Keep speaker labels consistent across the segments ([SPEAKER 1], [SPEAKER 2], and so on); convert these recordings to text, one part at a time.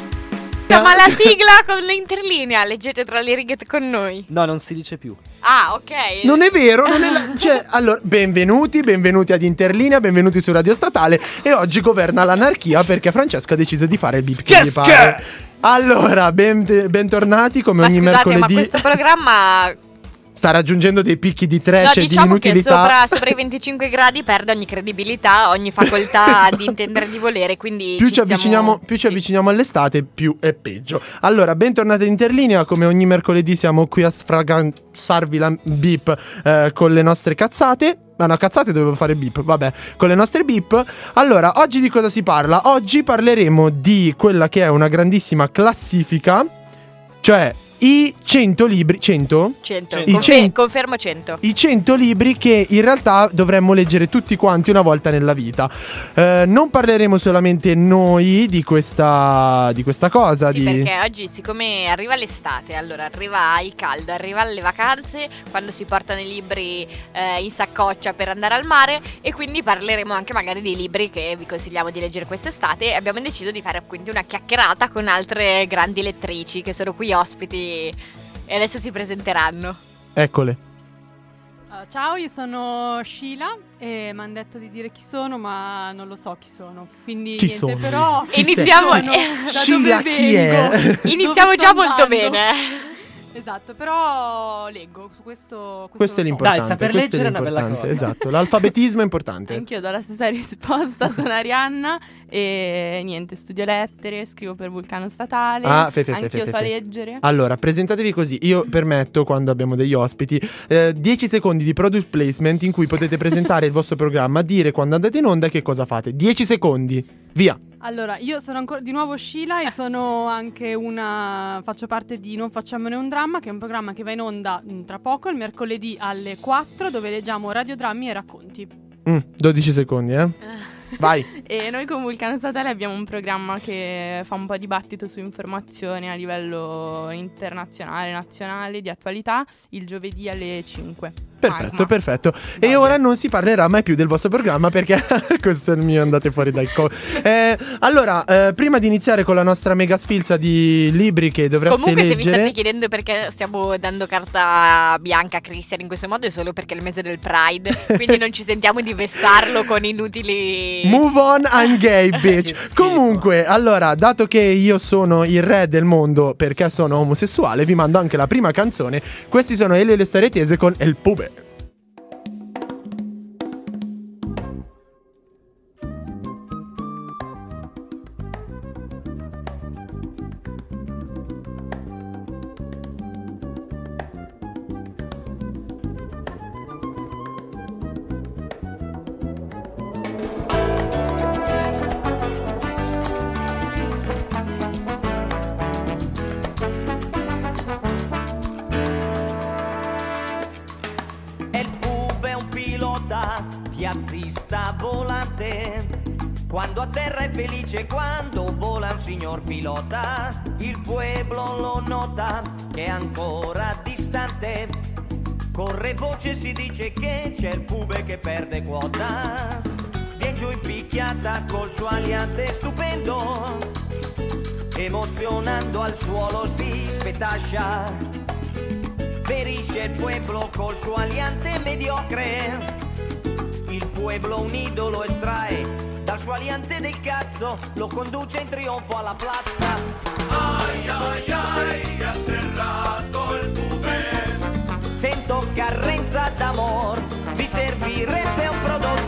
[SPEAKER 1] Aspetta,
[SPEAKER 2] Aspetta.
[SPEAKER 1] ma la sigla con l'interlinea, leggete tra le righe con noi.
[SPEAKER 3] No, non si dice più.
[SPEAKER 1] Ah, ok.
[SPEAKER 2] Non è vero, non è la- cioè, allora, benvenuti, benvenuti ad Interlinea, benvenuti su Radio Statale e oggi governa l'anarchia perché Francesco ha deciso di fare il bip che gli
[SPEAKER 3] Schesca!
[SPEAKER 2] pare. Allora, ben- bentornati come
[SPEAKER 1] ma
[SPEAKER 2] ogni
[SPEAKER 1] scusate, ma
[SPEAKER 2] mercoledì.
[SPEAKER 1] questo programma
[SPEAKER 2] Sta raggiungendo dei picchi di
[SPEAKER 1] No,
[SPEAKER 2] trash e di
[SPEAKER 1] diciamo che
[SPEAKER 2] inutilità.
[SPEAKER 1] sopra, sopra i 25 gradi perde ogni credibilità, ogni facoltà di intendere di volere, quindi
[SPEAKER 2] più ci,
[SPEAKER 1] stiamo-
[SPEAKER 2] avviciniamo, più ci
[SPEAKER 1] sì.
[SPEAKER 2] avviciniamo all'estate, più è peggio. Allora, bentornati in Interlinea. Come ogni mercoledì siamo qui a sfraganzarvi la beep eh, con le nostre cazzate. Ma no, cazzate dovevo fare beep, vabbè, con le nostre beep. Allora, oggi di cosa si parla? Oggi parleremo di quella che è una grandissima classifica, cioè i 100 libri. 100?
[SPEAKER 1] 100.
[SPEAKER 3] I
[SPEAKER 1] Confe-
[SPEAKER 2] cen-
[SPEAKER 1] confermo 100.
[SPEAKER 2] I 100 libri che in realtà dovremmo leggere tutti quanti una volta nella vita. Eh, non parleremo solamente noi di questa, di questa cosa.
[SPEAKER 1] Sì,
[SPEAKER 2] di...
[SPEAKER 1] perché oggi, siccome arriva l'estate, allora arriva il caldo, arrivano le vacanze, quando si portano i libri eh, in saccoccia per andare al mare e quindi parleremo anche magari dei libri che vi consigliamo di leggere quest'estate e abbiamo deciso di fare quindi una chiacchierata con altre grandi lettrici che sono qui ospiti e adesso si presenteranno.
[SPEAKER 2] Eccole.
[SPEAKER 4] Uh, ciao, io sono Sheila e mi hanno detto di dire chi sono, ma non lo so chi sono. Quindi
[SPEAKER 2] Chi
[SPEAKER 4] niente,
[SPEAKER 2] sono?
[SPEAKER 4] però
[SPEAKER 2] Chi sei?
[SPEAKER 1] Iniziamo-
[SPEAKER 4] sono, da
[SPEAKER 2] Sheila,
[SPEAKER 4] dove
[SPEAKER 2] chi è?
[SPEAKER 4] vengo,
[SPEAKER 1] Iniziamo
[SPEAKER 4] dove
[SPEAKER 1] già
[SPEAKER 4] sto
[SPEAKER 1] molto
[SPEAKER 4] andando.
[SPEAKER 1] bene.
[SPEAKER 4] Esatto, però leggo, su questo questo,
[SPEAKER 2] Questo è
[SPEAKER 4] lo so.
[SPEAKER 2] l'importante.
[SPEAKER 3] Dai, saper
[SPEAKER 2] questo
[SPEAKER 3] leggere è una bella
[SPEAKER 2] l'importante,
[SPEAKER 3] cosa.
[SPEAKER 2] Esatto, l'alfabetismo è importante.
[SPEAKER 5] Anch'io do la stessa risposta, sono Arianna e niente, studio lettere, scrivo per Vulcano Statale,
[SPEAKER 2] Ah, fe- fe- fe-
[SPEAKER 5] anch'io
[SPEAKER 2] fe- fe-
[SPEAKER 5] so
[SPEAKER 2] fe.
[SPEAKER 5] leggere.
[SPEAKER 2] Allora, presentatevi così. Io permetto, quando abbiamo degli ospiti, eh, 10 secondi di product placement in cui potete presentare il vostro programma, dire quando andate in onda e che cosa fate. 10 secondi. Via.
[SPEAKER 4] Allora, io sono ancora di nuovo Sheila e sono anche una. faccio parte di Non Facciamone un Dramma, che è un programma che va in onda mh, tra poco, il mercoledì alle 4, dove leggiamo radiodrammi e racconti.
[SPEAKER 2] Mm, 12 secondi,
[SPEAKER 3] Ah.
[SPEAKER 2] eh. Vai.
[SPEAKER 5] E noi con Vulcano Statale abbiamo un programma che fa un po' dibattito su informazione a livello internazionale, nazionale, di attualità, il giovedì alle 5.
[SPEAKER 2] Perfetto,
[SPEAKER 5] Magma.
[SPEAKER 2] perfetto. E ora non si parlerà mai più del vostro programma perché questo è il mio andate fuori dal co. Eh, allora, eh, prima di iniziare con la nostra mega sfilza di libri che dovreste
[SPEAKER 1] Comunque, se vi
[SPEAKER 2] leggere.
[SPEAKER 1] state chiedendo perché stiamo dando carta bianca a Christian in questo modo, è solo perché è il mese del Pride. quindi non ci sentiamo di vessarlo con inutili.
[SPEAKER 2] Move on, I'm gay,
[SPEAKER 3] Che
[SPEAKER 2] bitch.
[SPEAKER 3] schifo.
[SPEAKER 2] Comunque, allora, dato che io sono il re del mondo perché sono omosessuale, vi mando anche la prima canzone. Questi sono Elio e le storie tese con El Pube.
[SPEAKER 6] El pub è un pilota, piazzista volante. Quando a terra è felice, quando vola un signor pilota, il pueblo lo nota che è ancora distante. Corre voce si dice che c'è il pube che perde quota. Vien giù in picchiata col suo aliante stupendo, emozionando al suolo si spetascia ferisce il pueblo col suo aliante mediocre. Il pueblo un idolo estrae dal suo aliante del cazzo, lo conduce in trionfo alla piazza. Ai ai ai, atterrato il pube. Sento carrenza d'amor, vi servirebbe un prodotto.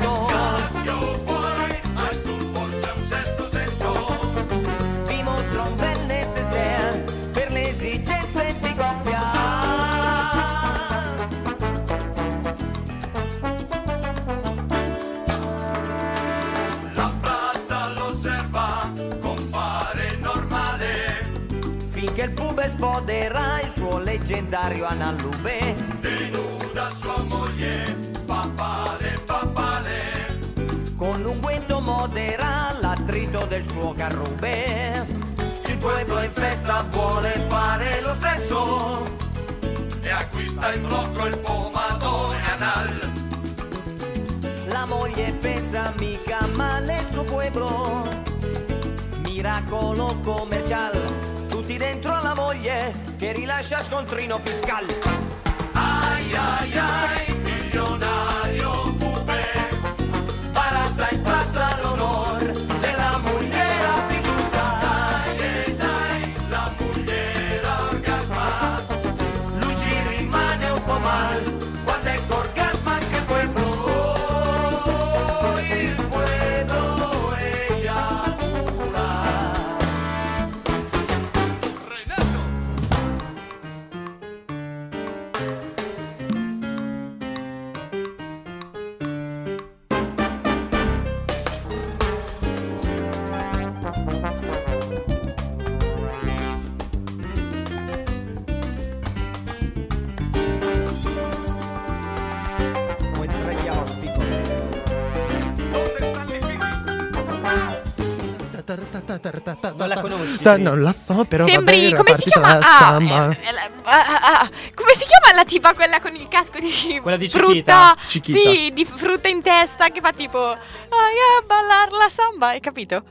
[SPEAKER 6] vi mostro un bel necessaire per le esigenze di coppia. finché il pube spoderà il suo leggendario analube. Denuda sua moglie, papale, papale. Con l'unguento moderà l'attrito del suo carrube. Il pueblo in festa vuole fare lo stesso.
[SPEAKER 7] e acquista in blocco il pomadone anal.
[SPEAKER 6] La moglie pensa mica male sto pueblo Miracolo commercial Tu metti dentro alla moglie che rilascia scontrino fiscale.
[SPEAKER 7] Ai ai ai, milionario bube,
[SPEAKER 6] parata in piazza l'onor della mugliera bisuta.
[SPEAKER 7] e dai, la mugliera orgasma,
[SPEAKER 6] Lui ci rimane un po' mal, quando è orgasma che quel blu, il pueblo eiacula.
[SPEAKER 7] Renato!
[SPEAKER 6] Buen regalo, ospicos.
[SPEAKER 7] ¿Dónde están mis pizzas?
[SPEAKER 2] Non
[SPEAKER 3] Non la conosci, Bri?
[SPEAKER 2] Non la so, però
[SPEAKER 1] Sembri,
[SPEAKER 2] va bene, era
[SPEAKER 1] come si
[SPEAKER 2] partita
[SPEAKER 1] chiama?
[SPEAKER 2] la
[SPEAKER 1] Ah,
[SPEAKER 2] samba.
[SPEAKER 1] eh, eh, la- ah, ah, ah. come si chiama la tipa quella con il casco di
[SPEAKER 3] Quella di
[SPEAKER 1] frutta?
[SPEAKER 2] Chiquita.
[SPEAKER 1] Sì, di frutta in testa che fa tipo "Ai, a ballar la samba, hai capito?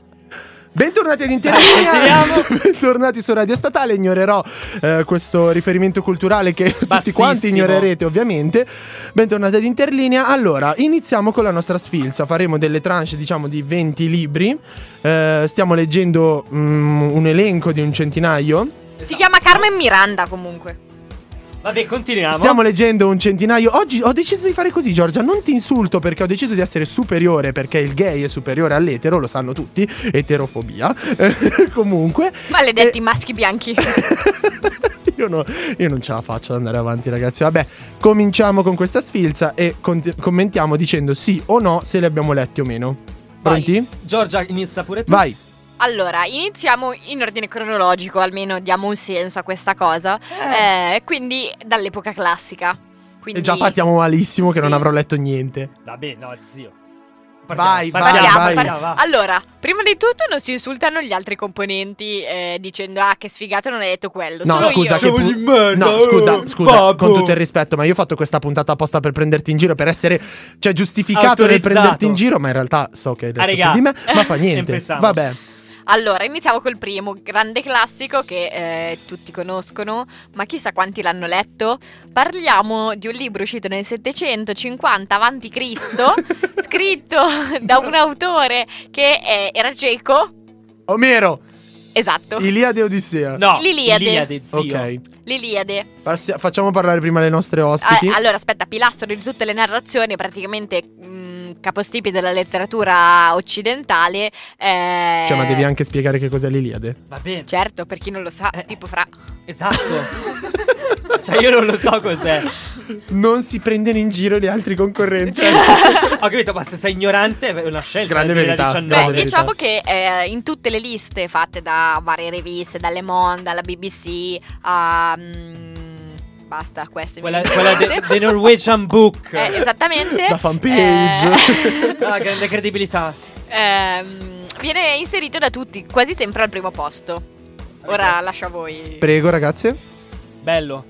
[SPEAKER 2] Bentornati ad Interlinea. Bentornati su Radio Statale. Ignorerò eh, questo riferimento culturale che tutti
[SPEAKER 3] Bassissimo.
[SPEAKER 2] quanti ignorerete, ovviamente. Bentornati ad Interlinea. Allora, iniziamo con la nostra sfilza. Faremo delle tranche, diciamo, di 20 libri. Eh, stiamo leggendo mm, un elenco di un centinaio.
[SPEAKER 1] Si chiama Carmen Miranda comunque.
[SPEAKER 3] Vabbè, continuiamo.
[SPEAKER 2] Stiamo leggendo un centinaio. Oggi ho deciso di fare così, Giorgia. Non ti insulto perché ho deciso di essere superiore. Perché il gay è superiore all'etero, lo sanno tutti. Eterofobia. Comunque.
[SPEAKER 1] Maledetti
[SPEAKER 2] Eh.
[SPEAKER 1] maschi bianchi.
[SPEAKER 2] io, no- io non ce la faccio ad andare avanti, ragazzi. Vabbè, cominciamo con questa sfilza e conti- commentiamo dicendo sì o no se li abbiamo letti o meno.
[SPEAKER 3] Vai.
[SPEAKER 2] Pronti?
[SPEAKER 3] Giorgia, inizia pure tu.
[SPEAKER 2] Vai.
[SPEAKER 1] Allora, iniziamo in ordine cronologico, almeno diamo un senso a questa cosa. Eh, quindi dall'epoca classica. Quindi,
[SPEAKER 2] E già partiamo malissimo che non
[SPEAKER 1] Sì.
[SPEAKER 2] avrò letto niente.
[SPEAKER 3] Vabbè, no, zio.
[SPEAKER 2] Vai,
[SPEAKER 1] Partiamo,
[SPEAKER 2] vai.
[SPEAKER 1] partiamo.
[SPEAKER 3] va.
[SPEAKER 1] Allora, prima di tutto non si insultano gli altri componenti eh, dicendo ah che sfigato non hai detto quello.
[SPEAKER 2] No,
[SPEAKER 1] Solo
[SPEAKER 2] scusa,
[SPEAKER 1] io.
[SPEAKER 2] che pu-
[SPEAKER 3] Eh,
[SPEAKER 2] No, scusa, scusa, con tutto il rispetto, ma io ho fatto questa puntata apposta per prenderti in giro, per essere, cioè, giustificato nel
[SPEAKER 3] Autorizzato.
[SPEAKER 2] prenderti in giro, ma in realtà so che hai detto
[SPEAKER 3] Ah,
[SPEAKER 2] più
[SPEAKER 3] regà.
[SPEAKER 2] di me, ma fa niente.
[SPEAKER 3] Empezamos.
[SPEAKER 2] Vabbè,
[SPEAKER 1] Allora, iniziamo col primo, grande classico che eh, tutti conoscono, ma chissà quanti l'hanno letto. Parliamo di un libro uscito nel 750 a.C., scritto da un autore che eh, era cieco.
[SPEAKER 2] Omero,
[SPEAKER 1] Esatto,
[SPEAKER 2] Iliade e Odissea.
[SPEAKER 3] No,
[SPEAKER 1] L'Iliade.
[SPEAKER 3] zio.
[SPEAKER 2] Ok,
[SPEAKER 1] l'Iliade.
[SPEAKER 2] passi- facciamo parlare prima le nostre
[SPEAKER 1] Ah,
[SPEAKER 2] ospiti.
[SPEAKER 1] allora, aspetta, pilastro di tutte le narrazioni, praticamente mh, capostipi della letteratura occidentale. eh,
[SPEAKER 2] Cioè, ma devi anche spiegare che cos'è l'Iliade.
[SPEAKER 3] Va bene.
[SPEAKER 1] Certo, per chi non lo sa,
[SPEAKER 3] Eh.
[SPEAKER 1] tipo fra.
[SPEAKER 3] Esatto. cioè, io non lo so cos'è.
[SPEAKER 2] Non si prendono in giro gli altri concorrenti.
[SPEAKER 3] Ho capito, ma se sei ignorante è una scelta. eh,
[SPEAKER 2] Grande
[SPEAKER 3] del
[SPEAKER 2] verità,
[SPEAKER 3] 2019.
[SPEAKER 2] grande
[SPEAKER 1] Beh,
[SPEAKER 2] verità.
[SPEAKER 1] diciamo che eh, in tutte le liste fatte da varie riviste, dalle Monde, alla BBC, a. mm, basta, queste. mi
[SPEAKER 3] Quella,
[SPEAKER 1] vengono
[SPEAKER 3] quella
[SPEAKER 1] in
[SPEAKER 3] de-
[SPEAKER 1] mente.
[SPEAKER 3] The Norwegian Book.
[SPEAKER 1] Eh, esattamente.
[SPEAKER 2] Da fanpage.
[SPEAKER 3] Ah, grande credibilità.
[SPEAKER 1] Eh, ehm, viene inserito da tutti, quasi sempre al primo posto. Ora lascio a voi.
[SPEAKER 2] Prego, ragazze.
[SPEAKER 3] Bello.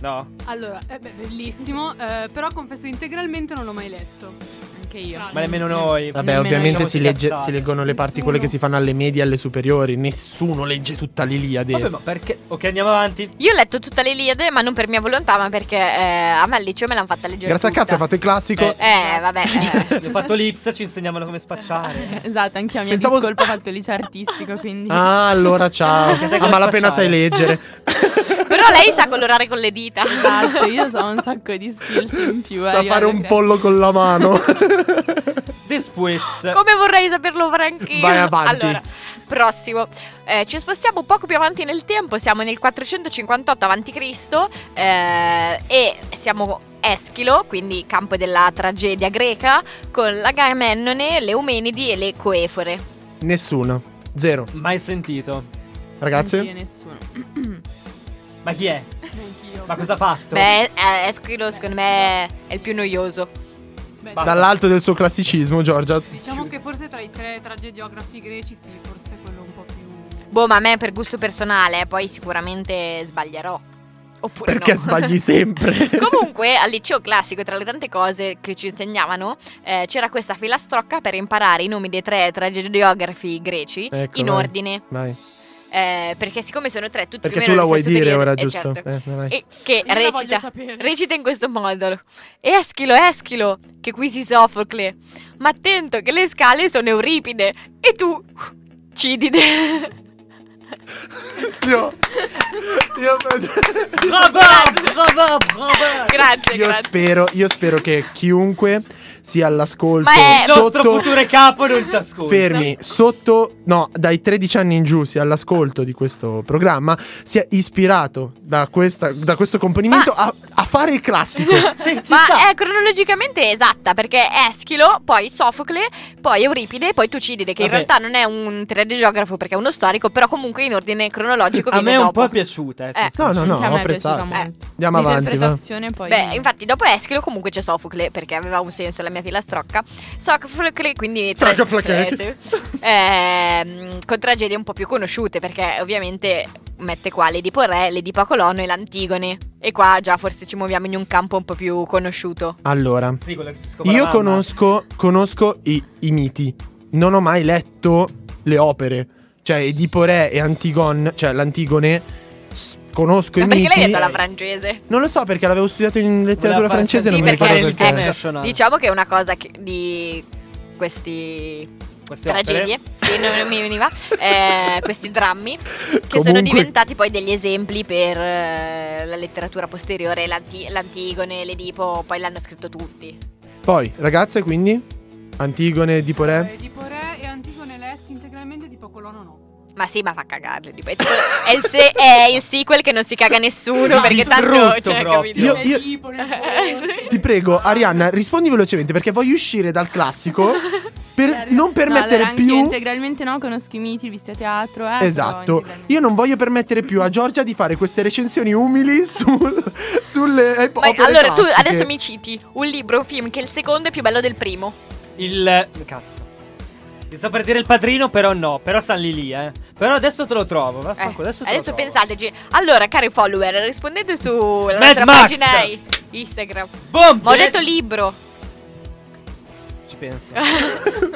[SPEAKER 3] No.
[SPEAKER 4] Allora, eh beh, bellissimo, eh, però confesso integralmente non l'ho mai letto.
[SPEAKER 5] Anche io.
[SPEAKER 3] Ma nemmeno noi.
[SPEAKER 2] Vabbè,
[SPEAKER 5] Nemmeno
[SPEAKER 2] ovviamente
[SPEAKER 3] diciamo
[SPEAKER 2] si,
[SPEAKER 3] di
[SPEAKER 2] legge-
[SPEAKER 3] cazzate.
[SPEAKER 2] si leggono le parti, quelle che si fanno alle medie e alle superiori. Nessuno legge tutta l'Iliade.
[SPEAKER 3] Vabbè, ma perché? Ok, andiamo avanti.
[SPEAKER 1] Io ho letto tutta l'Iliade, ma non per mia volontà, ma perché eh, a me al liceo me l'hanno fatta leggere
[SPEAKER 2] Grazie a
[SPEAKER 1] tutta.
[SPEAKER 2] cazzo, fate il classico.
[SPEAKER 3] Eh,
[SPEAKER 1] Eh, vabbè. eh.
[SPEAKER 3] Abbiamo fatto l'Ips, ci insegnavano come spacciare.
[SPEAKER 5] Esatto, anche io.
[SPEAKER 2] Pensavo-
[SPEAKER 5] Mi Pensavo... discolpa ho fatto il liceo artistico, quindi...
[SPEAKER 2] Ah, allora ciao.
[SPEAKER 3] Che te
[SPEAKER 2] A
[SPEAKER 3] cosa
[SPEAKER 2] malapena
[SPEAKER 3] facciare?
[SPEAKER 2] sai leggere.
[SPEAKER 1] Però lei sa colorare con le dita.
[SPEAKER 2] Cioè,
[SPEAKER 5] Esatto, io so un sacco di skills in più. eh,
[SPEAKER 2] Sa
[SPEAKER 5] arrivando
[SPEAKER 2] fare
[SPEAKER 5] a
[SPEAKER 2] un
[SPEAKER 5] crea-
[SPEAKER 2] pollo con la mano.
[SPEAKER 3] Después.
[SPEAKER 1] Come vorrei saperlo fare anch'io.
[SPEAKER 2] Vai avanti.
[SPEAKER 1] Allora, prossimo. Eh, ci spostiamo poco più avanti nel tempo, siamo nel 458 a.C. eh, e siamo Eschilo, quindi campo della tragedia greca, con l'Agamennone, le Eumenidi e le Coefore.
[SPEAKER 2] Nessuno. Zero.
[SPEAKER 3] Mai sentito.
[SPEAKER 5] Non
[SPEAKER 2] Ragazze.
[SPEAKER 5] dire nessuno.
[SPEAKER 3] Ma chi è?
[SPEAKER 4] Anch'io.
[SPEAKER 3] Ma cosa ha fatto?
[SPEAKER 1] Beh, eh, Eschilo secondo me è il più noioso.
[SPEAKER 4] Beh,
[SPEAKER 3] basta.
[SPEAKER 2] Dall'alto del suo classicismo, Giorgia.
[SPEAKER 4] Diciamo che forse tra i tre tragediografi greci, sì, forse quello un po' più.
[SPEAKER 1] Boh, ma a me per gusto personale, eh, poi sicuramente sbaglierò. Oppure
[SPEAKER 2] Perché
[SPEAKER 1] no.
[SPEAKER 2] sbagli sempre?
[SPEAKER 1] Comunque, al liceo classico, tra le tante cose che ci insegnavano, eh, c'era questa filastrocca per imparare i nomi dei tre tragediografi greci
[SPEAKER 2] Ecco,
[SPEAKER 1] in
[SPEAKER 2] vai.
[SPEAKER 1] ordine.
[SPEAKER 2] Vai.
[SPEAKER 1] eh, perché siccome sono tre, tutti
[SPEAKER 2] Perché
[SPEAKER 1] più
[SPEAKER 2] tu
[SPEAKER 1] o
[SPEAKER 2] la
[SPEAKER 1] meno
[SPEAKER 2] vuoi
[SPEAKER 1] nello
[SPEAKER 2] dire
[SPEAKER 1] stesso
[SPEAKER 2] ora, giusto?
[SPEAKER 1] periodo, eh, certo.
[SPEAKER 2] Eh, vai.
[SPEAKER 1] E che
[SPEAKER 4] Io la voglio
[SPEAKER 1] recita,
[SPEAKER 4] sapere.
[SPEAKER 1] recita in questo modo. Eschilo, Eschilo, che qui si sofocle. Ma attento che le scale sono Euripide e tu Cidide.
[SPEAKER 2] Io, io,
[SPEAKER 3] Brava, brava, brava.
[SPEAKER 1] grazie,
[SPEAKER 2] io
[SPEAKER 1] grazie.
[SPEAKER 2] spero, io spero che chiunque sia all'ascolto
[SPEAKER 1] Ma è-
[SPEAKER 3] Il nostro
[SPEAKER 2] sotto
[SPEAKER 3] futuro capo non ci ascolta.
[SPEAKER 2] Fermi, sotto, no, dai 13 anni in giù sia all'ascolto di questo programma, sia ispirato da, questa- da questo componimento a, a fare il classico.
[SPEAKER 3] Sì, ci
[SPEAKER 1] Ma
[SPEAKER 3] sta.
[SPEAKER 1] è cronologicamente esatta perché Eschilo, poi Sofocle, poi Euripide e poi Tucidide, che in
[SPEAKER 3] Vabbè.
[SPEAKER 1] realtà non è un trageografo perché è uno storico, però comunque in ordine cronologico
[SPEAKER 3] A
[SPEAKER 1] viene
[SPEAKER 3] me un
[SPEAKER 1] dopo.
[SPEAKER 3] po' è piaciuta. Eh, sì,
[SPEAKER 1] Eh.
[SPEAKER 3] sì.
[SPEAKER 2] No, no, no,
[SPEAKER 5] Anche a
[SPEAKER 2] ho
[SPEAKER 5] me è piaciuta
[SPEAKER 2] apprezzato.
[SPEAKER 5] molto.
[SPEAKER 2] Andiamo avanti, va.
[SPEAKER 5] L'interpretazione poi...
[SPEAKER 1] Beh, infatti, dopo Eschilo, comunque c'è Sofocle perché aveva un senso la mia filastrocca. Sofocle, quindi. tra-
[SPEAKER 2] Sofocle.
[SPEAKER 1] eh, sì. Ehm, con tragedie un po' più conosciute perché ovviamente mette qua l'Edipo Re, l'Edipo Colono e l'Antigone. E qua già forse ci muoviamo in un campo un po' più conosciuto.
[SPEAKER 2] Allora,
[SPEAKER 3] Sì, quello che si scopre.
[SPEAKER 2] io conosco, conosco i, i miti, non ho mai letto le opere, cioè Edipo Re e Antigon, cioè l'Antigone, s- conosco
[SPEAKER 1] Ma
[SPEAKER 2] i
[SPEAKER 1] perché
[SPEAKER 2] miti.
[SPEAKER 1] l'hai detto alla francese?
[SPEAKER 2] Non lo so perché l'avevo studiato in letteratura
[SPEAKER 3] Voleva fare-
[SPEAKER 2] francese,
[SPEAKER 1] sì,
[SPEAKER 2] non mi ricordo
[SPEAKER 1] perché-
[SPEAKER 2] perché.
[SPEAKER 1] ecco, Diciamo che è una cosa che- di questi tragedie, sì, non non mi veniva, eh, questi drammi che sono
[SPEAKER 2] Comunque-
[SPEAKER 1] diventati poi degli esempi per eh, la letteratura posteriore, l'anti- l'Antigone, l'Edipo, poi l'hanno scritto tutti.
[SPEAKER 2] Poi, ragazze, quindi Antigone, Edipo Re.
[SPEAKER 4] Di Porè Cioè, e Antigone letti integralmente di Pocolono no.
[SPEAKER 1] Ma sì, ma fa cagare l'Edipo. È, tipo- è il se- è il sequel che non si caga nessuno
[SPEAKER 3] Ma
[SPEAKER 1] perché tanto
[SPEAKER 3] distrutto
[SPEAKER 1] cioè,
[SPEAKER 3] proprio.
[SPEAKER 1] capito?
[SPEAKER 2] Io-
[SPEAKER 4] Come
[SPEAKER 2] io-
[SPEAKER 4] Edipo, nel
[SPEAKER 1] Eh,
[SPEAKER 4] Polo.
[SPEAKER 1] sì.
[SPEAKER 2] Ti prego, Arianna, rispondi velocemente perché voglio uscire dal classico per non permettere
[SPEAKER 5] no, allora,
[SPEAKER 2] più.
[SPEAKER 5] Anche io integralmente no, conosco i miti, li visti a teatro. Eh,
[SPEAKER 2] Esatto, io non voglio permettere più a Giorgia di fare queste recensioni umili sul, sulle eh,
[SPEAKER 1] Ma
[SPEAKER 2] opere
[SPEAKER 1] allora tu
[SPEAKER 2] classiche.
[SPEAKER 1] adesso mi citi un libro, un film che il secondo è più bello del primo.
[SPEAKER 3] Il. Cazzo. Ti sto per dire il padrino, però no. Però San Lì, eh. Però adesso te lo trovo.
[SPEAKER 1] Eh,
[SPEAKER 3] Vaffanculo, Ecco, adesso
[SPEAKER 1] adesso
[SPEAKER 3] te lo trovo.
[SPEAKER 1] pensateci. Allora, cari follower, rispondete sulla
[SPEAKER 3] Mad
[SPEAKER 1] nostra
[SPEAKER 3] Max!
[SPEAKER 1] pagina i- Instagram.
[SPEAKER 3] Boom!
[SPEAKER 1] Ma ho
[SPEAKER 3] bitch!
[SPEAKER 1] detto Eh, libro.
[SPEAKER 3] Boh, Ci penso.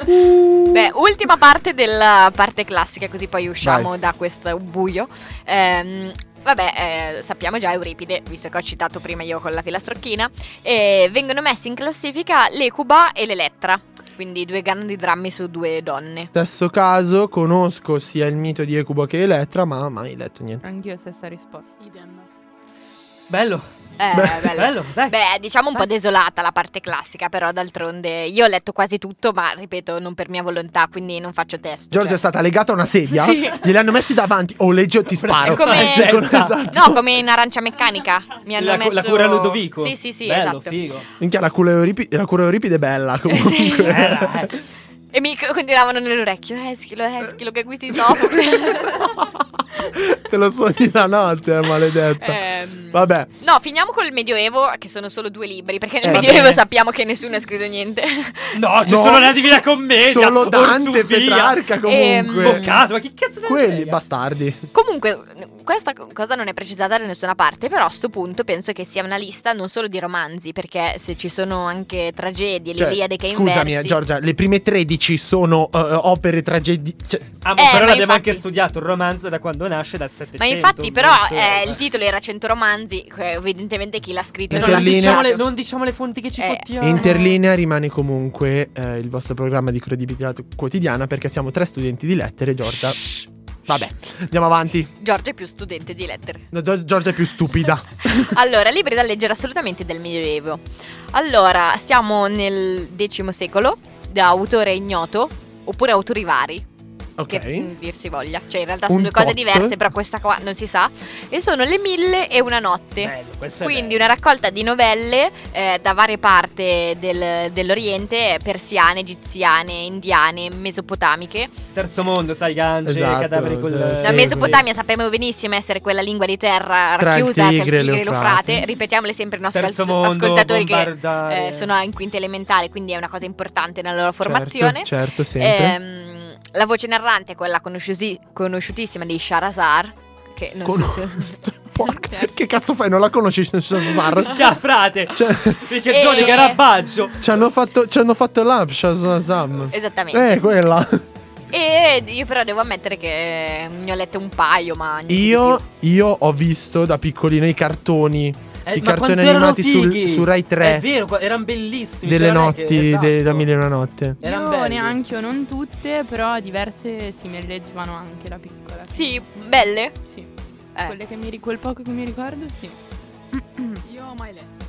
[SPEAKER 2] Uh.
[SPEAKER 1] Beh, ultima parte della parte classica, così poi usciamo da questo buio. Ehm, vabbè, eh, sappiamo già Euripide, visto che ho citato prima io con la filastrocchina. E vengono messi in classifica l'Ecuba e l'Elettra. Quindi due grandi drammi su due donne.
[SPEAKER 2] Stesso caso, conosco sia il mito di Ecubo che Elettra, ma mai letto niente.
[SPEAKER 5] Anch'io stessa risposta.
[SPEAKER 4] Idem.
[SPEAKER 3] Bello.
[SPEAKER 1] Eh,
[SPEAKER 2] Beh.
[SPEAKER 1] bello.
[SPEAKER 3] Bello, dai.
[SPEAKER 1] Beh, diciamo
[SPEAKER 3] Eh.
[SPEAKER 1] un po' desolata la parte classica, però d'altronde io ho letto quasi tutto, ma ripeto, non per mia volontà, quindi non faccio testo.
[SPEAKER 2] Giorgia è
[SPEAKER 1] cioè.
[SPEAKER 2] stata legata a una sedia,
[SPEAKER 1] Sì.
[SPEAKER 2] gliel'hanno messi davanti, o leggi o ti sparo.
[SPEAKER 1] Come-
[SPEAKER 2] Dicono,
[SPEAKER 3] Testa.
[SPEAKER 2] esatto.
[SPEAKER 1] No, come in arancia meccanica. Mi hanno
[SPEAKER 3] la, cu-
[SPEAKER 1] messo
[SPEAKER 3] la cura Ludovico.
[SPEAKER 1] Sì, sì, sì,
[SPEAKER 3] Bello,
[SPEAKER 1] esatto.
[SPEAKER 3] figo.
[SPEAKER 2] Minchia, la cura Euripide, la cura Euripide è bella
[SPEAKER 1] Eh,
[SPEAKER 2] comunque.
[SPEAKER 3] Bella, eh.
[SPEAKER 1] E mi c- continuavano nell'orecchio, Eh, Eschilo, Eschilo, che qui si soffre.
[SPEAKER 2] Te lo sogni la notte, eh, maledetta.
[SPEAKER 1] Ehm,
[SPEAKER 2] Vabbè,
[SPEAKER 1] No, finiamo col Medioevo, che sono solo due libri, perché nel
[SPEAKER 2] Eh, va
[SPEAKER 1] Medioevo
[SPEAKER 3] bene.
[SPEAKER 1] sappiamo che nessuno ha scritto niente.
[SPEAKER 3] No, c'è
[SPEAKER 2] No,
[SPEAKER 3] solo la Divina
[SPEAKER 2] so-
[SPEAKER 3] Commedia.
[SPEAKER 2] solo Dante e
[SPEAKER 3] Orsuvia,
[SPEAKER 2] Petrarca
[SPEAKER 1] Ehm,
[SPEAKER 2] comunque.
[SPEAKER 3] Boccato, ma che cazzo ne
[SPEAKER 2] Quelli
[SPEAKER 3] frega?
[SPEAKER 2] bastardi.
[SPEAKER 1] Comunque, n- questa co- cosa non è precisata da nessuna parte, però a sto punto penso che sia una lista non solo di romanzi, perché se ci sono anche tragedie,
[SPEAKER 2] Cioè,
[SPEAKER 1] l'Iliade che è
[SPEAKER 2] scusami,
[SPEAKER 1] inversi.
[SPEAKER 2] Giorgia, le prime 13 sono eh, opere tragedie. Cioè,
[SPEAKER 3] Ah, ma
[SPEAKER 1] Eh,
[SPEAKER 3] però
[SPEAKER 1] ma
[SPEAKER 3] l'abbiamo
[SPEAKER 1] infatti-
[SPEAKER 3] anche studiato il romanzo da quando nasce, dal 700.
[SPEAKER 1] Ma infatti, però,
[SPEAKER 3] non so,
[SPEAKER 1] eh,
[SPEAKER 3] eh.
[SPEAKER 1] il titolo era 100 romanzi, que- evidentemente chi l'ha scritto non
[SPEAKER 3] Non
[SPEAKER 1] l'ha
[SPEAKER 2] Interlinea.
[SPEAKER 3] diciamo,
[SPEAKER 1] studiato.
[SPEAKER 3] le, non diciamo le fonti che ci
[SPEAKER 1] Eh,
[SPEAKER 3] fottiamo.
[SPEAKER 2] Interlinea rimane comunque eh, il vostro programma di credibilità quotidiana perché siamo tre studenti di lettere, Giorgia. Vabbè, andiamo avanti.
[SPEAKER 1] Giorgio è più studente di lettere.
[SPEAKER 2] No, Gio- Giorgia è più stupida.
[SPEAKER 1] Allora, libri da leggere assolutamente del Medioevo. Allora, stiamo nel X secolo, da autore ignoto, oppure autori vari,
[SPEAKER 2] Ok.
[SPEAKER 1] che mm, dir si voglia. Cioè, in realtà sono
[SPEAKER 2] Un
[SPEAKER 1] due cose
[SPEAKER 2] tot.
[SPEAKER 1] diverse, però questa qua non si sa. E sono le mille e una notte.
[SPEAKER 2] Eh,
[SPEAKER 3] Bello, questo è
[SPEAKER 1] Quindi
[SPEAKER 3] bello.
[SPEAKER 1] una raccolta di novelle eh, da varie parti del- dell'Oriente, persiane, egiziane, indiane, mesopotamiche.
[SPEAKER 3] Terzo mondo, sai, ganci,
[SPEAKER 2] Esatto,
[SPEAKER 3] cadaveri col...
[SPEAKER 2] cioè,
[SPEAKER 1] La
[SPEAKER 2] Sì,
[SPEAKER 1] Mesopotamia sappiamo benissimo essere quella lingua di terra
[SPEAKER 2] Tra il
[SPEAKER 1] racchiusa
[SPEAKER 2] Tigre e l'Eufrate.
[SPEAKER 1] l'Eufrate. Ripetiamole sempre ai nostri
[SPEAKER 3] Terzo
[SPEAKER 1] ascolt-
[SPEAKER 3] mondo,
[SPEAKER 1] ascoltatori che
[SPEAKER 3] bombardare.
[SPEAKER 1] eh, sono in quinta elementare, quindi è una cosa importante nella loro formazione.
[SPEAKER 2] Certo, certo, sempre.
[SPEAKER 1] Ehm, la voce narrante è quella conosciusi- conosciutissima di Sharazar, che non
[SPEAKER 2] Con-
[SPEAKER 1] so se...
[SPEAKER 2] Porca- Che cazzo fai? Non la conosci? Shazar?
[SPEAKER 3] Minchia, frate!
[SPEAKER 2] Cioè,
[SPEAKER 3] Minchia,
[SPEAKER 1] Eh.
[SPEAKER 3] Johnny Garabaggio!
[SPEAKER 2] ci hanno fatto, ci hanno fatto l'app, Shazam.
[SPEAKER 1] Esattamente.
[SPEAKER 2] Eh, quella.
[SPEAKER 1] E io però devo ammettere che ne ho lette un paio, ma... niente di
[SPEAKER 2] Io,
[SPEAKER 1] più.
[SPEAKER 2] io ho visto da piccolino i cartoni
[SPEAKER 3] Eh,
[SPEAKER 2] I
[SPEAKER 3] ma
[SPEAKER 2] cartoni
[SPEAKER 3] quanto erano
[SPEAKER 2] animati sul-
[SPEAKER 3] fighi!
[SPEAKER 2] su Rai 3.
[SPEAKER 3] È vero, qua- erano bellissimi.
[SPEAKER 2] delle
[SPEAKER 3] cioè, non è che-
[SPEAKER 2] notti de- da
[SPEAKER 3] esatto.
[SPEAKER 2] Mille e una notte.
[SPEAKER 3] Erano
[SPEAKER 5] Io
[SPEAKER 3] belli.
[SPEAKER 5] neanche, non tutte, però diverse si mi leggevano anche da piccola.
[SPEAKER 1] Sì, belle.
[SPEAKER 5] Sì.
[SPEAKER 1] Eh.
[SPEAKER 5] Quelle che mi ric- quel poco che mi ricordo, sì.
[SPEAKER 4] Io mai letto.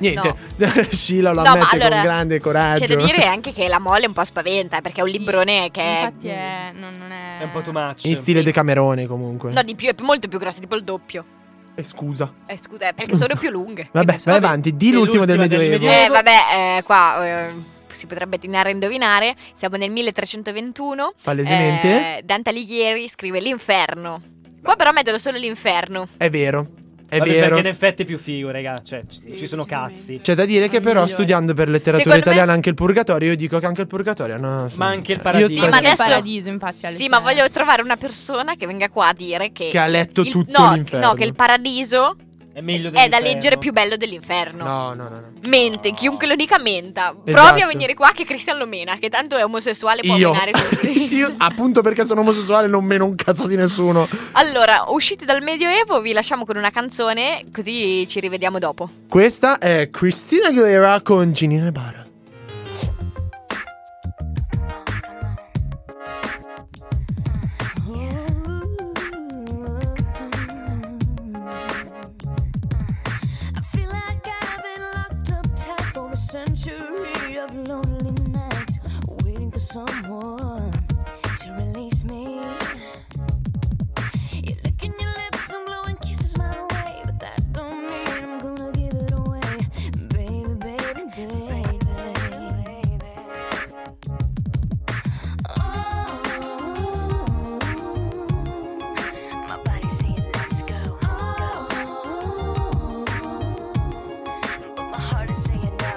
[SPEAKER 2] Niente, Sheila lo
[SPEAKER 1] No, ma
[SPEAKER 2] ammette
[SPEAKER 1] allora,
[SPEAKER 2] con grande coraggio.
[SPEAKER 1] C'è da dire anche che la mole un po' spaventa, eh, perché è un
[SPEAKER 5] Sì,
[SPEAKER 1] librone che è... mm.
[SPEAKER 5] Infatti è, non, non è...
[SPEAKER 3] È un po' too much.
[SPEAKER 2] In stile Decamerone comunque.
[SPEAKER 1] No, di più, è molto più grosso, tipo il doppio.
[SPEAKER 2] Eh, scusa.
[SPEAKER 1] Eh, scusa, è perché sono più lunghe.
[SPEAKER 2] Vabbè,
[SPEAKER 1] Che ne so,
[SPEAKER 2] vai avanti, di
[SPEAKER 3] È
[SPEAKER 2] l'ultimo del
[SPEAKER 3] l'ultima del
[SPEAKER 2] Medioevo.
[SPEAKER 3] Medioevo.
[SPEAKER 1] Eh, vabbè, eh, qua eh, si potrebbe tenere a indovinare. Siamo nel 1321.
[SPEAKER 2] Palesemente.
[SPEAKER 1] Eh, Dante Alighieri scrive l'inferno. Qua però mettono solo l'inferno.
[SPEAKER 2] È vero, è
[SPEAKER 3] Vabbè,
[SPEAKER 2] vero.
[SPEAKER 3] Perché in effetti è più figo, raga. Cioè, ci-
[SPEAKER 4] Sì,
[SPEAKER 3] ci sono cazzi.
[SPEAKER 4] decisamente.
[SPEAKER 2] C'è da dire che
[SPEAKER 5] È
[SPEAKER 2] però
[SPEAKER 5] migliore.
[SPEAKER 2] studiando per letteratura
[SPEAKER 1] Secondo me-
[SPEAKER 2] italiana anche il purgatorio, io dico che anche il purgatorio no,
[SPEAKER 3] Ma anche il
[SPEAKER 2] io
[SPEAKER 3] paradiso.
[SPEAKER 1] Sì,
[SPEAKER 2] spero-
[SPEAKER 1] Eh, ma
[SPEAKER 5] Anche il Eh,
[SPEAKER 1] adesso-
[SPEAKER 5] paradiso, infatti. alle
[SPEAKER 1] Sì, ma
[SPEAKER 5] tre.
[SPEAKER 1] voglio trovare una persona che venga qua a dire che.
[SPEAKER 2] che ha letto
[SPEAKER 1] il-
[SPEAKER 2] tutto
[SPEAKER 1] no,
[SPEAKER 2] l'inferno.
[SPEAKER 1] no, che il paradiso
[SPEAKER 3] È meglio
[SPEAKER 1] Cioè, è da
[SPEAKER 3] dell'inferno.
[SPEAKER 1] leggere più bello dell'inferno.
[SPEAKER 2] No, no, no, no.
[SPEAKER 1] Mente, chiunque lo dica menta. Provi
[SPEAKER 2] Esatto.
[SPEAKER 1] a venire qua che Cristian lo mena, che tanto è omosessuale può
[SPEAKER 2] Io.
[SPEAKER 1] menare tutti.
[SPEAKER 2] Io appunto perché sono omosessuale non meno un cazzo di nessuno.
[SPEAKER 1] Allora, uscite dal Medioevo, vi lasciamo con una canzone, così ci rivediamo dopo.
[SPEAKER 2] Questa è Cristina Aguilera con Ginina Barra.
[SPEAKER 8] I feel like I've been locked up tight for a century of lonely nights, waiting for someone to release me. You're licking your lips and blowing kisses my way, but that don't mean I'm gonna give it away, baby, baby, baby. Oh. My body's saying let's go, Oh. but my heart is saying no.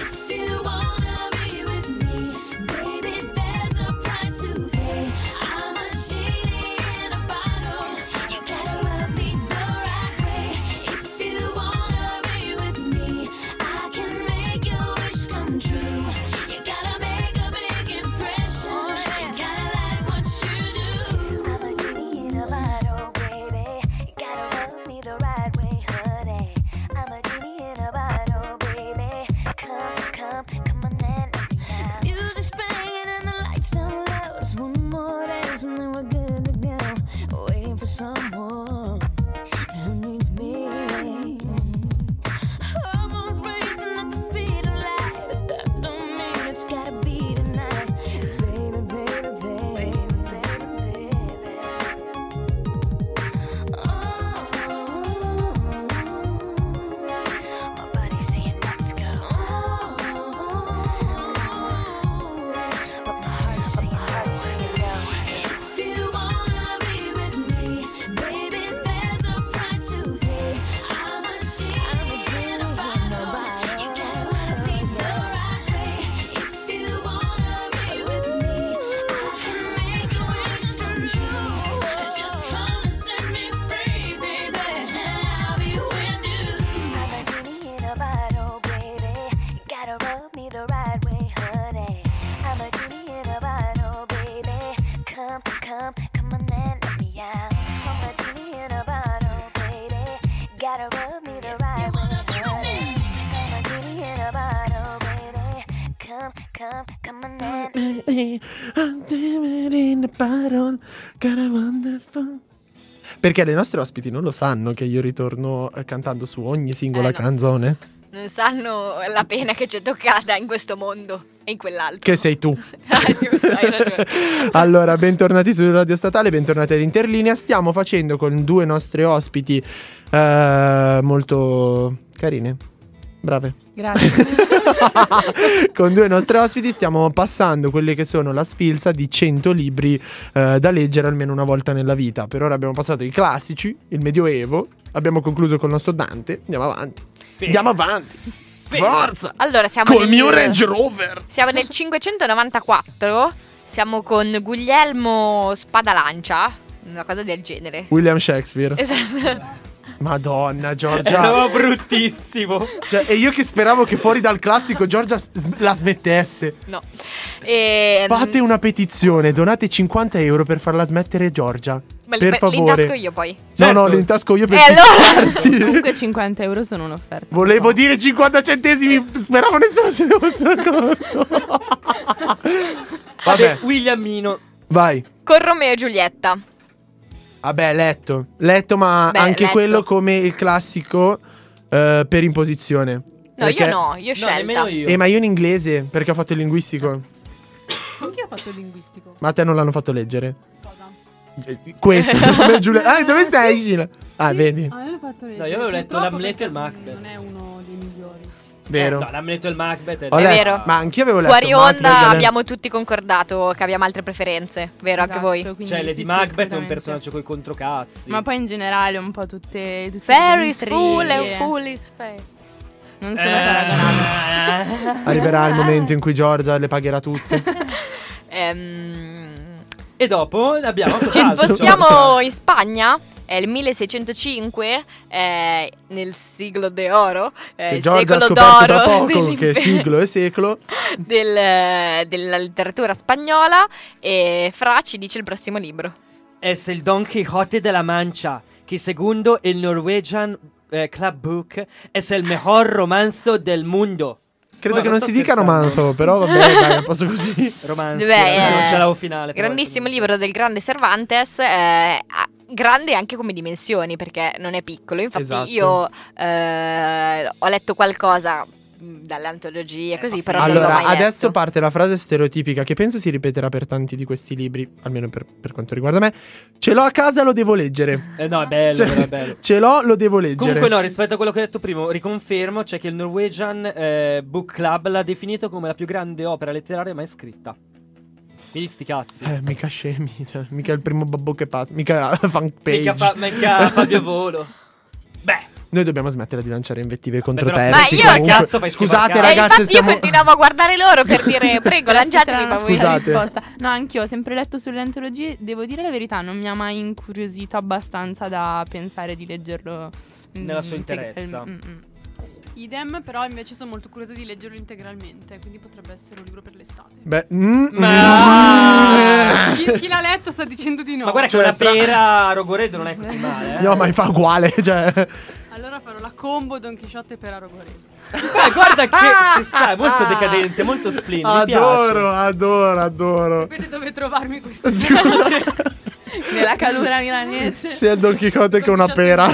[SPEAKER 8] If you wanna be with me, baby, there's a price to pay. I'm a genie in a bottle. You gotta love me the right way. If you wanna be with me, I can make your wish come true. You gotta make a big impression. Gotta like what you do. I'm a genie in a bottle, baby. You gotta love me the right way, honey. I'm a genie in a bottle, baby. Come, come, come on and let me out. Music's playing and the lights down low. Just one more dance and then we're good to go. Waiting for someone who needs me. Almost racing at the speed of light, but that don't mean it's gotta be tonight, baby, baby, baby, baby, baby. Oh, my body's saying let's go, but my heart's saying no. If you wanna be with me, baby, there's a price to pay. I'm a genie in a bottle. You gotta love me the right way. If you wanna be with me, I can make your wish come true. Just come and set me free, baby, and I'll be with you. I'm a genie in a bottle, baby. You gotta rub me the right way, honey. I'm a genie in a bottle, baby. Come, come, come on and let me out. I'm a genie in a bottle, baby. Gotta rub me the right way. honey. I'm a genie in a bottle, baby. Come, come, come on and
[SPEAKER 2] Perché le nostre ospiti non lo sanno che io ritorno eh, cantando su ogni singola
[SPEAKER 1] Eh, no.
[SPEAKER 2] canzone.
[SPEAKER 1] Non sanno la pena che ci è toccata in questo mondo e in quell'altro.
[SPEAKER 2] Che sei tu.
[SPEAKER 1] Ah, giusto, hai ragione.
[SPEAKER 2] allora, bentornati su Radio Statale, bentornati all'Interlinea. Stiamo facendo con due nostre ospiti eh, molto carine. Brave.
[SPEAKER 5] Grazie.
[SPEAKER 2] con due nostre ospiti stiamo passando quelle che sono la sfilza di 100 libri eh, da leggere almeno una volta nella vita. Per ora abbiamo passato i classici, il Medioevo, abbiamo concluso col nostro Dante. Andiamo avanti. Andiamo avanti. Forza!
[SPEAKER 1] Allora, siamo
[SPEAKER 2] Col
[SPEAKER 1] nel,
[SPEAKER 2] mio Range Rover!
[SPEAKER 1] Siamo nel 594. Siamo con Guglielmo Spadalancia, una cosa del genere.
[SPEAKER 2] William Shakespeare.
[SPEAKER 1] Esatto.
[SPEAKER 2] Madonna, Giorgia.
[SPEAKER 3] Eh, No, bruttissimo.
[SPEAKER 2] Cioè, e io che speravo che fuori dal classico Giorgia s- la smettesse.
[SPEAKER 1] No. Ehm, E,
[SPEAKER 2] Fate una petizione, donate 50 euro per farla smettere Giorgia.
[SPEAKER 1] me li-
[SPEAKER 2] per
[SPEAKER 1] me-
[SPEAKER 2] favore.
[SPEAKER 1] L'intasco io poi.
[SPEAKER 2] No, no,
[SPEAKER 3] Certo.
[SPEAKER 2] l'intasco io per
[SPEAKER 1] E allora?
[SPEAKER 2] picchiarti.
[SPEAKER 5] Comunque 50 euro sono un'offerta.
[SPEAKER 2] Volevo dire 50 centesimi,
[SPEAKER 1] Eh.
[SPEAKER 2] speravo nessuno se ne fosse accorto. Vabbè,
[SPEAKER 3] Vabbè, Williamino.
[SPEAKER 2] vai.
[SPEAKER 1] Con Romeo e Giulietta.
[SPEAKER 2] Vabbè, letto. Letto, ma
[SPEAKER 1] Beh,
[SPEAKER 2] anche
[SPEAKER 1] letto.
[SPEAKER 2] quello come il classico eh, per imposizione.
[SPEAKER 1] No,
[SPEAKER 2] Perché-
[SPEAKER 1] io no, io ho
[SPEAKER 3] No, nemmeno
[SPEAKER 1] scelta.
[SPEAKER 3] io.
[SPEAKER 2] Eh, ma io in inglese, perché ho fatto il linguistico.
[SPEAKER 4] Anch'io ho fatto il linguistico.
[SPEAKER 2] Ma a te non l'hanno fatto leggere.
[SPEAKER 4] Cosa?
[SPEAKER 2] Eh, Questo, come Giulia. Ah, dove stai, Gina? Ah,
[SPEAKER 4] Sì,
[SPEAKER 2] vedi,
[SPEAKER 4] a me l'ho fatto leggere.
[SPEAKER 3] io avevo letto
[SPEAKER 4] Purtroppo
[SPEAKER 3] l'Hamlet e il
[SPEAKER 4] perché
[SPEAKER 3] Macbeth.
[SPEAKER 4] Non è uno dei migliori.
[SPEAKER 2] vero.
[SPEAKER 3] Eh, No, l'Hamlet e il Macbeth.
[SPEAKER 2] Ho
[SPEAKER 1] È
[SPEAKER 2] letto-
[SPEAKER 1] vero.
[SPEAKER 2] Ma anch'io avevo letto.
[SPEAKER 1] Fuori
[SPEAKER 2] Macbeth,
[SPEAKER 1] onda
[SPEAKER 2] Galen-
[SPEAKER 1] abbiamo tutti concordato che abbiamo altre preferenze, vero anche voi?
[SPEAKER 5] Esatto,
[SPEAKER 3] Cioè, Lady Macbeth è un personaggio coi controcazzi.
[SPEAKER 5] Ma poi in generale un po' tutte... tutte le
[SPEAKER 1] Ferris
[SPEAKER 5] intrighe.
[SPEAKER 1] full and full is fair.
[SPEAKER 5] Non sono paragonabili.
[SPEAKER 3] Eh.
[SPEAKER 2] Arriverà il momento in ch cui Giorgia le pagherà tutte.
[SPEAKER 1] Ehm,
[SPEAKER 3] Eh. E dopo abbiamo
[SPEAKER 1] ci
[SPEAKER 3] cos'altro?
[SPEAKER 1] spostiamo in Spagna. È il 1605, eh, nel siglo de oro, eh,
[SPEAKER 2] che
[SPEAKER 1] il
[SPEAKER 2] Giorgia ha
[SPEAKER 1] secolo
[SPEAKER 2] scoperto
[SPEAKER 1] d'oro
[SPEAKER 2] da poco.
[SPEAKER 1] dell'imper-
[SPEAKER 2] Che siglo e secolo.
[SPEAKER 1] del, eh, della letteratura spagnola. E Fra ci dice il prossimo libro.
[SPEAKER 3] Ah, Es il Don Quijote de la Mancha, che secondo il Norwegian eh, Club Book es il mejor romanzo del mondo.
[SPEAKER 2] Credo
[SPEAKER 3] Guarda,
[SPEAKER 2] che non
[SPEAKER 3] sto
[SPEAKER 2] si dica
[SPEAKER 3] scherzando.
[SPEAKER 2] romanzo, però vabbè, dai, posso così.
[SPEAKER 3] Romanzo,
[SPEAKER 1] Beh,
[SPEAKER 3] eh, non
[SPEAKER 1] eh,
[SPEAKER 3] ce l'avevo finale. però,
[SPEAKER 1] Grandissimo
[SPEAKER 3] ecco.
[SPEAKER 1] libro del grande Cervantes, eh, a- grande anche come dimensioni perché non è piccolo, infatti
[SPEAKER 2] Esatto.
[SPEAKER 1] io eh, ho letto qualcosa mh, dalle antologie
[SPEAKER 3] Eh,
[SPEAKER 1] così,
[SPEAKER 3] ma-
[SPEAKER 1] però non l'ho
[SPEAKER 2] Allora,
[SPEAKER 1] mai
[SPEAKER 2] adesso
[SPEAKER 1] letto.
[SPEAKER 2] parte la frase stereotipica che penso si ripeterà per tanti di questi libri, almeno per, per quanto riguarda me. Ce l'ho a casa, lo devo leggere.
[SPEAKER 3] Eh, no, è bello,
[SPEAKER 2] Cioè,
[SPEAKER 3] però è bello.
[SPEAKER 2] Ce l'ho, lo devo leggere.
[SPEAKER 3] Comunque no, rispetto a quello che ho detto prima, riconfermo, cioè che il Norwegian eh, Book Club l'ha definito come la più grande opera letteraria mai scritta. Quindi sti cazzi.
[SPEAKER 2] Eh, mica scemi, cioè, mica il primo babbo che passa, mica fanpage.
[SPEAKER 3] Mica, fa- mica Fabio Volo. Beh,
[SPEAKER 2] Noi dobbiamo smettere di lanciare invettive contro
[SPEAKER 3] però
[SPEAKER 2] te.
[SPEAKER 3] se-
[SPEAKER 1] Ma io-
[SPEAKER 3] cazzo
[SPEAKER 2] Scusate
[SPEAKER 3] fai schifo al
[SPEAKER 1] Eh,
[SPEAKER 3] cazzo.
[SPEAKER 2] ragazze,
[SPEAKER 1] infatti
[SPEAKER 2] stiamo
[SPEAKER 1] io continuavo a guardare loro per dire prego lanciateli ma voi-
[SPEAKER 2] Scusate.
[SPEAKER 5] risposta. No, anch'io ho sempre letto sulle antologie. Devo dire la verità, non mi ha mai incuriosito abbastanza da pensare di leggerlo mm,
[SPEAKER 3] Nella sua
[SPEAKER 5] integ-
[SPEAKER 3] interezza.
[SPEAKER 5] mm, mm.
[SPEAKER 4] Idem, però invece sono molto curiosa di leggerlo integralmente, quindi potrebbe essere un libro per l'estate. Ah!
[SPEAKER 2] Beh, mm,
[SPEAKER 3] Ma-
[SPEAKER 2] mm.
[SPEAKER 4] Chi, chi l'ha letto sta dicendo di no.
[SPEAKER 3] ma guarda
[SPEAKER 2] Cioè,
[SPEAKER 3] che una
[SPEAKER 2] tra-
[SPEAKER 3] pera a Rogoredo non è così male. Eh.
[SPEAKER 2] No, ma mi fa uguale, cioè.
[SPEAKER 4] Allora farò la combo Don Chisciotte per Aragoredo.
[SPEAKER 3] Eh, guarda che ci sta, è molto decadente, molto splin. mi piace.
[SPEAKER 2] Ah. Adoro, adoro, adoro.
[SPEAKER 4] Sapete dove trovarmi questo
[SPEAKER 5] Nella calura milanese.
[SPEAKER 2] Sia Don Quixote che una pera.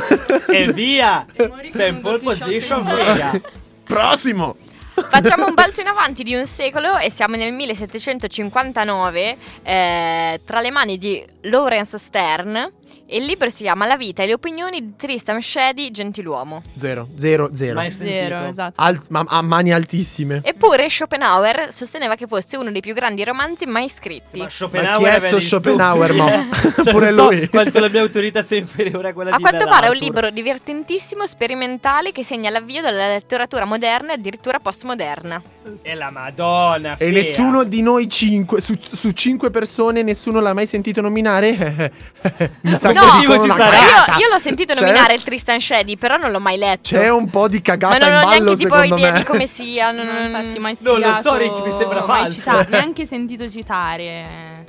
[SPEAKER 3] E via!
[SPEAKER 4] E morì
[SPEAKER 3] Sei in
[SPEAKER 4] con un
[SPEAKER 3] pole
[SPEAKER 4] Don
[SPEAKER 3] position,
[SPEAKER 4] Chisciotte in mano.
[SPEAKER 3] via!
[SPEAKER 2] Prossimo.
[SPEAKER 1] Facciamo un balzo in avanti di un secolo e siamo nel 1759 eh, tra le mani di Lawrence Stern e il libro si chiama La vita e le opinioni di Tristram Shandy, gentiluomo.
[SPEAKER 2] Zero, zero, zero.
[SPEAKER 3] Mai sentito.
[SPEAKER 5] Zero, esatto.
[SPEAKER 2] Al- ma- a mani altissime.
[SPEAKER 1] Eppure Schopenhauer sosteneva che fosse uno dei più grandi romanzi mai scritti.
[SPEAKER 3] Ma
[SPEAKER 2] Ma
[SPEAKER 3] Schopenhauer
[SPEAKER 2] chi è
[SPEAKER 3] era
[SPEAKER 2] sto
[SPEAKER 3] degli
[SPEAKER 2] Schopenhauer, mo?
[SPEAKER 3] stupidi, eh. Cioè,
[SPEAKER 2] Pure
[SPEAKER 3] non so
[SPEAKER 2] lui.
[SPEAKER 3] Quanto la mia autorità sia inferiore a quella
[SPEAKER 1] A
[SPEAKER 3] di
[SPEAKER 1] quanto pare è un
[SPEAKER 3] Laratur.
[SPEAKER 1] libro divertentissimo, sperimentale, che segna l'avvio della letteratura moderna e addirittura postmoderna.
[SPEAKER 3] E la Madonna,
[SPEAKER 2] E
[SPEAKER 3] fea.
[SPEAKER 2] nessuno di noi cinque, su, su cinque persone, nessuno l'ha mai sentito nominare? Mi sa
[SPEAKER 1] No,
[SPEAKER 2] che dicono
[SPEAKER 3] Vivo ci
[SPEAKER 2] una
[SPEAKER 3] sarà.
[SPEAKER 2] cagata.
[SPEAKER 1] Io, io l'ho sentito
[SPEAKER 2] C'è-
[SPEAKER 1] nominare il Tristan Shandy, però non l'ho mai letto.
[SPEAKER 2] C'è un po' di
[SPEAKER 1] Ma
[SPEAKER 2] cagata
[SPEAKER 1] non
[SPEAKER 2] in
[SPEAKER 1] ho
[SPEAKER 2] ballo,
[SPEAKER 1] neanche tipo
[SPEAKER 2] secondo
[SPEAKER 1] idea
[SPEAKER 2] me.
[SPEAKER 1] di come sia. Non,
[SPEAKER 5] Non ho infatti mai
[SPEAKER 3] Non lo so,
[SPEAKER 5] studiato,
[SPEAKER 3] Ricky, mi sembra
[SPEAKER 5] mai
[SPEAKER 3] falso.
[SPEAKER 5] citato, neanche sentito citare.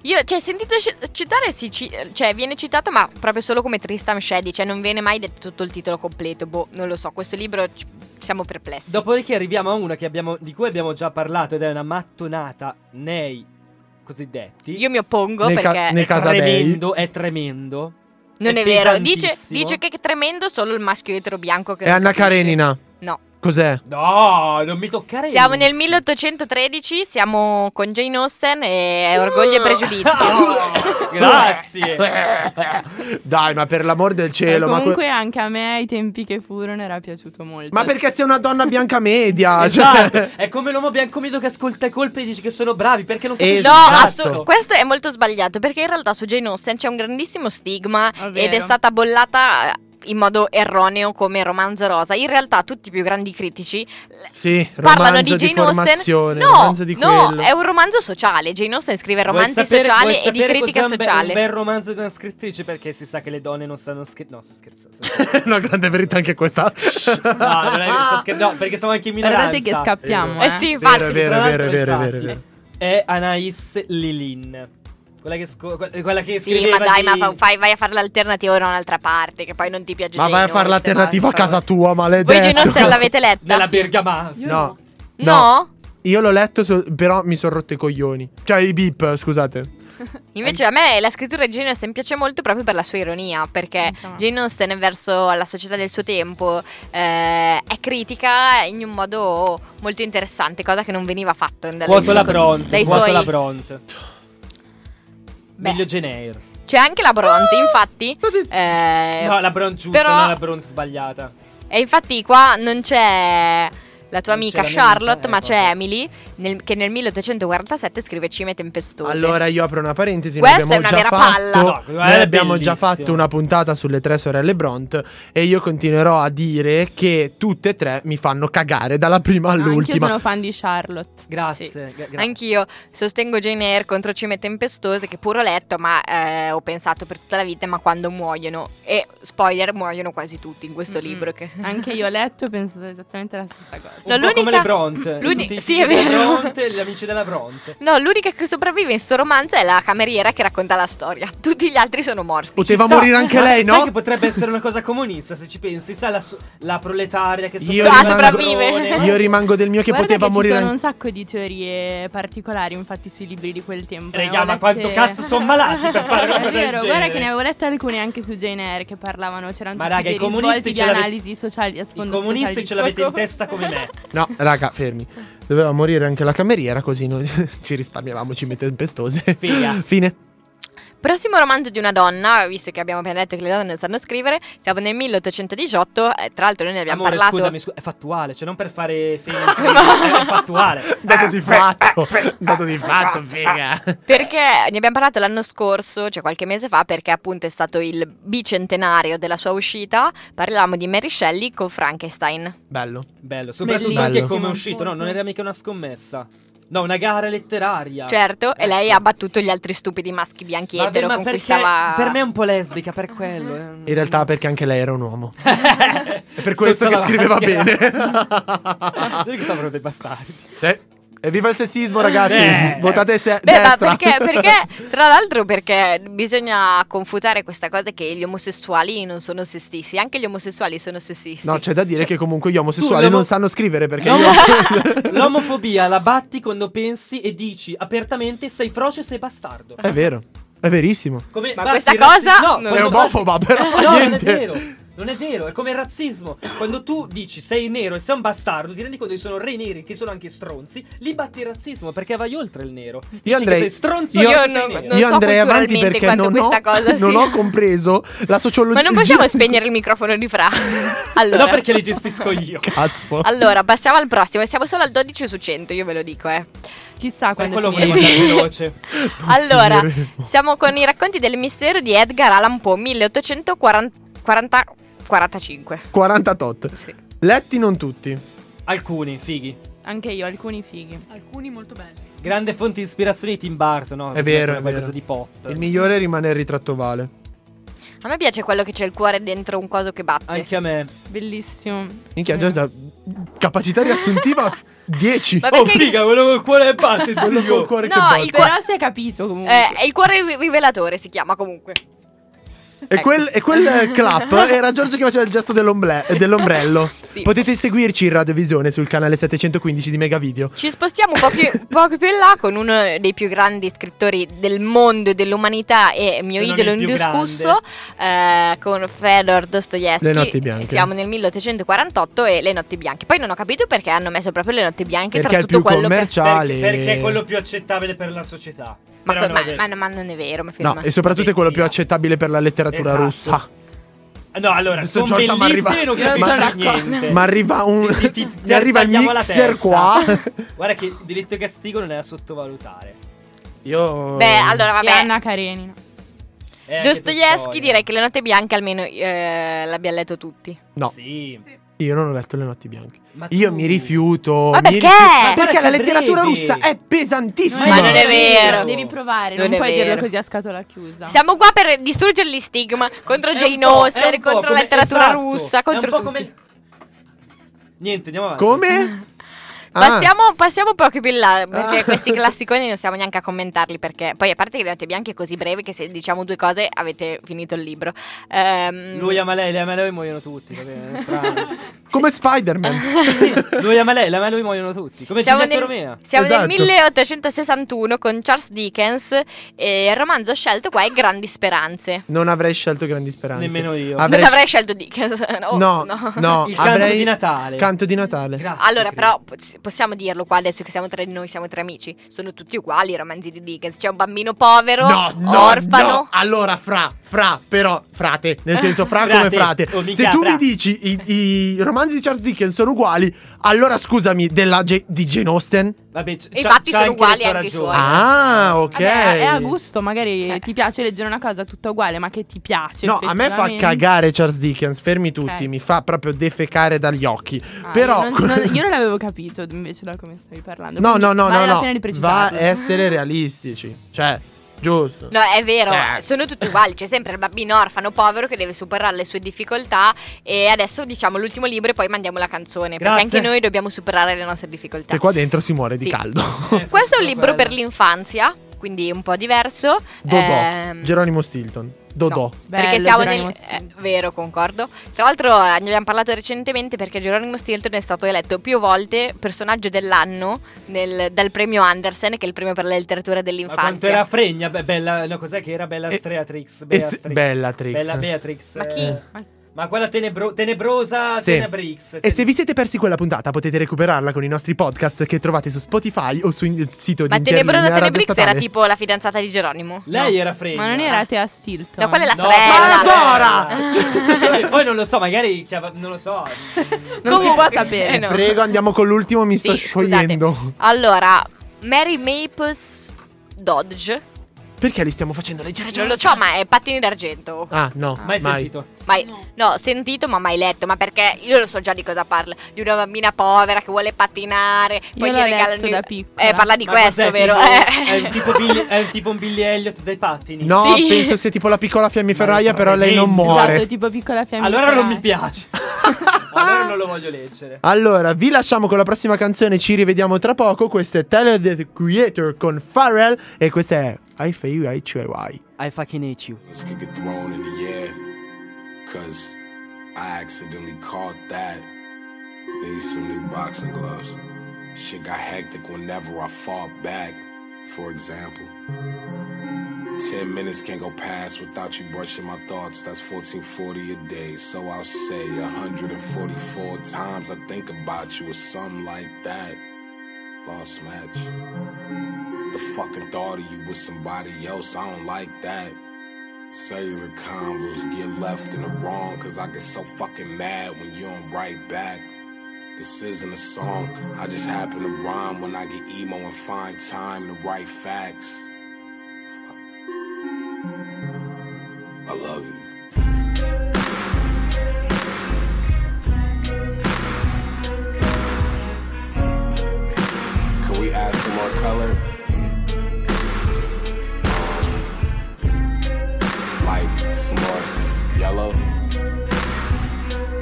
[SPEAKER 1] Io, cioè, sentito ci- citare, sì, ci- cioè, viene citato, ma proprio solo come Tristan Shandy, cioè, non viene mai detto tutto il titolo completo. Boh, non lo so. Questo libro ci- siamo perplessi.
[SPEAKER 3] Dopodiché arriviamo a una che abbiamo- di cui abbiamo già parlato ed è una mattonata nei cosiddetti.
[SPEAKER 1] Io mi oppongo
[SPEAKER 2] Nei ca-
[SPEAKER 1] perché
[SPEAKER 2] nei
[SPEAKER 3] è
[SPEAKER 2] Casadei.
[SPEAKER 3] tremendo, è tremendo.
[SPEAKER 1] non
[SPEAKER 3] è
[SPEAKER 1] è, vero. Dice,
[SPEAKER 3] pesantissimo.
[SPEAKER 1] dice che è tremendo solo il maschio etero bianco. Che
[SPEAKER 2] È
[SPEAKER 1] non
[SPEAKER 2] Anna
[SPEAKER 1] capisce.
[SPEAKER 2] Karenina.
[SPEAKER 1] No.
[SPEAKER 2] Cos'è?
[SPEAKER 3] No, non mi toccare.
[SPEAKER 1] Siamo nel
[SPEAKER 3] Inizio.
[SPEAKER 1] 1813, siamo con Jane Austen e Orgoglio e Pregiudizio.
[SPEAKER 3] Oh, grazie.
[SPEAKER 2] Eh, Dai, ma per l'amor del
[SPEAKER 5] E
[SPEAKER 2] cielo. Eh, ma que-
[SPEAKER 5] comunque anche a me ai tempi che furono era piaciuto molto.
[SPEAKER 2] Ma perché sei una donna bianca media? cioè-
[SPEAKER 3] Esatto, È come l'uomo bianco mito che ascolta i colpi e dice che sono bravi perché non capisci
[SPEAKER 1] No,
[SPEAKER 2] Esatto.
[SPEAKER 3] un cazzo.
[SPEAKER 1] assu- questo è molto sbagliato perché in realtà su Jane Austen c'è un grandissimo stigma
[SPEAKER 5] È
[SPEAKER 1] ed è
[SPEAKER 5] vero.
[SPEAKER 1] stata bollata eh, in modo erroneo come romanzo rosa. In realtà tutti i più grandi critici
[SPEAKER 2] Sì,
[SPEAKER 1] parlano
[SPEAKER 2] romanzo
[SPEAKER 1] di Jane
[SPEAKER 2] formazione,
[SPEAKER 1] Austen. No,
[SPEAKER 2] romanzo di
[SPEAKER 1] no,
[SPEAKER 2] quello.
[SPEAKER 1] è un romanzo sociale. Jane Austen scrive romanzi
[SPEAKER 3] Vuoi sapere-
[SPEAKER 1] sociali
[SPEAKER 3] vuoi
[SPEAKER 1] e di
[SPEAKER 3] sapere
[SPEAKER 1] critica
[SPEAKER 3] cos'è un be-
[SPEAKER 1] sociale.
[SPEAKER 3] Un bel romanzo di una scrittrice perché si sa che le donne non sanno scrivere. No, sto scherzando. sto
[SPEAKER 2] Una grande verità anche questa.
[SPEAKER 3] scherzando. no, non è vero, sto scherzando. No, perché siamo anche in minoranza.
[SPEAKER 5] Guardate che scappiamo.
[SPEAKER 1] Eh
[SPEAKER 5] eh.
[SPEAKER 1] sì, infatti.
[SPEAKER 2] Vero, è vero, è
[SPEAKER 3] Tra
[SPEAKER 2] vero, è
[SPEAKER 3] l'altro,
[SPEAKER 2] vero, è
[SPEAKER 3] infatti,
[SPEAKER 2] vero, è vero.
[SPEAKER 3] È Anais Lilin. Quella che, sco- que- quella che
[SPEAKER 1] Sì,
[SPEAKER 3] scriveva
[SPEAKER 1] ma dai,
[SPEAKER 3] di-
[SPEAKER 1] ma fa- fai- vai a fare l'alternativa da un'altra parte, che poi non ti piace
[SPEAKER 2] Ma vai a
[SPEAKER 1] Jane
[SPEAKER 2] fare
[SPEAKER 1] Austen,
[SPEAKER 2] l'alternativa a
[SPEAKER 1] vai, per
[SPEAKER 2] casa
[SPEAKER 1] favore.
[SPEAKER 2] tua, maledetto.
[SPEAKER 1] Voi Jane Austen l'avete letta?
[SPEAKER 3] Nella Bergamasca.
[SPEAKER 2] No.
[SPEAKER 1] No?
[SPEAKER 2] Io l'ho letto, so- però mi sono rotto i coglioni. Cioè, i beep, scusate.
[SPEAKER 1] Invece a me la scrittura di Jane Austen piace molto proprio per la sua ironia, perché
[SPEAKER 5] Insomma.
[SPEAKER 1] Jane Austen verso la società del suo tempo eh, è critica in un modo molto interessante, cosa che non veniva fatto dalle-
[SPEAKER 3] Vuoto la Bronte.
[SPEAKER 1] dai
[SPEAKER 3] Vuoto
[SPEAKER 1] suoi-
[SPEAKER 3] la Bronte.
[SPEAKER 1] Beh,
[SPEAKER 3] Meglio Geneir.
[SPEAKER 1] c'è anche la Bronte, infatti. eh,
[SPEAKER 3] Ah! No, la Bronte giusta,
[SPEAKER 1] però-
[SPEAKER 3] non la Bronte sbagliata.
[SPEAKER 1] E infatti qua non c'è la tua
[SPEAKER 3] Non c'è
[SPEAKER 1] amica
[SPEAKER 3] la mia
[SPEAKER 1] Charlotte,
[SPEAKER 3] amica, eh,
[SPEAKER 1] ma c'è
[SPEAKER 3] proprio.
[SPEAKER 1] Emily, nel- che nel 1847 scrive Cime tempestose.
[SPEAKER 2] Allora io apro una parentesi. noi
[SPEAKER 1] Questa è
[SPEAKER 2] abbiamo
[SPEAKER 1] una
[SPEAKER 2] già
[SPEAKER 1] vera
[SPEAKER 2] fatto-
[SPEAKER 1] palla.
[SPEAKER 3] No, quella
[SPEAKER 2] noi
[SPEAKER 3] è
[SPEAKER 2] abbiamo già
[SPEAKER 3] bellissima.
[SPEAKER 2] fatto una puntata sulle tre sorelle Bront. E io continuerò a dire che tutte e tre mi fanno cagare dalla prima
[SPEAKER 5] Anch'io
[SPEAKER 2] all'ultima.
[SPEAKER 5] sono fan di Charlotte.
[SPEAKER 3] Grazie.
[SPEAKER 1] Sì.
[SPEAKER 3] gra- grazie.
[SPEAKER 1] Anch'io sostengo Jane Eyre contro Cime tempestose, che pure ho letto, ma eh, ho pensato per tutta la vita, ma quando muoiono. E spoiler, muoiono quasi tutti in questo
[SPEAKER 5] Mm-mm.
[SPEAKER 1] libro. Che...
[SPEAKER 5] Anche io ho letto e ho pensato esattamente la stessa cosa.
[SPEAKER 1] No,
[SPEAKER 3] Un po' come
[SPEAKER 1] l'unica-
[SPEAKER 3] le Bronte.
[SPEAKER 1] l'uni-
[SPEAKER 3] Tutti i
[SPEAKER 1] sì,
[SPEAKER 3] figli
[SPEAKER 1] è
[SPEAKER 3] della
[SPEAKER 1] vero.
[SPEAKER 3] Bronte e gli amici della Bronte.
[SPEAKER 1] No, l'unica che sopravvive in sto romanzo è la cameriera che racconta la storia. Tutti gli altri sono morti.
[SPEAKER 2] Poteva
[SPEAKER 3] Sa-
[SPEAKER 2] morire anche
[SPEAKER 3] ma
[SPEAKER 2] lei,
[SPEAKER 3] Sai
[SPEAKER 2] no?
[SPEAKER 3] che potrebbe essere una cosa comunista se ci pensi, sai la, so- la proletaria che
[SPEAKER 2] Io
[SPEAKER 5] Ah,
[SPEAKER 3] sopravvive
[SPEAKER 2] rimango-
[SPEAKER 3] al padrone.
[SPEAKER 1] sopravvive.
[SPEAKER 2] Io rimango del mio che
[SPEAKER 5] Guarda
[SPEAKER 2] poteva
[SPEAKER 5] che
[SPEAKER 2] morire
[SPEAKER 5] ci sono
[SPEAKER 2] anche-
[SPEAKER 5] un sacco di teorie particolari, infatti, sui libri di quel tempo. Ne
[SPEAKER 3] Regà, ma
[SPEAKER 5] avevo
[SPEAKER 3] quanto
[SPEAKER 5] lette-
[SPEAKER 3] cazzo sono malati per fare una
[SPEAKER 5] Eh, È
[SPEAKER 3] cosa del
[SPEAKER 5] vero, guarda
[SPEAKER 3] genere?
[SPEAKER 5] che ne avevo lette alcune anche su Jane Eyre che parlavano, c'erano
[SPEAKER 3] Ma
[SPEAKER 5] tutti
[SPEAKER 3] raga,
[SPEAKER 5] dei
[SPEAKER 3] i comunisti
[SPEAKER 5] risvolti di
[SPEAKER 3] ce l'avete-
[SPEAKER 5] analisi sociali a
[SPEAKER 3] I
[SPEAKER 5] sfondo
[SPEAKER 3] comunisti
[SPEAKER 5] sociali.
[SPEAKER 3] ce l'avete in testa come me.
[SPEAKER 2] No, raga, fermi. Doveva morire anche la cameriera, così noi ci risparmiavamo cime tempestose.
[SPEAKER 3] Figa.
[SPEAKER 2] Fine.
[SPEAKER 1] Prossimo romanzo di una donna, visto che abbiamo appena detto che le donne non sanno scrivere, siamo nel 1818, eh, tra l'altro noi ne abbiamo
[SPEAKER 3] Amore,
[SPEAKER 1] parlato.
[SPEAKER 3] scusami, scu- è fattuale, cioè non per fare femmine, è fattuale. Eh,
[SPEAKER 2] Dato di fatto. Dato di fatto, figa.
[SPEAKER 1] Perché ne abbiamo parlato l'anno scorso, cioè qualche mese fa, perché appunto è stato il bicentenario della sua uscita. Parlavamo di Mary Shelley con
[SPEAKER 3] Ah,
[SPEAKER 1] Frankenstein.
[SPEAKER 2] Bello.
[SPEAKER 3] Bello, soprattutto
[SPEAKER 5] Bellissimo.
[SPEAKER 3] anche come è
[SPEAKER 5] Bello.
[SPEAKER 3] uscito, no, non era mica una scommessa. No, una gara letteraria.
[SPEAKER 5] Cioè,
[SPEAKER 1] Certo, e lei ha battuto gli altri stupidi maschi bianchi
[SPEAKER 3] Vabbè,
[SPEAKER 1] etero
[SPEAKER 3] eh. ma
[SPEAKER 1] con
[SPEAKER 3] perché
[SPEAKER 1] cui stava.
[SPEAKER 3] per me è un po' lesbica, per quello. eh. In
[SPEAKER 2] In
[SPEAKER 1] Mm.
[SPEAKER 2] realtà perché anche lei era un uomo. È per questo che scriveva bene.
[SPEAKER 3] Vedi che stavano dei bastardi.
[SPEAKER 2] Eh, Evviva il sessismo, ragazzi.
[SPEAKER 3] Eh.
[SPEAKER 2] Votate se-
[SPEAKER 1] Beh, ma
[SPEAKER 2] destra.
[SPEAKER 1] perché, perché, tra l'altro, perché bisogna confutare questa cosa che gli omosessuali non sono sessisti, anche gli omosessuali sono sessisti.
[SPEAKER 2] No, c'è da
[SPEAKER 1] Cioè,
[SPEAKER 2] dire che comunque gli omosessuali
[SPEAKER 3] tu l'omo-
[SPEAKER 2] non sanno scrivere perché
[SPEAKER 3] No,
[SPEAKER 2] io...
[SPEAKER 3] ma- L'omofobia la batti quando pensi e dici apertamente sei froce e sei bastardo.
[SPEAKER 2] È vero, è verissimo.
[SPEAKER 3] Come
[SPEAKER 1] Ma
[SPEAKER 3] batti
[SPEAKER 1] questa
[SPEAKER 3] il razzi-
[SPEAKER 1] cosa
[SPEAKER 3] no,
[SPEAKER 1] non-
[SPEAKER 2] È
[SPEAKER 3] quando
[SPEAKER 2] omofoba, però
[SPEAKER 3] batti- No, non è
[SPEAKER 2] niente.
[SPEAKER 3] vero. Non è vero, è come il razzismo. Quando tu dici sei nero e sei un bastardo, ti rendi conto che ci sono re neri che sono anche stronzi, lì batti il razzismo perché vai oltre il nero. Dici che
[SPEAKER 2] andrei-
[SPEAKER 3] sei stronzo
[SPEAKER 2] io-
[SPEAKER 3] e
[SPEAKER 1] Io
[SPEAKER 3] sei
[SPEAKER 1] no-
[SPEAKER 3] nero.
[SPEAKER 1] non
[SPEAKER 2] Io
[SPEAKER 1] so
[SPEAKER 2] andrei avanti
[SPEAKER 1] culturalmente
[SPEAKER 2] perché
[SPEAKER 1] quanto
[SPEAKER 2] non ho,
[SPEAKER 1] questa cosa
[SPEAKER 2] non
[SPEAKER 1] sia.
[SPEAKER 2] ho compreso la sociologia.
[SPEAKER 1] Ma non possiamo spegnere il microfono di Fra. Allora.
[SPEAKER 3] No, perché li gestisco io.
[SPEAKER 2] Cazzo.
[SPEAKER 1] Allora, passiamo al prossimo. Siamo solo al 12 su 100, io ve lo dico, eh.
[SPEAKER 5] Chissà
[SPEAKER 3] Per
[SPEAKER 5] quando
[SPEAKER 3] quello
[SPEAKER 5] finirà.
[SPEAKER 3] volevo andare veloce.
[SPEAKER 1] Allora,
[SPEAKER 2] finiremo.
[SPEAKER 1] siamo con i racconti del mistero di Edgar Allan Poe, 1845.
[SPEAKER 2] 40 tot.
[SPEAKER 1] Sì.
[SPEAKER 2] Letti non tutti.
[SPEAKER 3] Alcuni, fighi.
[SPEAKER 5] Anche io, alcuni fighi.
[SPEAKER 4] Alcuni molto belli.
[SPEAKER 3] Grande fonte di ispirazione di Tim Burton, no?
[SPEAKER 2] È vero, è
[SPEAKER 3] Qualcosa
[SPEAKER 2] vero.
[SPEAKER 3] di pop.
[SPEAKER 2] Il migliore rimane il ritratto ovale.
[SPEAKER 1] A me piace quello che c'è il cuore dentro un coso che batte.
[SPEAKER 3] Anche a me.
[SPEAKER 5] Bellissimo.
[SPEAKER 2] Minchia, già, già- capacità riassuntiva 10.
[SPEAKER 1] Ma
[SPEAKER 3] Oh,
[SPEAKER 1] perché-
[SPEAKER 3] figa, volevo il cuore e batte,
[SPEAKER 2] Quello col
[SPEAKER 3] zio.
[SPEAKER 2] cuore
[SPEAKER 1] No,
[SPEAKER 2] che
[SPEAKER 1] il
[SPEAKER 2] batte.
[SPEAKER 5] Però si è capito comunque.
[SPEAKER 1] Eh, è il cuore ri- rivelatore si chiama comunque.
[SPEAKER 2] E
[SPEAKER 1] Ecco.
[SPEAKER 2] quel, e quel, eh, clap era Giorgio che faceva il gesto dell'omble- eh, dell'ombrello.
[SPEAKER 1] Sì.
[SPEAKER 2] Potete seguirci in radiovisione sul canale 715 di Megavideo.
[SPEAKER 1] Ci spostiamo un po' più, un po' più in là con uno dei più grandi scrittori del mondo e dell'umanità e mio
[SPEAKER 3] Se non
[SPEAKER 1] idolo
[SPEAKER 3] il più
[SPEAKER 1] indiscusso, eh, con Fedor Dostoevsky.
[SPEAKER 2] Le notti bianche.
[SPEAKER 1] Siamo nel 1848 e Le notti bianche. Poi non ho capito perché hanno messo proprio Le notti bianche
[SPEAKER 2] Perché
[SPEAKER 1] tra
[SPEAKER 2] è il
[SPEAKER 1] tutto
[SPEAKER 2] più
[SPEAKER 1] quello che...
[SPEAKER 2] commerciale.
[SPEAKER 3] Perché, perché è quello più accettabile per la società.
[SPEAKER 1] Ma,
[SPEAKER 3] Però
[SPEAKER 1] ma-
[SPEAKER 3] non è
[SPEAKER 1] ma- ma non è vero, ma ferma.
[SPEAKER 2] No, e soprattutto è quello più accettabile per la letteratura
[SPEAKER 3] Esatto.
[SPEAKER 2] russa.
[SPEAKER 3] vero. eh, No, allora,
[SPEAKER 2] Adesso
[SPEAKER 3] sono
[SPEAKER 2] Giorgia mi arriva-
[SPEAKER 3] bellissimi e non
[SPEAKER 1] Io non
[SPEAKER 3] capisco
[SPEAKER 1] sono d'accordo.
[SPEAKER 3] niente.
[SPEAKER 2] Ma arriva un.
[SPEAKER 3] Ti- ti- ti- ti
[SPEAKER 2] mi arriva il
[SPEAKER 3] tagliamo la
[SPEAKER 2] mixer
[SPEAKER 3] testa.
[SPEAKER 2] qua.
[SPEAKER 3] Guarda che il diritto di castigo non è da sottovalutare.
[SPEAKER 2] Io.
[SPEAKER 1] Beh, allora
[SPEAKER 5] E
[SPEAKER 1] vabbè.
[SPEAKER 5] Anna Karenina.
[SPEAKER 3] E Eh, che
[SPEAKER 1] Dostoevsky
[SPEAKER 3] storia.
[SPEAKER 1] direi che Le note bianche almeno eh, l'abbiamo letto tutti.
[SPEAKER 2] No.
[SPEAKER 3] Sì.
[SPEAKER 2] Io non ho letto Le notti bianche.
[SPEAKER 3] Ma
[SPEAKER 2] Io
[SPEAKER 3] tu-
[SPEAKER 2] mi rifiuto.
[SPEAKER 1] Ma
[SPEAKER 2] mi
[SPEAKER 1] perché?
[SPEAKER 2] rifiuto-
[SPEAKER 1] Ma
[SPEAKER 2] perché
[SPEAKER 3] guarda
[SPEAKER 2] la
[SPEAKER 3] che
[SPEAKER 2] letteratura
[SPEAKER 3] brevi.
[SPEAKER 2] russa è pesantissima.
[SPEAKER 1] Ma non è vero.
[SPEAKER 5] Devi provare,
[SPEAKER 1] Non
[SPEAKER 5] non,
[SPEAKER 1] è
[SPEAKER 5] puoi
[SPEAKER 1] vero.
[SPEAKER 5] dirlo così a scatola chiusa.
[SPEAKER 1] Siamo qua per distruggere gli stigma contro
[SPEAKER 3] È un
[SPEAKER 1] Jane
[SPEAKER 3] po'- è
[SPEAKER 1] Austen,
[SPEAKER 3] un po'
[SPEAKER 1] contro la
[SPEAKER 3] come-
[SPEAKER 1] letteratura
[SPEAKER 3] esatto, è
[SPEAKER 1] russa,
[SPEAKER 3] un
[SPEAKER 1] contro
[SPEAKER 3] po'
[SPEAKER 1] tutti.
[SPEAKER 3] come- Niente, andiamo avanti.
[SPEAKER 2] Come? Ah.
[SPEAKER 1] Passiamo, passiamo poco più in là, perché
[SPEAKER 2] Ah.
[SPEAKER 1] questi classiconi non stiamo neanche a commentarli, perché poi a parte che le note bianche è così breve che se diciamo due cose avete finito il libro. Ehm,
[SPEAKER 3] Lui ama lei, lei ama lui muoiono tutti. va bene, è strano.
[SPEAKER 2] Ah, Come Spider-Man.
[SPEAKER 3] lui ama lei, lei ama lui muoiono tutti. Come
[SPEAKER 1] Siamo,
[SPEAKER 3] Giulietta
[SPEAKER 1] nel,
[SPEAKER 3] Romea.
[SPEAKER 1] siamo nel
[SPEAKER 2] Esatto.
[SPEAKER 1] 1861 con Charles Dickens e il romanzo scelto qua è Grandi Speranze.
[SPEAKER 2] Non avrei scelto Grandi Speranze.
[SPEAKER 3] Nemmeno io.
[SPEAKER 2] Avrei-
[SPEAKER 1] Non avrei scelto Dickens. No,
[SPEAKER 2] No,
[SPEAKER 1] Oh, no.
[SPEAKER 2] no,
[SPEAKER 3] Il canto
[SPEAKER 2] avrei
[SPEAKER 3] di Natale.
[SPEAKER 2] Canto di Natale.
[SPEAKER 3] Grazie,
[SPEAKER 1] Allora,
[SPEAKER 3] Cris.
[SPEAKER 1] però poss- possiamo dirlo qua adesso che siamo tra di noi, siamo tre amici. Sono tutti uguali i romanzi di Dickens. C'è un bambino povero,
[SPEAKER 2] No, no,
[SPEAKER 1] orfano.
[SPEAKER 2] no. Allora, fra, fra, però, frate, nel senso, fra
[SPEAKER 3] Frate.
[SPEAKER 2] come frate.
[SPEAKER 3] Oh, minchia,
[SPEAKER 2] Se tu
[SPEAKER 3] fra.
[SPEAKER 2] mi dici i, i romanzi di Charles Dickens sono uguali, allora scusami, della Ge- di Jane Austen?
[SPEAKER 3] Vabbè, c-
[SPEAKER 1] E
[SPEAKER 3] c'ha-
[SPEAKER 1] infatti
[SPEAKER 3] c'ha
[SPEAKER 1] sono
[SPEAKER 3] anche le
[SPEAKER 1] uguali
[SPEAKER 3] sue
[SPEAKER 1] anche i
[SPEAKER 3] ragioni.
[SPEAKER 1] suoi.
[SPEAKER 2] Ah, ok.
[SPEAKER 5] Vabbè, è a gusto, magari
[SPEAKER 1] Eh.
[SPEAKER 5] ti piace leggere una cosa tutta uguale, ma che ti piace.
[SPEAKER 2] No, a me fa
[SPEAKER 5] effettivamente.
[SPEAKER 2] cagare Charles Dickens, fermi tutti,
[SPEAKER 5] Ok.
[SPEAKER 2] mi fa proprio defecare dagli occhi.
[SPEAKER 5] Ah,
[SPEAKER 2] Però
[SPEAKER 5] io non, non- io non l'avevo capito invece da come stavi parlando.
[SPEAKER 2] No,
[SPEAKER 5] quindi
[SPEAKER 2] no, no,
[SPEAKER 5] vale la
[SPEAKER 2] no,
[SPEAKER 5] pena
[SPEAKER 2] no.
[SPEAKER 5] di
[SPEAKER 2] Va
[SPEAKER 5] precisarlo.
[SPEAKER 2] a essere realistici, cioè, giusto.
[SPEAKER 1] No, è vero,
[SPEAKER 2] Eh.
[SPEAKER 1] sono tutti uguali, c'è sempre il bambino orfano povero che deve superare le sue difficoltà e adesso diciamo l'ultimo libro e poi mandiamo la canzone,
[SPEAKER 3] Grazie.
[SPEAKER 1] perché anche noi dobbiamo superare le nostre difficoltà.
[SPEAKER 2] Che qua dentro si muore
[SPEAKER 1] Sì.
[SPEAKER 2] di caldo.
[SPEAKER 3] Eh,
[SPEAKER 1] Questo è un
[SPEAKER 3] forse
[SPEAKER 1] libro per
[SPEAKER 3] quello.
[SPEAKER 1] l'infanzia, quindi un po' diverso.
[SPEAKER 2] Dodò,
[SPEAKER 1] Ehm,
[SPEAKER 2] Geronimo Stilton. Dodò.
[SPEAKER 1] no,
[SPEAKER 5] Bello,
[SPEAKER 1] perché siamo
[SPEAKER 5] Geronimo
[SPEAKER 1] nel eh,
[SPEAKER 5] Stilton.
[SPEAKER 1] vero, concordo. Tra l'altro eh, ne abbiamo parlato recentemente perché Geronimo Stilton è stato eletto più volte personaggio dell'anno nel- dal premio Andersen, che è il premio per la letteratura
[SPEAKER 3] Ma quanto
[SPEAKER 1] dell'infanzia.
[SPEAKER 3] era fregna, be- bella, no, cos'è che era? Bella
[SPEAKER 2] E-
[SPEAKER 3] Streatrix,
[SPEAKER 2] e se-
[SPEAKER 3] Beatrix,
[SPEAKER 2] Eh, Bellatrix.
[SPEAKER 3] Bella Beatrix.
[SPEAKER 1] Ma
[SPEAKER 3] eh,
[SPEAKER 1] chi?
[SPEAKER 3] ma quella tenebro- tenebrosa
[SPEAKER 2] Sì.
[SPEAKER 3] Tenebrix.
[SPEAKER 2] E se vi siete persi quella puntata potete recuperarla con i nostri podcast che trovate su Spotify o sul sito
[SPEAKER 1] Ma
[SPEAKER 2] di
[SPEAKER 1] Tenebrosa
[SPEAKER 2] Interlinea Radio
[SPEAKER 1] Tenebrix era
[SPEAKER 2] Statale.
[SPEAKER 1] tipo la fidanzata di Geronimo.
[SPEAKER 3] Lei era
[SPEAKER 1] eh,
[SPEAKER 3] fregna. Ah.
[SPEAKER 5] Ma non era Tea Stilton.
[SPEAKER 1] No, quella è la
[SPEAKER 3] No,
[SPEAKER 1] sorella.
[SPEAKER 2] Ma la Sora!
[SPEAKER 3] vabbè. Cioè, Poi- Poi non lo so, magari chiama- non lo so.
[SPEAKER 5] Non si
[SPEAKER 1] Comunque-
[SPEAKER 5] può sapere.
[SPEAKER 1] Eh no.
[SPEAKER 2] Prego, andiamo con l'ultimo, mi sto
[SPEAKER 1] Sì,
[SPEAKER 2] sciogliendo.
[SPEAKER 1] Allora, Mary Maples Dodge.
[SPEAKER 2] Perché li stiamo facendo leggere?
[SPEAKER 1] Non lo so, ma è pattini d'argento.
[SPEAKER 2] Ah, no,
[SPEAKER 3] Mai sentito.
[SPEAKER 1] Mai- no, sentito ma mai letto. Ma perché io lo so già di cosa parla. Di una bambina povera che vuole pattinare. poi
[SPEAKER 5] l'ho
[SPEAKER 1] gli regalano
[SPEAKER 5] letto
[SPEAKER 1] i-
[SPEAKER 5] da piccola.
[SPEAKER 1] Eh, parla di
[SPEAKER 3] Ma
[SPEAKER 1] questo,
[SPEAKER 3] cos'è,
[SPEAKER 1] vero?
[SPEAKER 3] tipo-
[SPEAKER 1] Eh.
[SPEAKER 3] È, un tipo Billy, è un tipo un Billy Elliot dei pattini.
[SPEAKER 2] No,
[SPEAKER 1] Sì.
[SPEAKER 2] penso sia tipo la piccola fiammiferaia,
[SPEAKER 3] Ma
[SPEAKER 2] però lei non
[SPEAKER 3] veramente.
[SPEAKER 2] muore.
[SPEAKER 5] Esatto, tipo piccola fiamma.
[SPEAKER 3] Allora non mi piace. allora non lo voglio leggere.
[SPEAKER 2] Allora, vi lasciamo con la prossima canzone, ci rivediamo tra poco. Questo è Tyler the Creator con Pharrell e questa è I Feel You, I Try Why.
[SPEAKER 3] I fucking hate you.
[SPEAKER 9] Let's kick it thrown in the air. Cause I accidentally caught that. Need some new boxing gloves. Shit got hectic whenever I fought back, for example. Ten minutes can't go past without you brushing my thoughts. That's 1440 a day. So I'll say 144 times I think about you or something like that. Lost match. The fucking thought of you with somebody else, I don't like that. Cellular combos get left in the wrong Cause I get so fucking mad when you don't write back This isn't a song, I just happen to rhyme When I get emo and find time to write facts Fuck. I love you Can we add some more color? like some more yellow.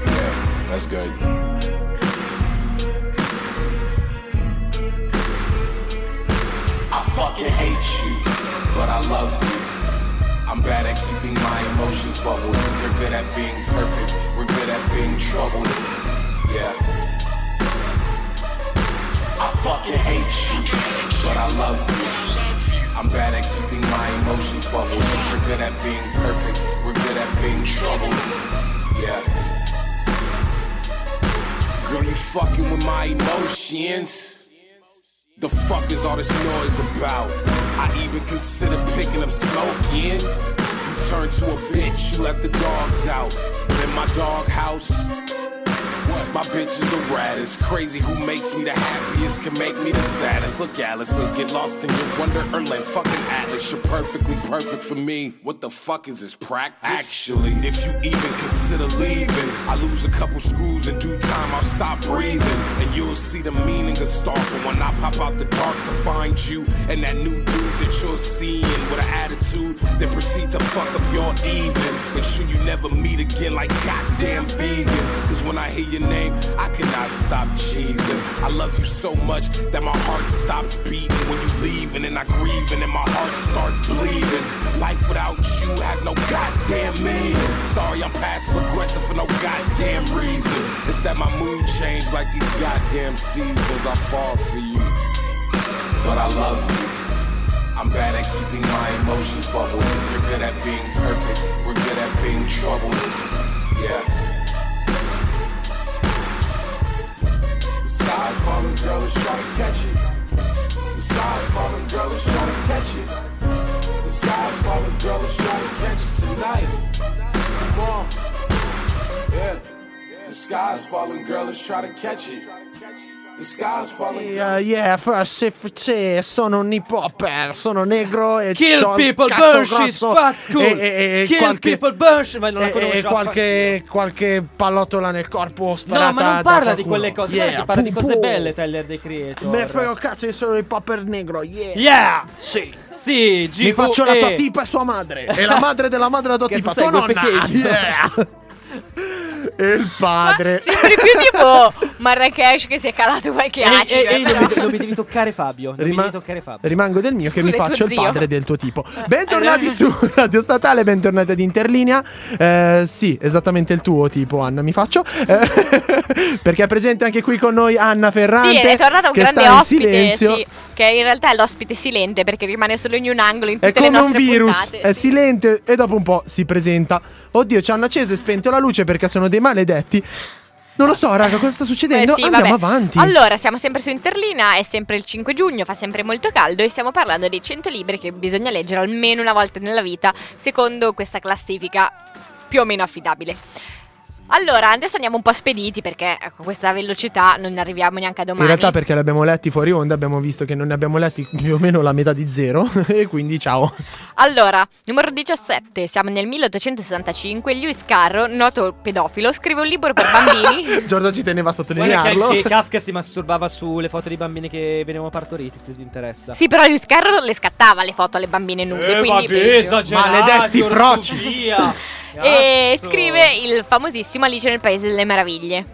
[SPEAKER 9] Yeah, that's good. I fucking hate you, but I love you. I'm bad at keeping my emotions bubbled. You're good at being perfect. We're good at being troubled. Yeah. I fucking hate you, but I love you. I'm bad at keeping my emotions bubbled. We're good at being perfect. We're good at being troubled. Yeah. Girl, you fucking with my emotions. The fuck is all this noise about? I even consider picking up smoking. You turn to a bitch, you let the dogs out. But in my doghouse, what? My bitch is the raddest. Crazy who makes me the happiest can make me the saddest. Look, Alice, let's get lost in your wonderland. Fucking Atlas, you're perfectly perfect for me. What the fuck is this practice? Actually, if you even consider leaving, I lose a couple screws in due time. I'll stop breathing, and you'll see the meaning of stalking when I pop out the dark to find you and that new dude that you're seeing with an attitude that proceeds to fuck up your evenings. Make sure you never meet again like goddamn vegans. Cause when I hear your name, I cannot stop cheesing. I love you so much that my heart stops beating when you leaving, and I grieving, and my heart starts bleeding. Life without you has no goddamn meaning. Sorry, I'm passive aggressive for no goddamn reason. It's that my mood changed like these goddamn seasons. I fall for you, but I love you. I'm bad at keeping my emotions bubbled. You're good at being perfect. We're good at being troubled. Yeah. The sky's falling, girl is trying to catch it. The sky's falling, girl is trying to catch it. The sky's falling, girl is trying to catch it tonight. Come on. Yeah. The sky's falling, girl is trying to catch it. The sky's falling.
[SPEAKER 2] Yeah, yeah, first if c'è, sono un hip hopper, sono negro e
[SPEAKER 3] Kill
[SPEAKER 2] c'ho il
[SPEAKER 3] people,
[SPEAKER 2] cazzo
[SPEAKER 3] burn shit,
[SPEAKER 2] grosso
[SPEAKER 3] fuck school.
[SPEAKER 2] E, e- e
[SPEAKER 3] Kill
[SPEAKER 2] qualche,
[SPEAKER 3] people, burn shit. Ma non la ah,
[SPEAKER 2] e-
[SPEAKER 3] conosco.
[SPEAKER 2] e qualche, qualche pallottola nel corpo sparata
[SPEAKER 3] No, ma non
[SPEAKER 2] da
[SPEAKER 3] parla di
[SPEAKER 2] qualcuno.
[SPEAKER 3] quelle cose.
[SPEAKER 2] Yeah,
[SPEAKER 3] guarda che parla di
[SPEAKER 2] pum,
[SPEAKER 3] cose
[SPEAKER 2] pum.
[SPEAKER 3] belle, Tyler The Creator.
[SPEAKER 2] Me ne frega il cazzo, io sono hip hopper negro, yeah.
[SPEAKER 3] Yeah!
[SPEAKER 2] Sì.
[SPEAKER 3] Sì, G. eh.
[SPEAKER 2] Mi faccio la tua tipa e sua madre. E la madre della madre della tua
[SPEAKER 3] Cazzo
[SPEAKER 2] tipa.
[SPEAKER 3] sei,
[SPEAKER 2] Tua
[SPEAKER 3] Golpe
[SPEAKER 2] nonna.
[SPEAKER 3] Kid?
[SPEAKER 2] Yeah. e il padre.
[SPEAKER 1] Sembri più tipo Marrakesh che si è calato qualche
[SPEAKER 3] Ehi,
[SPEAKER 1] acido.
[SPEAKER 3] ehi, ehi,
[SPEAKER 1] però.
[SPEAKER 3] non, mi, non mi devi toccare Fabio. Non mi
[SPEAKER 2] Rima-
[SPEAKER 3] devi toccare Fabio.
[SPEAKER 2] rimango del mio che mi
[SPEAKER 1] Scusa, è
[SPEAKER 2] faccio
[SPEAKER 1] tuo
[SPEAKER 2] il
[SPEAKER 1] zio. Eh.
[SPEAKER 2] padre del tuo tipo. Bentornati su Radio Statale, bentornati ad Interlinea. Eh, sì, esattamente il tuo tipo, Anna, mi faccio. Eh, perché è presente anche qui con noi Anna
[SPEAKER 1] Sì,
[SPEAKER 2] Ferrante.
[SPEAKER 1] è tornato un
[SPEAKER 2] che
[SPEAKER 1] grande
[SPEAKER 2] sta in
[SPEAKER 1] ospite,
[SPEAKER 2] silenzio.
[SPEAKER 1] sì, che in realtà è l'ospite silente perché rimane solo in un angolo in
[SPEAKER 2] È
[SPEAKER 1] tutte le
[SPEAKER 2] come un
[SPEAKER 1] nostre
[SPEAKER 2] virus,
[SPEAKER 1] puntate.
[SPEAKER 2] è
[SPEAKER 1] Sì.
[SPEAKER 2] silente e dopo un po' si presenta. Oddio, ci hanno acceso e spento la luce perché sono dei maledetti. Non lo so, raga, cosa sta succedendo?
[SPEAKER 1] Beh, Eh sì,
[SPEAKER 2] Andiamo
[SPEAKER 1] vabbè.
[SPEAKER 2] avanti.
[SPEAKER 1] Allora, siamo sempre su Interlina, è sempre il 5 giugno, fa sempre molto caldo e stiamo parlando dei 100 libri che bisogna leggere almeno una volta nella vita, secondo questa classifica più o meno affidabile. Allora, adesso andiamo un po' spediti perché ecco, con questa velocità non arriviamo neanche a domani.
[SPEAKER 2] In realtà perché li abbiamo letti fuori onda abbiamo visto che non ne abbiamo letti più o meno la metà di zero e quindi ciao.
[SPEAKER 1] Allora, numero 17, siamo nel 1865, Lewis Carro, noto pedofilo, scrive un libro per bambini.
[SPEAKER 2] Giorgio ci teneva a
[SPEAKER 3] Guarda che
[SPEAKER 2] sottolinearlo.
[SPEAKER 3] anche Kafka si masturbava sulle foto di bambini che venivano partoriti, se ti interessa.
[SPEAKER 1] Sì, però Lewis Carroll non le scattava le foto alle bambine
[SPEAKER 3] Eh,
[SPEAKER 1] nude, quindi peggio.
[SPEAKER 2] Maledetti froci.
[SPEAKER 1] E scrive il famosissimo Alice nel Paese delle Meraviglie.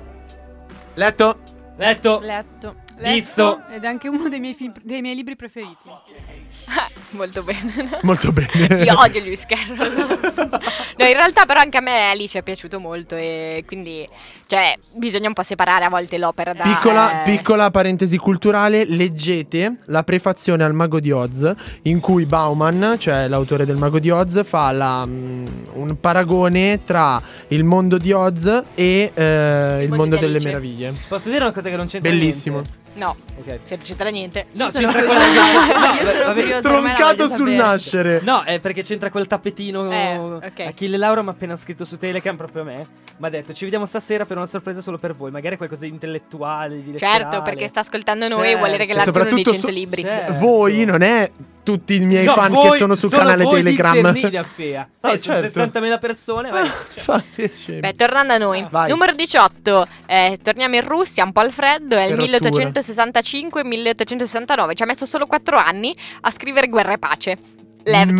[SPEAKER 2] Letto.
[SPEAKER 3] Letto
[SPEAKER 5] Letto.
[SPEAKER 3] Visto.
[SPEAKER 4] Ed è anche uno dei miei, film- dei miei libri preferiti.
[SPEAKER 1] Molto bene.
[SPEAKER 2] Molto bene.
[SPEAKER 1] Io odio Lewis Carroll. No, in realtà però anche a me Alice è piaciuto molto e quindi cioè bisogna un po' separare a volte l'opera da
[SPEAKER 2] Piccola,
[SPEAKER 1] eh,
[SPEAKER 2] piccola parentesi culturale, leggete la prefazione al Mago di Oz in cui Bauman, cioè l'autore del Mago di Oz, fa la, mm, un paragone tra il mondo di Oz e eh, il,
[SPEAKER 1] mondo
[SPEAKER 2] mondo
[SPEAKER 1] di
[SPEAKER 2] delle
[SPEAKER 1] Alice.
[SPEAKER 2] meraviglie.
[SPEAKER 3] Posso dire una cosa che non c'entra
[SPEAKER 2] Bellissimo.
[SPEAKER 3] niente?
[SPEAKER 1] No,
[SPEAKER 3] Ok.
[SPEAKER 1] se non c'entra niente.
[SPEAKER 3] No,
[SPEAKER 5] sono
[SPEAKER 3] c'entra quella
[SPEAKER 5] curiosa. Io sono curiosa.
[SPEAKER 2] Troncato sul nascere.
[SPEAKER 3] No, è perché c'entra quel tappetino.
[SPEAKER 1] Eh, ok.
[SPEAKER 3] Achille Lauro mi ha appena scritto su Telecam proprio a me. Mi ha detto: Ci vediamo stasera per una sorpresa solo per voi. Magari qualcosa di intellettuale. Di
[SPEAKER 1] Certo,
[SPEAKER 3] letterale.
[SPEAKER 1] perché sta ascoltando noi e
[SPEAKER 3] Certo.
[SPEAKER 1] vuole regalarti uno dei
[SPEAKER 2] soprattutto
[SPEAKER 1] 100
[SPEAKER 2] su-
[SPEAKER 1] libri.
[SPEAKER 3] Certo.
[SPEAKER 2] Voi non è tutti i miei
[SPEAKER 3] No,
[SPEAKER 2] fan
[SPEAKER 3] voi-
[SPEAKER 2] che sono sul
[SPEAKER 3] solo
[SPEAKER 2] canale
[SPEAKER 3] voi di
[SPEAKER 2] Telegram.
[SPEAKER 3] Ternida, Fea.
[SPEAKER 2] Ah,
[SPEAKER 3] Eh, sono
[SPEAKER 2] certo. Ah.
[SPEAKER 3] 60.000 persone. vai. cioè.
[SPEAKER 2] Infatti, scemi.
[SPEAKER 1] Beh, tornando a noi,
[SPEAKER 2] Vai.
[SPEAKER 1] numero 18, eh, torniamo in Russia, un po' al freddo, è il
[SPEAKER 2] Che rottura.
[SPEAKER 1] 1865-1869, ci ha messo solo 4 anni a scrivere Guerra e Pace. Lev
[SPEAKER 2] mai,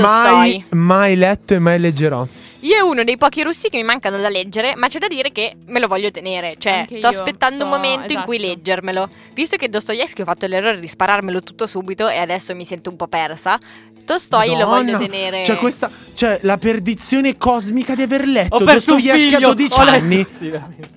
[SPEAKER 1] Tolstoi.
[SPEAKER 2] mai letto e mai leggerò.
[SPEAKER 1] Io è uno dei pochi russi che mi mancano da leggere, ma c'è da dire che me lo voglio tenere, cioè
[SPEAKER 5] Anche
[SPEAKER 1] sto
[SPEAKER 5] io,
[SPEAKER 1] aspettando un
[SPEAKER 5] sto-
[SPEAKER 1] momento in cui
[SPEAKER 5] esatto.
[SPEAKER 1] leggermelo. Visto che Dostoevsky ho fatto l'errore di spararmelo tutto subito e adesso mi sento un po' persa, Tolstoi lo voglio
[SPEAKER 2] Madonna.
[SPEAKER 1] tenere.
[SPEAKER 2] Cioè, questa. Cioè, la perdizione cosmica di aver letto
[SPEAKER 3] Ho perso un
[SPEAKER 2] Dostoevsky
[SPEAKER 3] figlio
[SPEAKER 2] a 12
[SPEAKER 3] ho letto-
[SPEAKER 2] anni.
[SPEAKER 3] Sì, veramente.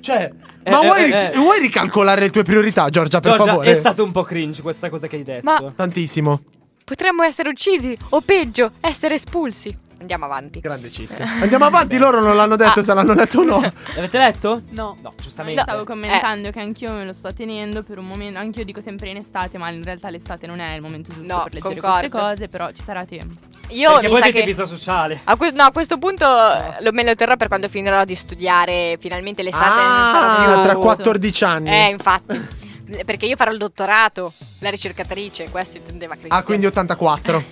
[SPEAKER 2] Cioè.
[SPEAKER 3] Eh,
[SPEAKER 2] ma
[SPEAKER 3] eh,
[SPEAKER 2] vuoi,
[SPEAKER 3] eh, eh.
[SPEAKER 2] vuoi ricalcolare le tue priorità, Giorgia, per
[SPEAKER 3] Giorgia,
[SPEAKER 2] favore?
[SPEAKER 3] è stato un po' cringe questa cosa che hai detto.
[SPEAKER 1] Ma-
[SPEAKER 2] Tantissimo.
[SPEAKER 1] Potremmo essere uccisi o peggio, essere espulsi. Andiamo avanti.
[SPEAKER 2] Grande cheat. Andiamo avanti, loro non l'hanno detto
[SPEAKER 1] Eh. Ah.
[SPEAKER 2] se l'hanno letto o no.
[SPEAKER 3] L'avete letto?
[SPEAKER 4] No.
[SPEAKER 3] No,
[SPEAKER 5] Ma io
[SPEAKER 3] giustamente.
[SPEAKER 5] stavo
[SPEAKER 1] Eh.
[SPEAKER 5] commentando che anch'io me lo sto tenendo per un momento. Anch'io dico sempre in estate, ma in realtà l'estate non è il momento giusto
[SPEAKER 1] No,
[SPEAKER 5] per leggere
[SPEAKER 1] concordo.
[SPEAKER 5] queste cose, però ci sarà tempo.
[SPEAKER 1] Io
[SPEAKER 3] perché
[SPEAKER 1] mi
[SPEAKER 3] voi
[SPEAKER 1] sa
[SPEAKER 3] avete
[SPEAKER 1] che
[SPEAKER 3] vita sociale.
[SPEAKER 1] a, que- no, a questo punto lo- me lo terrò per quando finirò di studiare finalmente l'estate. esatto, non sarò
[SPEAKER 2] Ah,
[SPEAKER 1] più-
[SPEAKER 2] tra 14 anni. Ah,
[SPEAKER 1] Eh, infatti. Perché io farò il dottorato, la ricercatrice, questo intendeva Cristian.
[SPEAKER 2] ah, quindi 84.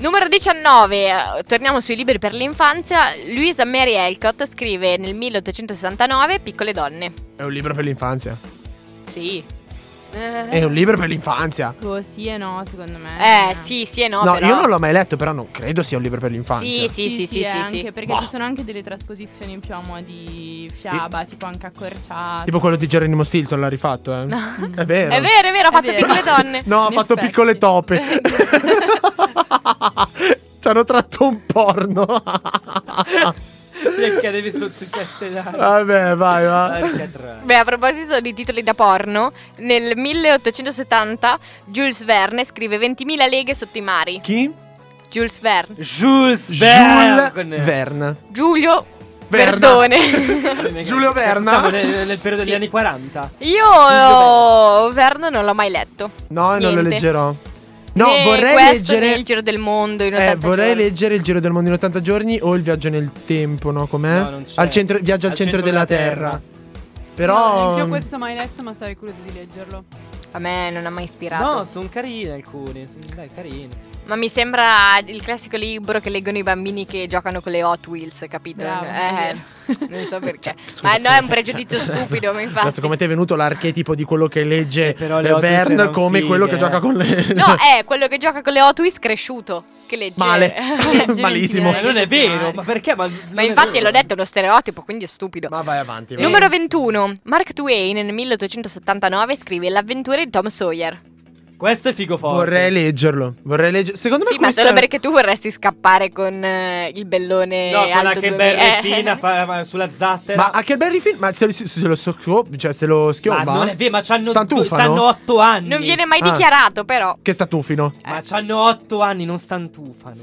[SPEAKER 1] Numero 19, eh, torniamo sui libri per l'infanzia. Louisa Mary Alcott scrive nel 1869 Piccole donne.
[SPEAKER 2] È un libro per l'infanzia.
[SPEAKER 1] Sì.
[SPEAKER 2] È
[SPEAKER 1] Eh,
[SPEAKER 2] un libro per l'infanzia.
[SPEAKER 5] Boh, sì e no, secondo me.
[SPEAKER 1] eh, sì, sì e no.
[SPEAKER 2] no,
[SPEAKER 1] però.
[SPEAKER 2] io non l'ho mai letto, però non credo sia un libro per
[SPEAKER 1] Sì,
[SPEAKER 2] l'infanzia.
[SPEAKER 1] sì, sì, sì, sì.
[SPEAKER 5] eh,
[SPEAKER 1] sì,
[SPEAKER 5] anche perché
[SPEAKER 2] Boh.
[SPEAKER 5] ci sono anche delle trasposizioni in più a mo' di fiaba, tipo anche accorciata.
[SPEAKER 2] Tipo quello di Geronimo Stilton l'ha rifatto, eh. È vero.
[SPEAKER 1] È vero, è vero, ha
[SPEAKER 5] È
[SPEAKER 1] fatto
[SPEAKER 5] vero.
[SPEAKER 1] piccole donne.
[SPEAKER 2] No, ha
[SPEAKER 5] In
[SPEAKER 2] fatto
[SPEAKER 5] effetti.
[SPEAKER 2] piccole tope. Ci hanno tratto un porno.
[SPEAKER 3] Perché avevi sotto i sette anni.
[SPEAKER 2] Vabbè, vai, vai.
[SPEAKER 3] Porca troia.
[SPEAKER 1] Beh, a proposito di titoli da porno, nel 1870 Jules Verne scrive 20.000 leghe sotto i mari.
[SPEAKER 2] Chi?
[SPEAKER 1] Jules Verne.
[SPEAKER 3] Jules
[SPEAKER 2] Jules
[SPEAKER 3] Verne.
[SPEAKER 2] Verne.
[SPEAKER 1] Giulio
[SPEAKER 2] Verna.
[SPEAKER 1] Verdone.
[SPEAKER 2] Giulio Verna.
[SPEAKER 3] Siamo nel, nel periodo degli
[SPEAKER 1] Sì.
[SPEAKER 3] anni 40.
[SPEAKER 1] Io Verne non l'ho mai letto.
[SPEAKER 2] No, non lo
[SPEAKER 1] Niente.
[SPEAKER 2] leggerò. No,
[SPEAKER 1] Né
[SPEAKER 2] vorrei
[SPEAKER 1] questo,
[SPEAKER 2] leggere
[SPEAKER 1] né il giro del mondo in
[SPEAKER 2] Eh,
[SPEAKER 1] 80
[SPEAKER 2] vorrei
[SPEAKER 1] giorni.
[SPEAKER 2] leggere Il giro del mondo in 80 giorni o Il viaggio nel tempo, no? Com'è?
[SPEAKER 3] No, non c'è.
[SPEAKER 2] Al centro, viaggio al,
[SPEAKER 3] Al
[SPEAKER 2] centro,
[SPEAKER 3] centro
[SPEAKER 2] della
[SPEAKER 3] della
[SPEAKER 2] terra.
[SPEAKER 3] Terra.
[SPEAKER 4] No,
[SPEAKER 2] Però
[SPEAKER 4] neanch'io questo mai letto, ma sarei curiosa di leggerlo.
[SPEAKER 1] A me non ha mai ispirato.
[SPEAKER 3] No, sono carini alcuni. Sono dai, carini.
[SPEAKER 1] Ma mi sembra il classico libro che leggono i bambini che giocano con le Hot Wheels, capito?
[SPEAKER 5] Bravo,
[SPEAKER 1] eh,
[SPEAKER 5] è
[SPEAKER 1] non so perché.
[SPEAKER 2] scusa,
[SPEAKER 1] Ma no, è un
[SPEAKER 2] cioè,
[SPEAKER 1] pregiudizio stupido, ma
[SPEAKER 2] adesso
[SPEAKER 1] infatti.
[SPEAKER 2] come ti è venuto l'archetipo di quello che legge
[SPEAKER 3] Eh, però le
[SPEAKER 2] eh,
[SPEAKER 3] otiche
[SPEAKER 2] Verne
[SPEAKER 3] erano
[SPEAKER 2] come
[SPEAKER 3] fighe,
[SPEAKER 2] quello che
[SPEAKER 3] eh.
[SPEAKER 2] gioca con le
[SPEAKER 1] No, è quello che gioca con le Hot Wheels cresciuto. Che legge.
[SPEAKER 2] male. Malissimo.
[SPEAKER 3] Ma Eh, non è vero, ma perché? Ma, non
[SPEAKER 1] Eh, ma
[SPEAKER 3] è
[SPEAKER 1] infatti
[SPEAKER 3] vero.
[SPEAKER 1] l'ho detto, è uno stereotipo, quindi è stupido.
[SPEAKER 2] Ma vai avanti. vai.
[SPEAKER 1] Numero 21. Mark Twain nel 1879 scrive L'avventura di Tom Sawyer.
[SPEAKER 3] Questo è figo forte.
[SPEAKER 2] Vorrei leggerlo. Vorrei leggerlo. Secondo
[SPEAKER 1] Sì,
[SPEAKER 2] me
[SPEAKER 1] ma
[SPEAKER 2] questo
[SPEAKER 1] solo perché tu vorresti scappare con eh, il bellone
[SPEAKER 3] No,
[SPEAKER 1] alto
[SPEAKER 3] quella che
[SPEAKER 1] due eh,
[SPEAKER 3] bella
[SPEAKER 1] metri.
[SPEAKER 3] e fina fa- fa- sulla zattera.
[SPEAKER 2] Ma anche il Barry Film, ma se, se- se lo so- cioè se lo schiomba.
[SPEAKER 3] Ma non è vero, ma c'hanno, due-
[SPEAKER 2] Stantufano?
[SPEAKER 3] c'hanno otto anni.
[SPEAKER 1] Non viene mai
[SPEAKER 2] Ah.
[SPEAKER 1] dichiarato, però.
[SPEAKER 2] Che sta tufino.
[SPEAKER 1] Eh.
[SPEAKER 3] Ma c'hanno otto anni, non stantufano.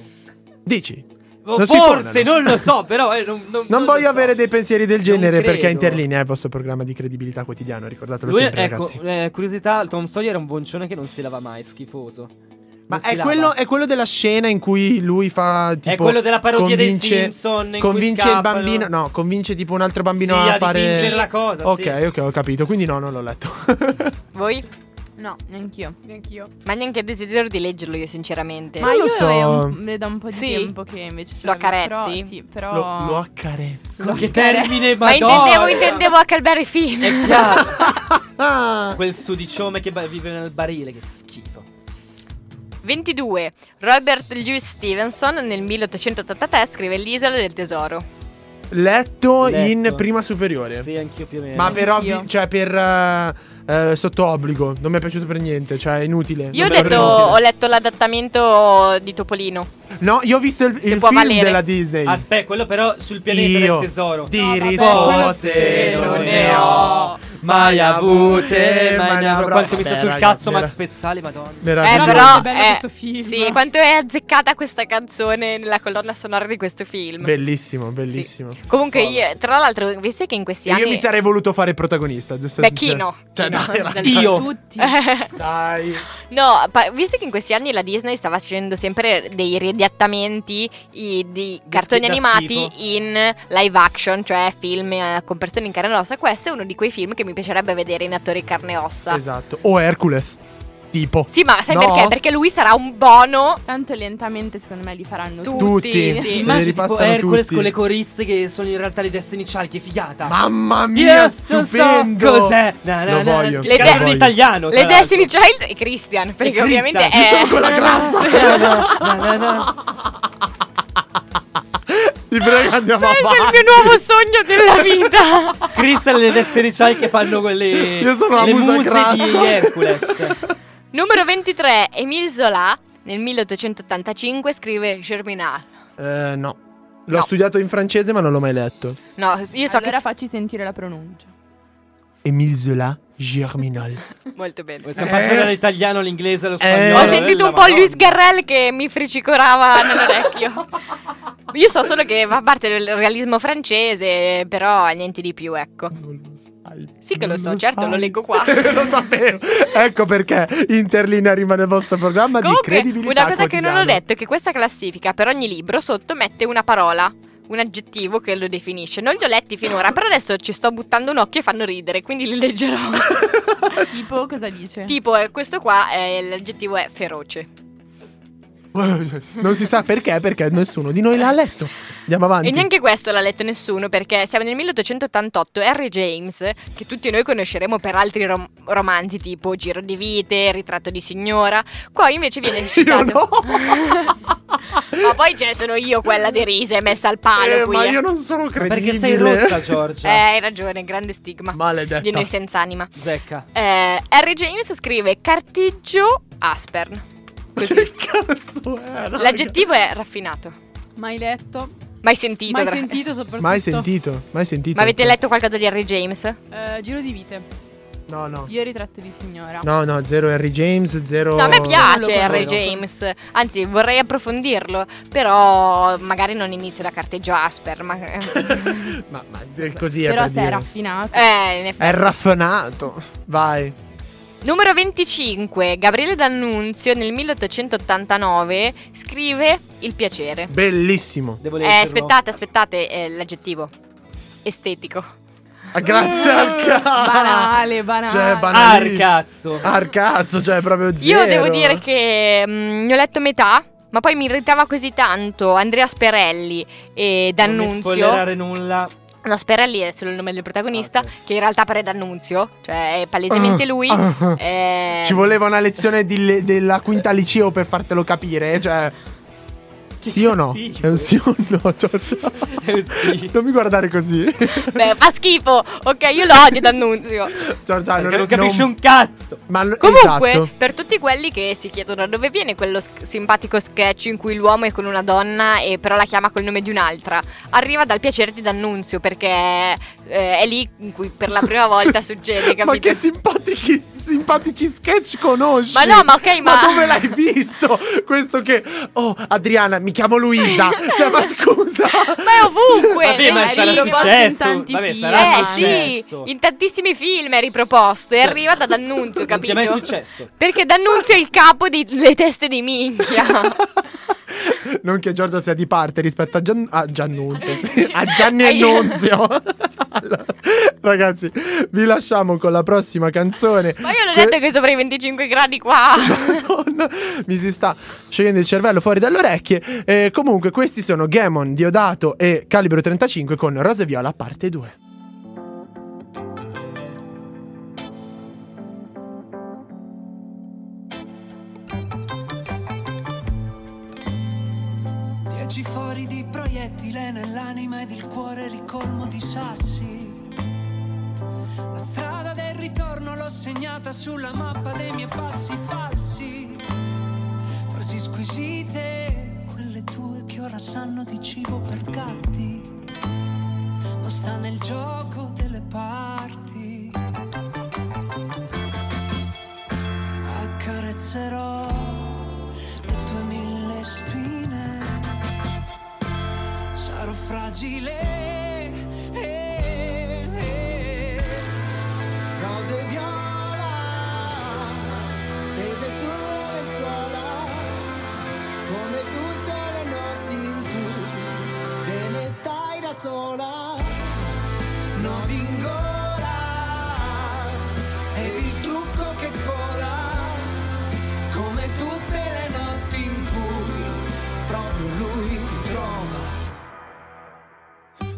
[SPEAKER 2] Dici.
[SPEAKER 3] O
[SPEAKER 2] Non si
[SPEAKER 3] Forse,
[SPEAKER 2] fonano.
[SPEAKER 3] non lo so, però. eh, non,
[SPEAKER 2] Non voglio avere dei pensieri del genere perché
[SPEAKER 3] è
[SPEAKER 2] Interlinea è il vostro programma di credibilità quotidiano, ricordatelo
[SPEAKER 3] Lui,
[SPEAKER 2] sempre,
[SPEAKER 3] ecco,
[SPEAKER 2] ragazzi.
[SPEAKER 3] eh, curiosità, Tom Sawyer era un buoncione che non si lava mai, schifoso. Non
[SPEAKER 2] Ma
[SPEAKER 3] si
[SPEAKER 2] è
[SPEAKER 3] lava.
[SPEAKER 2] quello, è quello della scena in cui lui fa tipo
[SPEAKER 3] È quello della parodia dei
[SPEAKER 2] convince-
[SPEAKER 3] Simpson in cui
[SPEAKER 2] Convince il
[SPEAKER 3] scappano.
[SPEAKER 2] bambino No, convince tipo un altro bambino
[SPEAKER 3] Sì,
[SPEAKER 2] a
[SPEAKER 3] a
[SPEAKER 2] fare
[SPEAKER 3] dipingere la cosa,
[SPEAKER 2] Ok,
[SPEAKER 3] sì.
[SPEAKER 2] ok, ho capito Quindi no, non l'ho letto
[SPEAKER 1] Voi?
[SPEAKER 5] No, neanch'io.
[SPEAKER 4] Neanch'io.
[SPEAKER 1] Ma neanche desidero di leggerlo io, sinceramente.
[SPEAKER 5] Ma
[SPEAKER 2] lo
[SPEAKER 5] io
[SPEAKER 2] so.
[SPEAKER 5] è un- è da un po' di
[SPEAKER 1] Sì?
[SPEAKER 5] tempo che invece ce
[SPEAKER 1] Lo
[SPEAKER 5] l'avevo,
[SPEAKER 1] accarezzi?
[SPEAKER 5] Però, sì, però...
[SPEAKER 2] Lo, lo accarezzo
[SPEAKER 3] Ma che termine,
[SPEAKER 1] Ma intendevo,
[SPEAKER 3] madonna!
[SPEAKER 1] intendevo Huckleberry Finn.
[SPEAKER 3] È chiaro.
[SPEAKER 2] Ah,
[SPEAKER 3] Quel sudiciome che ba- vive nel barile, che schifo.
[SPEAKER 1] 22. Robert Louis Stevenson nel 1883 scrive L'isola del tesoro.
[SPEAKER 2] letto, in
[SPEAKER 3] Letto.
[SPEAKER 2] prima superiore
[SPEAKER 3] Sì, anch'io più o meno.
[SPEAKER 2] Ma per
[SPEAKER 5] Anch'io.
[SPEAKER 2] ovvi- Cioè per eh, eh, Sotto obbligo Non mi è piaciuto per niente Cioè è inutile
[SPEAKER 1] Io
[SPEAKER 2] Non
[SPEAKER 1] ho,
[SPEAKER 2] mi è
[SPEAKER 1] detto,
[SPEAKER 2] piaciuto.
[SPEAKER 1] ho letto l'adattamento di Topolino.
[SPEAKER 2] No, io ho visto il, il
[SPEAKER 1] può
[SPEAKER 2] film
[SPEAKER 1] valere.
[SPEAKER 2] della Disney
[SPEAKER 3] Aspetta, Ah, quello però sul pianeta
[SPEAKER 2] Io
[SPEAKER 3] del tesoro.
[SPEAKER 2] Di
[SPEAKER 4] No, vabbè,
[SPEAKER 2] risposte
[SPEAKER 4] queste
[SPEAKER 2] non ne ho
[SPEAKER 3] mai avute, mai ne avrò. Quanto mi
[SPEAKER 2] Vabbè,
[SPEAKER 3] sta sul
[SPEAKER 2] Eh, ragazzi,
[SPEAKER 3] cazzo
[SPEAKER 2] era-
[SPEAKER 3] Max Pezzali, madonna.
[SPEAKER 1] Eh,
[SPEAKER 2] Meraviglioso.
[SPEAKER 1] però.
[SPEAKER 4] Che bello
[SPEAKER 1] eh,
[SPEAKER 4] questo film.
[SPEAKER 1] Sì, quanto è azzeccata questa canzone nella colonna sonora di questo film.
[SPEAKER 2] Bellissimo, bellissimo.
[SPEAKER 1] Comunque, io, tra l'altro, visto che in questi
[SPEAKER 2] E
[SPEAKER 1] anni.
[SPEAKER 2] Io mi sarei voluto fare protagonista, giusto?
[SPEAKER 1] Beh, chi no?
[SPEAKER 2] Cioè,
[SPEAKER 1] Chi no? Esatto.
[SPEAKER 2] dai,
[SPEAKER 1] Del-
[SPEAKER 2] ragazzi,
[SPEAKER 3] Io.
[SPEAKER 4] Tutti.
[SPEAKER 3] Eh.
[SPEAKER 2] dai.
[SPEAKER 1] No, pa- visto che in questi anni la Disney sta facendo sempre dei riadattamenti i- di cartoni
[SPEAKER 3] da
[SPEAKER 1] animati
[SPEAKER 3] schifo.
[SPEAKER 1] in live action, cioè film eh, con persone in carne e ossa, questo è uno di quei film che mi piacerebbe vedere in attori in carne e ossa.
[SPEAKER 2] Esatto. O Hercules. Tipo.
[SPEAKER 1] Sì, ma sai
[SPEAKER 2] No.
[SPEAKER 1] perché? Perché lui sarà un bono
[SPEAKER 5] Tanto lentamente secondo me li faranno
[SPEAKER 1] Tu-
[SPEAKER 5] tutti.
[SPEAKER 2] Tutti.
[SPEAKER 1] Tutti,
[SPEAKER 2] Li
[SPEAKER 1] sì.
[SPEAKER 3] Immagini tipo
[SPEAKER 2] ripassano
[SPEAKER 3] Hercules
[SPEAKER 2] tutti.
[SPEAKER 3] con le coriste che sono in realtà le Destiny Child, che figata.
[SPEAKER 2] Mamma mia,
[SPEAKER 3] Yes, non so
[SPEAKER 2] stupendo.
[SPEAKER 3] cos'è. Na, na,
[SPEAKER 2] Lo
[SPEAKER 3] na.
[SPEAKER 2] voglio. lo
[SPEAKER 1] Le de-
[SPEAKER 3] Cantano in
[SPEAKER 2] voglio.
[SPEAKER 3] italiano.
[SPEAKER 1] Le Destiny Child e Christian, perché
[SPEAKER 3] E
[SPEAKER 1] ovviamente
[SPEAKER 3] Christian.
[SPEAKER 1] è...
[SPEAKER 2] Sono quella grassa. Ti prego, andiamo
[SPEAKER 1] Questo è il
[SPEAKER 2] avanti.
[SPEAKER 1] mio nuovo sogno della vita.
[SPEAKER 3] Chris e le Destiny Child che fanno quelle.
[SPEAKER 2] Io sono la
[SPEAKER 3] le
[SPEAKER 2] musa
[SPEAKER 3] muse
[SPEAKER 2] grassa.
[SPEAKER 3] di Hercules.
[SPEAKER 1] Numero 23, Emile Zola nel 1885 scrive Germinal.
[SPEAKER 2] Eh, no. L'ho
[SPEAKER 1] No.
[SPEAKER 2] studiato in francese, ma non l'ho mai letto.
[SPEAKER 1] No, io so
[SPEAKER 5] allora
[SPEAKER 1] che...
[SPEAKER 5] facci sentire la pronuncia.
[SPEAKER 2] Emile Zola Germinal.
[SPEAKER 1] Molto bene.
[SPEAKER 3] Stiamo passando dall'italiano all'inglese allo
[SPEAKER 2] Eh.
[SPEAKER 3] spagnolo.
[SPEAKER 1] Ho sentito un po'
[SPEAKER 3] Madonna.
[SPEAKER 1] Luis Garrel che mi fricicorava nell'orecchio. Io so solo che fa parte del realismo francese, però niente di più, ecco.
[SPEAKER 2] Non lo sai. sai.
[SPEAKER 1] Sì che lo so,
[SPEAKER 2] Non
[SPEAKER 1] certo,
[SPEAKER 2] sai.
[SPEAKER 1] lo leggo qua.
[SPEAKER 2] lo sapevo. Ecco perché Interlinea rimane il vostro programma di
[SPEAKER 1] Comunque,
[SPEAKER 2] credibilità.
[SPEAKER 1] una cosa che non ho
[SPEAKER 2] quotidiana.
[SPEAKER 1] detto è che questa classifica per ogni libro sotto mette una parola, un aggettivo che lo definisce. Non li ho letti finora, però adesso ci sto buttando un occhio e fanno ridere, quindi li leggerò.
[SPEAKER 5] Tipo, cosa dice?
[SPEAKER 1] tipo, eh, questo qua, eh, l'aggettivo è feroce.
[SPEAKER 2] Non si sa perché, perché nessuno di noi l'ha letto. Andiamo avanti.
[SPEAKER 1] E neanche questo l'ha letto nessuno, perché siamo nel 1888, Henry James, che tutti noi conosceremo per altri rom- romanzi tipo Giro di Vite, Ritratto di Signora, qua invece viene
[SPEAKER 2] Io
[SPEAKER 1] citato...
[SPEAKER 2] no.
[SPEAKER 1] Ma poi ce ne sono io quella derisa e messa al palo
[SPEAKER 2] Eh,
[SPEAKER 1] qui.
[SPEAKER 2] ma
[SPEAKER 1] eh.
[SPEAKER 2] io cioè. non sono
[SPEAKER 3] Ma
[SPEAKER 2] credibile.
[SPEAKER 3] perché sei rossa, Giorgia?
[SPEAKER 1] Eh, hai ragione, grande stigma.
[SPEAKER 2] Maledetta.
[SPEAKER 1] Di noi senza anima.
[SPEAKER 3] Zecca.
[SPEAKER 1] Eh, Harry James scrive cartiggio Aspern.
[SPEAKER 2] Ma Che cazzo eh, era?
[SPEAKER 1] L'aggettivo è raffinato.
[SPEAKER 4] Mai letto,
[SPEAKER 1] Mai sentito.
[SPEAKER 4] mai
[SPEAKER 1] tra-
[SPEAKER 4] sentito soprattutto.
[SPEAKER 2] Mai sentito, mai sentito.
[SPEAKER 1] Ma avete letto qualcosa di Harry James?
[SPEAKER 4] Eh, giro di vite.
[SPEAKER 2] No, no.
[SPEAKER 5] Io ritratto di signora.
[SPEAKER 2] No, no, zero Harry James, zero...
[SPEAKER 1] No, a me
[SPEAKER 5] Non lo
[SPEAKER 1] piace Harry
[SPEAKER 5] conosco.
[SPEAKER 1] James. Anzi, vorrei approfondirlo. Però magari non inizio da carteggio Asper. Ma... eh,
[SPEAKER 2] ma, ma eh, così è
[SPEAKER 5] Però
[SPEAKER 2] per
[SPEAKER 5] se è
[SPEAKER 2] dire.
[SPEAKER 5] raffinato.
[SPEAKER 1] in effetti.
[SPEAKER 2] È raffinato. Vai.
[SPEAKER 1] Numero 25. Gabriele D'Annunzio nel 1889 scrive Il piacere.
[SPEAKER 2] Bellissimo.
[SPEAKER 3] Devo
[SPEAKER 1] Eh,
[SPEAKER 3] leggerlo.
[SPEAKER 1] aspettate, aspettate, eh, l'aggettivo. Estetico.
[SPEAKER 2] Ah, grazie al
[SPEAKER 1] Eh,
[SPEAKER 2] cazzo.
[SPEAKER 5] Banale, banale.
[SPEAKER 2] Cioè,
[SPEAKER 3] Ah,
[SPEAKER 2] banali.
[SPEAKER 3] cazzo.
[SPEAKER 2] Al cazzo, cioè, proprio zero.
[SPEAKER 1] Io devo dire che mm, ne ho letto metà, ma poi mi irritava così tanto Andrea Sperelli e
[SPEAKER 3] Non mi
[SPEAKER 1] D'Annunzio.
[SPEAKER 3] spoilerare nulla.
[SPEAKER 1] No, Sperelli è solo il nome del protagonista,
[SPEAKER 3] Ah, ok.
[SPEAKER 1] che in realtà pare D'Annunzio, cioè è palesemente lui.
[SPEAKER 2] Ah, ah.
[SPEAKER 1] eh,
[SPEAKER 2] Ci voleva una lezione di le- della quinta liceo per fartelo capire, cioè... Sì o no?
[SPEAKER 3] cattivo.
[SPEAKER 2] È un sì o no, Giorgia?
[SPEAKER 3] Eh, sì.
[SPEAKER 2] Non mi guardare così.
[SPEAKER 1] Beh, fa schifo. Ok, io lo odio D'Annunzio.
[SPEAKER 2] Esatto. Giorgia,
[SPEAKER 3] Perché
[SPEAKER 2] Ah, non,
[SPEAKER 3] non capisce
[SPEAKER 2] non-
[SPEAKER 3] un cazzo.
[SPEAKER 2] Ma n-
[SPEAKER 1] Comunque,
[SPEAKER 2] esatto.
[SPEAKER 1] per tutti quelli che si chiedono da dove viene quello sc- simpatico sketch in cui l'uomo è con una donna e però la chiama col nome di un'altra, arriva dal piacere di D'Annunzio perché eh, è lì in cui per la prima volta succede, capito?
[SPEAKER 2] Ma che simpatici, simpatici sketch conosci?
[SPEAKER 1] Ma no, ma ok, ma-
[SPEAKER 2] dove l'hai visto? Questo che... Oh, Adriana, mi chiamo Luisa. cioè, ma scusa.
[SPEAKER 1] Ma è ovunque!
[SPEAKER 3] Vabbè, ma
[SPEAKER 1] nel
[SPEAKER 3] sarà
[SPEAKER 1] film.
[SPEAKER 5] Io posso in
[SPEAKER 3] successo.
[SPEAKER 5] tanti
[SPEAKER 3] Vabbè,
[SPEAKER 5] film.
[SPEAKER 3] sarà
[SPEAKER 1] Eh
[SPEAKER 3] successo.
[SPEAKER 1] sì, in tantissimi film è riproposto e arriva da D'Annunzio,
[SPEAKER 3] Cioè, Non ti è
[SPEAKER 1] capito?
[SPEAKER 3] mai successo.
[SPEAKER 1] Perché D'Annunzio è il capo delle teste di minchia.
[SPEAKER 2] Non che Giorgia sia di parte rispetto a, Gian- a Giannunzio. a Gianni
[SPEAKER 1] Ah, io-
[SPEAKER 2] Annunzio. Allora, ragazzi, vi lasciamo con la prossima canzone.
[SPEAKER 1] Ma io non ho
[SPEAKER 2] Que-
[SPEAKER 1] detto che sopra i 25 gradi qua.
[SPEAKER 2] Madonna, mi si sta sciogliendo il cervello fuori dalle orecchie. Eh, comunque, questi sono Gamon, Diodato e Calibro 35 con Rose e Viola, parte 2.
[SPEAKER 10] Dieci fori di proiettile nell'anima ed il cuore ricolmo di sassi. La strada del ritorno l'ho segnata sulla mappa dei miei passi falsi. Frasi squisite, quelle tue che ora sanno di cibo per gatti. Ma sta nel gioco delle parti. Accarezzerò le tue mille spine sarò fragile. Rose e viola, stese sulle lenzuola, come tutte le notti in cui te ne stai da sola. No d'ingola, ed il trucco che cola come tutte le notti in cui proprio lui ti trova.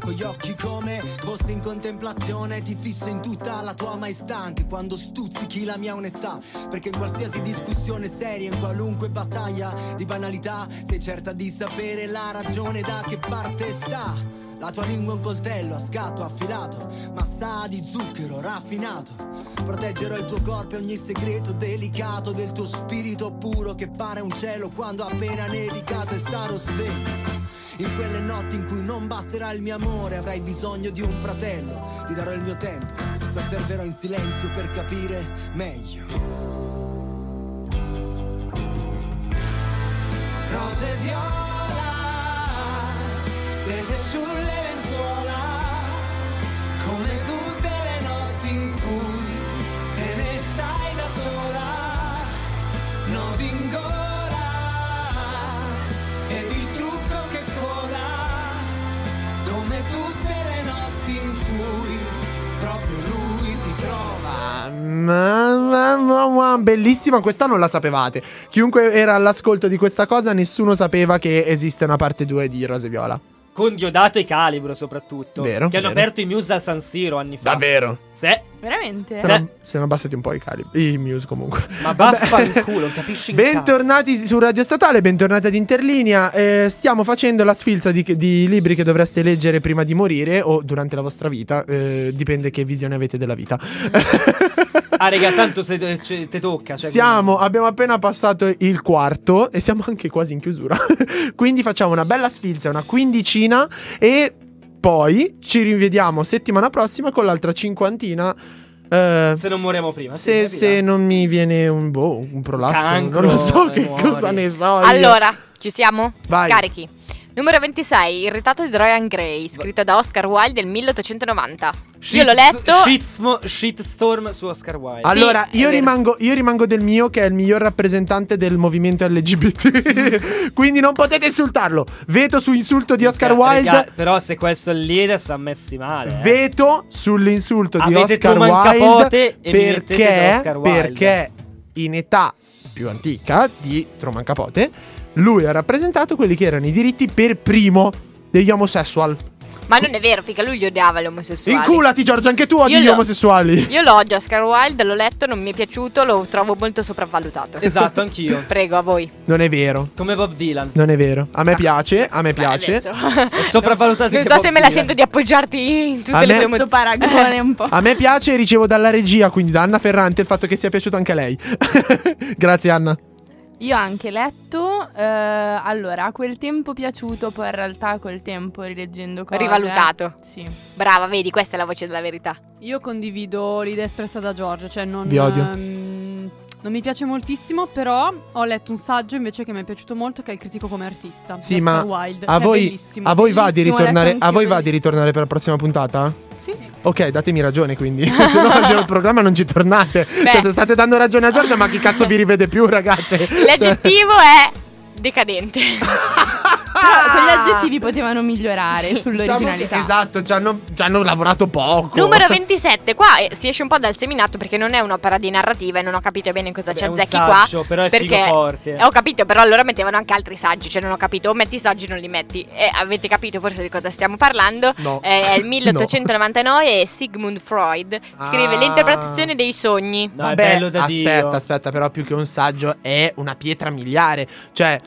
[SPEAKER 10] Con gli occhi come posti in contemplazione ti fisso in tutta la tua maestà anche quando stuzzichi la mia onestà perché in qualsiasi discussione seria in qualunque battaglia di banalità sei certa di sapere la ragione da che parte sta la tua lingua è un coltello a scatto affilato ma sa di zucchero raffinato proteggerò il tuo corpo e ogni segreto delicato del tuo spirito puro che pare un cielo quando appena nevicato e starò sveglio in quelle notti in cui non basterà il mio amore, avrai bisogno di un fratello. Ti darò il mio tempo, ti osserverò in silenzio per capire meglio. Rose e viola, stese sulle lenzuola, come tutte le notti in
[SPEAKER 2] bellissima, questa non la sapevate. Chiunque era all'ascolto di questa cosa, nessuno sapeva che esiste una parte 2 di Rose e Viola.
[SPEAKER 3] Con Diodato e Calibro soprattutto.
[SPEAKER 2] Vero,
[SPEAKER 3] Che hanno
[SPEAKER 2] vero.
[SPEAKER 3] aperto i Muse al San Siro anni fa.
[SPEAKER 2] Davvero?
[SPEAKER 3] Se,
[SPEAKER 5] Veramente?
[SPEAKER 3] Sì.
[SPEAKER 2] Però siano abbassati un po' i cali. I muse comunque.
[SPEAKER 3] ma
[SPEAKER 2] Vabbè.
[SPEAKER 3] vaffanculo, non capisci un
[SPEAKER 2] Bentornati su Radio Statale, bentornati ad Interlinea. Eh, stiamo facendo la sfilza di, di libri che dovreste leggere prima di morire o durante la vostra vita. eh, dipende che visione avete della vita.
[SPEAKER 3] cazzo. Mm. Ah, raga, tanto se eh, ce- te tocca. Cioè,
[SPEAKER 2] Siamo, abbiamo appena passato il quarto e siamo anche quasi in chiusura. Quindi facciamo una bella sfilza, una quindicina e poi ci rivediamo settimana prossima con l'altra cinquantina. eh,
[SPEAKER 3] Se non moriamo prima. sì,
[SPEAKER 2] se,
[SPEAKER 3] capita.
[SPEAKER 2] se non mi viene un, boh, un prolasso,
[SPEAKER 3] Cancro,
[SPEAKER 2] non lo so
[SPEAKER 3] eh,
[SPEAKER 2] che
[SPEAKER 3] muori.
[SPEAKER 2] cosa ne so. io.
[SPEAKER 1] Allora, ci siamo?
[SPEAKER 2] Vai.
[SPEAKER 1] Carichi. Numero 26, Il ritratto di Dorian Gray, scritto da Oscar Wilde del 1890. Io l'ho
[SPEAKER 3] Shits-
[SPEAKER 1] letto.
[SPEAKER 3] Shitsmo- shitstorm su Oscar Wilde.
[SPEAKER 1] Sì,
[SPEAKER 2] Allora,
[SPEAKER 1] è
[SPEAKER 2] io,
[SPEAKER 1] vero.
[SPEAKER 2] rimango, io rimango del mio, che è il miglior rappresentante del movimento LGBT. Quindi non potete insultarlo. Veto su insulto di Oscar
[SPEAKER 3] Raga,
[SPEAKER 2] Wilde.
[SPEAKER 3] però se questo è il leader, si è messi male. eh.
[SPEAKER 2] Veto sull'insulto di
[SPEAKER 3] Avete
[SPEAKER 2] Oscar
[SPEAKER 3] Truman
[SPEAKER 2] Wilde
[SPEAKER 3] Capote e mettete
[SPEAKER 2] perché,
[SPEAKER 3] Oscar Wilde.
[SPEAKER 2] perché in età più antica di Truman Capote lui ha rappresentato quelli che erano i diritti per primo degli omosessual.
[SPEAKER 1] Ma non è vero, figa, lui gli odiava gli omosessuali.
[SPEAKER 2] Inculati Giorgio anche tu
[SPEAKER 1] Io
[SPEAKER 2] odi gli
[SPEAKER 1] lo-
[SPEAKER 2] omosessuali.
[SPEAKER 1] Io lo odio Oscar Wilde, l'ho letto, non mi è piaciuto, lo trovo molto sopravvalutato.
[SPEAKER 3] Esatto, anch'io.
[SPEAKER 1] Prego, a voi.
[SPEAKER 2] Non è vero,
[SPEAKER 3] Come Bob Dylan.
[SPEAKER 2] non è vero. A me piace, a me
[SPEAKER 1] Ah. Beh,
[SPEAKER 2] piace.
[SPEAKER 1] adesso.
[SPEAKER 3] È sopravvalutato
[SPEAKER 1] Non
[SPEAKER 3] anche
[SPEAKER 1] so
[SPEAKER 3] Bob
[SPEAKER 1] se me la
[SPEAKER 3] Dylan.
[SPEAKER 1] sento di appoggiarti in tutte
[SPEAKER 2] A
[SPEAKER 1] le
[SPEAKER 2] me-
[SPEAKER 1] tue
[SPEAKER 5] Questo
[SPEAKER 1] emozioni.
[SPEAKER 5] paragone un po'.
[SPEAKER 2] A me piace e ricevo dalla regia, quindi da Anna Ferrante, il fatto che sia piaciuto anche a lei. Grazie Anna.
[SPEAKER 5] Io ho anche letto, eh, allora, a quel tempo piaciuto, poi in realtà col tempo rileggendo cose.
[SPEAKER 1] Rivalutato.
[SPEAKER 5] Sì.
[SPEAKER 1] Brava, vedi, questa è la voce della verità.
[SPEAKER 4] Io condivido l'idea espressa da Giorgio, cioè non,
[SPEAKER 2] Vi odio.
[SPEAKER 4] ehm, non mi piace moltissimo, però ho letto un saggio invece che mi è piaciuto molto, che è il critico come artista.
[SPEAKER 2] Sì,
[SPEAKER 4] di Oscar
[SPEAKER 2] ma
[SPEAKER 4] Wilde,
[SPEAKER 2] A
[SPEAKER 4] che è
[SPEAKER 2] voi,
[SPEAKER 4] bellissimo.
[SPEAKER 2] a voi va di
[SPEAKER 5] Bellissimo, ho letto
[SPEAKER 2] ritornare, a voi va
[SPEAKER 5] anch'io,
[SPEAKER 2] di
[SPEAKER 5] bellissimo.
[SPEAKER 2] ritornare per la prossima puntata?
[SPEAKER 5] Sì.
[SPEAKER 2] Ok, datemi ragione quindi, se no abbiamo il programma non ci tornate.
[SPEAKER 1] Beh.
[SPEAKER 2] Cioè, se state dando ragione a Giorgia, ma chi cazzo vi rivede più, ragazze? Cioè,
[SPEAKER 1] L'aggettivo è decadente.
[SPEAKER 5] Però quegli aggettivi potevano migliorare
[SPEAKER 2] diciamo
[SPEAKER 5] sull'originalità.
[SPEAKER 2] che- esatto, ci hanno, ci hanno lavorato poco.
[SPEAKER 1] Numero 27, qua eh, si esce un po' dal seminato perché non è un'opera di narrativa e non ho capito bene cosa
[SPEAKER 3] Vabbè,
[SPEAKER 1] c'è
[SPEAKER 3] è un
[SPEAKER 1] cioè, Zecchi qua.
[SPEAKER 3] saggio, però è
[SPEAKER 1] perché-
[SPEAKER 3] figo forte.
[SPEAKER 1] Eh, Ho capito, però allora mettevano anche altri saggi, cioè non ho capito, o metti i saggi o non li metti. Eh, avete capito forse di cosa stiamo parlando?
[SPEAKER 2] No.
[SPEAKER 1] Eh, è il 1899 e Sigmund Freud scrive
[SPEAKER 2] Ah.
[SPEAKER 1] l'interpretazione dei sogni.
[SPEAKER 3] No,
[SPEAKER 2] Vabbè,
[SPEAKER 3] è bello da
[SPEAKER 2] aspetta,
[SPEAKER 3] Dio.
[SPEAKER 2] aspetta, però più che un saggio è una pietra miliare. Cioè,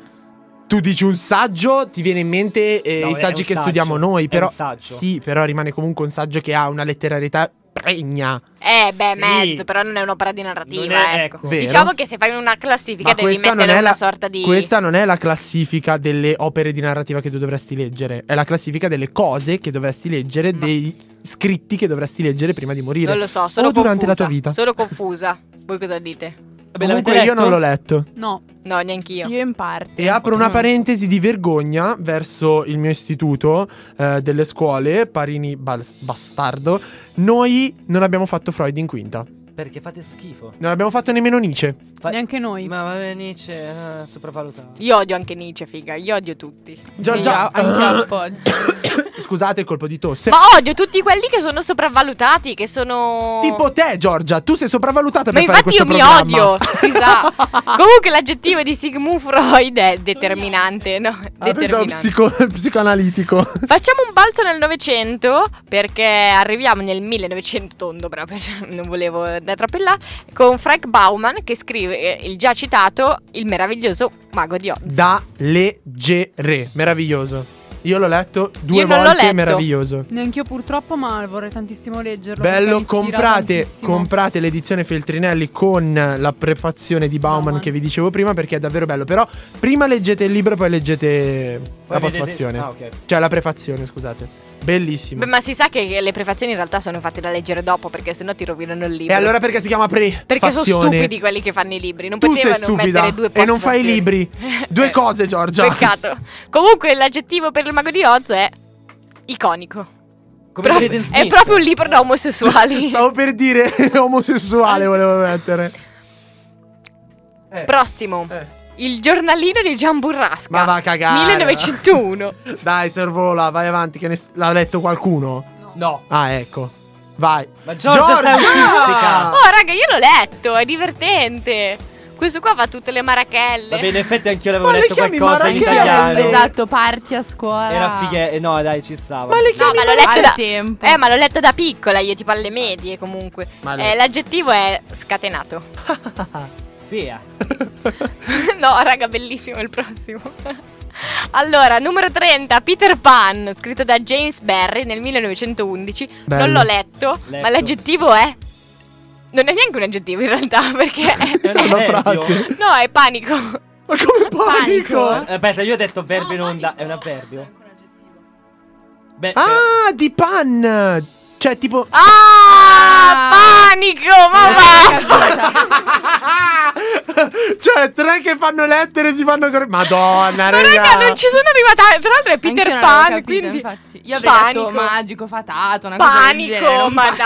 [SPEAKER 2] tu dici un saggio, ti viene in mente eh,
[SPEAKER 3] No,
[SPEAKER 2] i
[SPEAKER 3] è
[SPEAKER 2] saggi
[SPEAKER 3] un
[SPEAKER 2] che
[SPEAKER 3] saggio,
[SPEAKER 2] studiamo noi,
[SPEAKER 3] è
[SPEAKER 2] però
[SPEAKER 3] un saggio.
[SPEAKER 2] sì, però rimane comunque un saggio che ha una letterarietà pregna.
[SPEAKER 1] Eh, beh,
[SPEAKER 3] Sì.
[SPEAKER 1] mezzo, però non è un'opera di
[SPEAKER 3] Non
[SPEAKER 1] narrativa.
[SPEAKER 3] è,
[SPEAKER 1] ecco.
[SPEAKER 3] ecco.
[SPEAKER 2] Vero.
[SPEAKER 1] Diciamo che se fai una classifica
[SPEAKER 2] Ma
[SPEAKER 1] devi
[SPEAKER 2] questa
[SPEAKER 1] mettere
[SPEAKER 2] non è
[SPEAKER 1] una
[SPEAKER 2] la-
[SPEAKER 1] sorta di.
[SPEAKER 2] Questa non è la classifica delle opere di narrativa che tu dovresti leggere, è la classifica delle cose che dovresti leggere,
[SPEAKER 1] Ma-
[SPEAKER 2] dei scritti che dovresti leggere prima di morire.
[SPEAKER 1] Non lo so, sono
[SPEAKER 2] o "Oh, durante
[SPEAKER 1] confusa,
[SPEAKER 2] la tua vita.
[SPEAKER 1] Sono confusa. Voi cosa dite?
[SPEAKER 3] Vabbè, l'avete
[SPEAKER 2] Comunque io
[SPEAKER 3] letto?
[SPEAKER 2] non l'ho letto.
[SPEAKER 4] No,
[SPEAKER 1] No, neanch'io.
[SPEAKER 5] Io in parte.
[SPEAKER 2] E apro una
[SPEAKER 5] Mm.
[SPEAKER 2] parentesi di vergogna verso il mio istituto eh, delle scuole, Parini Bal- Bastardo. Noi non abbiamo fatto Freud in quinta.
[SPEAKER 3] Perché fate schifo.
[SPEAKER 2] Non abbiamo fatto nemmeno Nietzsche.
[SPEAKER 3] Fa-
[SPEAKER 4] neanche noi.
[SPEAKER 3] Ma vabbè, Nietzsche, ah, sopravvalutato.
[SPEAKER 1] Io odio anche Nietzsche, figa. Io odio tutti.
[SPEAKER 2] Cioè Giorgia,
[SPEAKER 5] Io anche io appoggio.
[SPEAKER 2] scusate il colpo di tosse.
[SPEAKER 1] Ma odio tutti quelli che sono sopravvalutati, che sono.
[SPEAKER 2] Tipo te, Giorgia, tu sei sopravvalutata
[SPEAKER 1] Ma
[SPEAKER 2] per fare
[SPEAKER 1] infatti
[SPEAKER 2] questo
[SPEAKER 1] io mi
[SPEAKER 2] programma. Ah,
[SPEAKER 1] odio, si sa. Comunque l'aggettivo di Sigmund Freud è determinante, no?
[SPEAKER 2] Ah, pensavo
[SPEAKER 1] Determinante.
[SPEAKER 2] psico- psicoanalitico.
[SPEAKER 1] Facciamo un balzo nel Novecento perché arriviamo nel 1900 tondo proprio, cioè, non volevo andare troppo in là, con Frank Bauman che scrive eh, il già citato Il meraviglioso mago di Oz.
[SPEAKER 2] Da leggere. Meraviglioso. Io l'ho letto due
[SPEAKER 1] Io non l'ho
[SPEAKER 2] volte,
[SPEAKER 1] letto.
[SPEAKER 2] meraviglioso.
[SPEAKER 4] Neanche io purtroppo, ma vorrei tantissimo leggerlo. perché mi
[SPEAKER 2] Bello,
[SPEAKER 4] ispira
[SPEAKER 2] comprate,
[SPEAKER 4] tantissimo.
[SPEAKER 2] comprate l'edizione Feltrinelli con la prefazione di Bauman,
[SPEAKER 4] Bauman.
[SPEAKER 2] che vi dicevo prima perché è davvero bello. Però prima leggete il libro, poi leggete
[SPEAKER 3] Poi
[SPEAKER 2] la
[SPEAKER 3] vedete-
[SPEAKER 2] postfazione.
[SPEAKER 3] Ah, ok.
[SPEAKER 2] Cioè la prefazione, scusate. Bellissimo.
[SPEAKER 1] Beh, ma si sa che le prefazioni in realtà sono fatte da leggere dopo perché sennò ti rovinano il libro.
[SPEAKER 2] e allora perché si chiama pre?
[SPEAKER 1] Perché sono
[SPEAKER 2] fazione?
[SPEAKER 1] stupidi quelli che fanno i libri, non
[SPEAKER 2] Tu sei
[SPEAKER 1] potevano
[SPEAKER 2] stupida
[SPEAKER 1] mettere due
[SPEAKER 2] e non fai i
[SPEAKER 1] postfazioni.
[SPEAKER 2] libri. Due
[SPEAKER 1] Eh,
[SPEAKER 2] cose, Giorgia.
[SPEAKER 1] Peccato. Comunque l'aggettivo per il mago di Oz è iconico.
[SPEAKER 3] Come
[SPEAKER 1] Pro-
[SPEAKER 3] Jaden
[SPEAKER 1] è
[SPEAKER 3] Smith.
[SPEAKER 1] proprio un libro da omosessuali.
[SPEAKER 2] Stavo per dire omosessuale, volevo mettere. Eh,
[SPEAKER 1] Prossimo.
[SPEAKER 2] eh.
[SPEAKER 1] Il giornalino di Gian Burrasca.
[SPEAKER 2] Ma va a cagare.
[SPEAKER 1] 1901.
[SPEAKER 2] eh. Dai, servola, vai avanti. Che ne- L'ha letto qualcuno?
[SPEAKER 3] No.
[SPEAKER 2] Ah, ecco. Vai.
[SPEAKER 3] Ma Giorgia, sei
[SPEAKER 2] Ah.
[SPEAKER 3] autistica.
[SPEAKER 1] Oh, raga, io l'ho letto, è divertente. Questo qua fa tutte le marachelle.
[SPEAKER 3] Vabbè, in effetti anch'io l'avevo
[SPEAKER 2] Ma le
[SPEAKER 3] letto
[SPEAKER 2] chiami
[SPEAKER 3] qualcosa in
[SPEAKER 2] Marachelle?
[SPEAKER 3] italiano.
[SPEAKER 5] Esatto, parti a scuola.
[SPEAKER 3] Era fighe. eh, No, dai, ci stava.
[SPEAKER 2] Ma le
[SPEAKER 1] No,
[SPEAKER 2] chiami
[SPEAKER 1] ma l'ho
[SPEAKER 5] Al
[SPEAKER 1] letto da...
[SPEAKER 5] tempo.
[SPEAKER 1] Eh, ma l'ho letto da piccola, io tipo alle medie comunque.
[SPEAKER 2] Ma
[SPEAKER 1] Eh, l'aggettivo è scatenato.
[SPEAKER 3] Fea.
[SPEAKER 1] no, raga, bellissimo il prossimo. Allora, numero 30, Peter Pan, scritto da James Barry nel 1911.
[SPEAKER 2] Bello.
[SPEAKER 1] Non l'ho letto,
[SPEAKER 3] Letto.
[SPEAKER 1] ma l'aggettivo è... Non è neanche un aggettivo in realtà, perché...
[SPEAKER 3] È un
[SPEAKER 2] una
[SPEAKER 3] avverbio.
[SPEAKER 2] frase.
[SPEAKER 1] no, è panico.
[SPEAKER 2] Ma come panico?
[SPEAKER 5] Panico?
[SPEAKER 3] Aspetta, cioè, io ho detto verbo in onda. È un avverbio. Beh,
[SPEAKER 2] Ah, di pan. Cioè, tipo.
[SPEAKER 1] Ah,
[SPEAKER 5] Ah!
[SPEAKER 1] panico, ma basta.
[SPEAKER 2] cioè, tre che fanno lettere si fanno. cor- Madonna,
[SPEAKER 1] Ma
[SPEAKER 2] raga.
[SPEAKER 1] raga, non ci sono arrivata. Tra l'altro è Peter
[SPEAKER 5] Anch'io non l'avevo
[SPEAKER 1] Pan,
[SPEAKER 5] capito,
[SPEAKER 1] quindi...
[SPEAKER 5] infatti. Io avrei
[SPEAKER 1] Panico.
[SPEAKER 5] detto magico, fatato, una cosa del
[SPEAKER 1] Panico,
[SPEAKER 5] genere, non
[SPEAKER 1] ma
[SPEAKER 5] panico.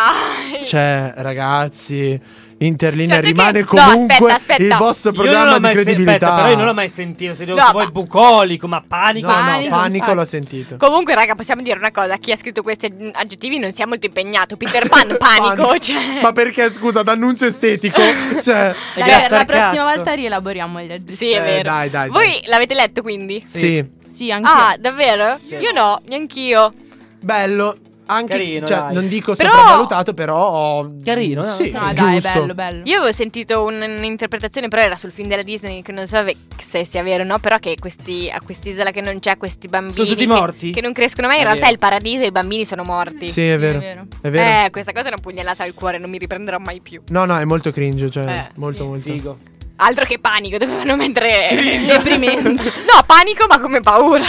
[SPEAKER 1] dai.
[SPEAKER 2] Cioè, ragazzi, Interlinea
[SPEAKER 1] Cioè, perché-
[SPEAKER 2] rimane
[SPEAKER 1] no,
[SPEAKER 2] comunque
[SPEAKER 1] aspetta, aspetta.
[SPEAKER 2] il vostro
[SPEAKER 3] io non
[SPEAKER 2] programma
[SPEAKER 3] l'ho
[SPEAKER 2] di
[SPEAKER 3] mai sen-
[SPEAKER 2] credibilità.
[SPEAKER 3] aspetta, però io non l'ho mai sentito. Se
[SPEAKER 1] No,
[SPEAKER 3] devo vuoi
[SPEAKER 1] ma-
[SPEAKER 3] bucolico, ma panico.
[SPEAKER 2] No, no,
[SPEAKER 5] Panico,
[SPEAKER 2] panico
[SPEAKER 5] infatti.
[SPEAKER 2] l'ho sentito.
[SPEAKER 1] Comunque, raga, possiamo dire una cosa: chi ha scritto questi aggettivi non si è molto impegnato. Peter Pan, panico.
[SPEAKER 2] Pan-
[SPEAKER 1] cioè.
[SPEAKER 2] Ma perché, scusa, d'annuncio estetico? cioè,
[SPEAKER 3] E
[SPEAKER 5] Dai,
[SPEAKER 3] grazie
[SPEAKER 5] per la
[SPEAKER 3] al
[SPEAKER 5] prossima
[SPEAKER 3] cazzo.
[SPEAKER 5] volta rielaboriamo gli aggettivi.
[SPEAKER 1] Sì, è
[SPEAKER 2] eh,
[SPEAKER 1] vero.
[SPEAKER 2] dai, dai,
[SPEAKER 1] Voi l'avete letto quindi?
[SPEAKER 2] sì.
[SPEAKER 5] Sì, anche
[SPEAKER 1] Ah, davvero?
[SPEAKER 3] Sì.
[SPEAKER 1] Io no, neanch'io.
[SPEAKER 2] bello. Anche,
[SPEAKER 3] Carino,
[SPEAKER 2] cioè,
[SPEAKER 3] dai.
[SPEAKER 2] non dico
[SPEAKER 1] Però-
[SPEAKER 2] sopravvalutato, però.
[SPEAKER 3] Carino, no?
[SPEAKER 2] sì,
[SPEAKER 5] No, dai,
[SPEAKER 2] giusto.
[SPEAKER 5] bello, bello.
[SPEAKER 1] Io avevo sentito un- un'interpretazione, però era sul film della Disney, che non so ve- se sia vero o no, però che questi, a quest'isola che non c'è questi bambini.
[SPEAKER 3] Sono tutti
[SPEAKER 1] che-
[SPEAKER 3] morti?
[SPEAKER 1] Che, non crescono mai, in
[SPEAKER 3] È
[SPEAKER 1] realtà
[SPEAKER 3] vero.
[SPEAKER 1] è il paradiso e i bambini sono morti.
[SPEAKER 2] Sì, è vero.
[SPEAKER 5] È vero.
[SPEAKER 2] È vero.
[SPEAKER 1] Eh, questa cosa è una pugnalata al cuore, non mi riprenderò mai più.
[SPEAKER 2] No, no, è molto cringe, cioè,
[SPEAKER 1] Eh,
[SPEAKER 2] molto,
[SPEAKER 5] sì.
[SPEAKER 2] molto.
[SPEAKER 3] Figo.
[SPEAKER 1] Altro che panico, dovevano mettere
[SPEAKER 5] Deprimenti.
[SPEAKER 1] No, panico, ma come paura.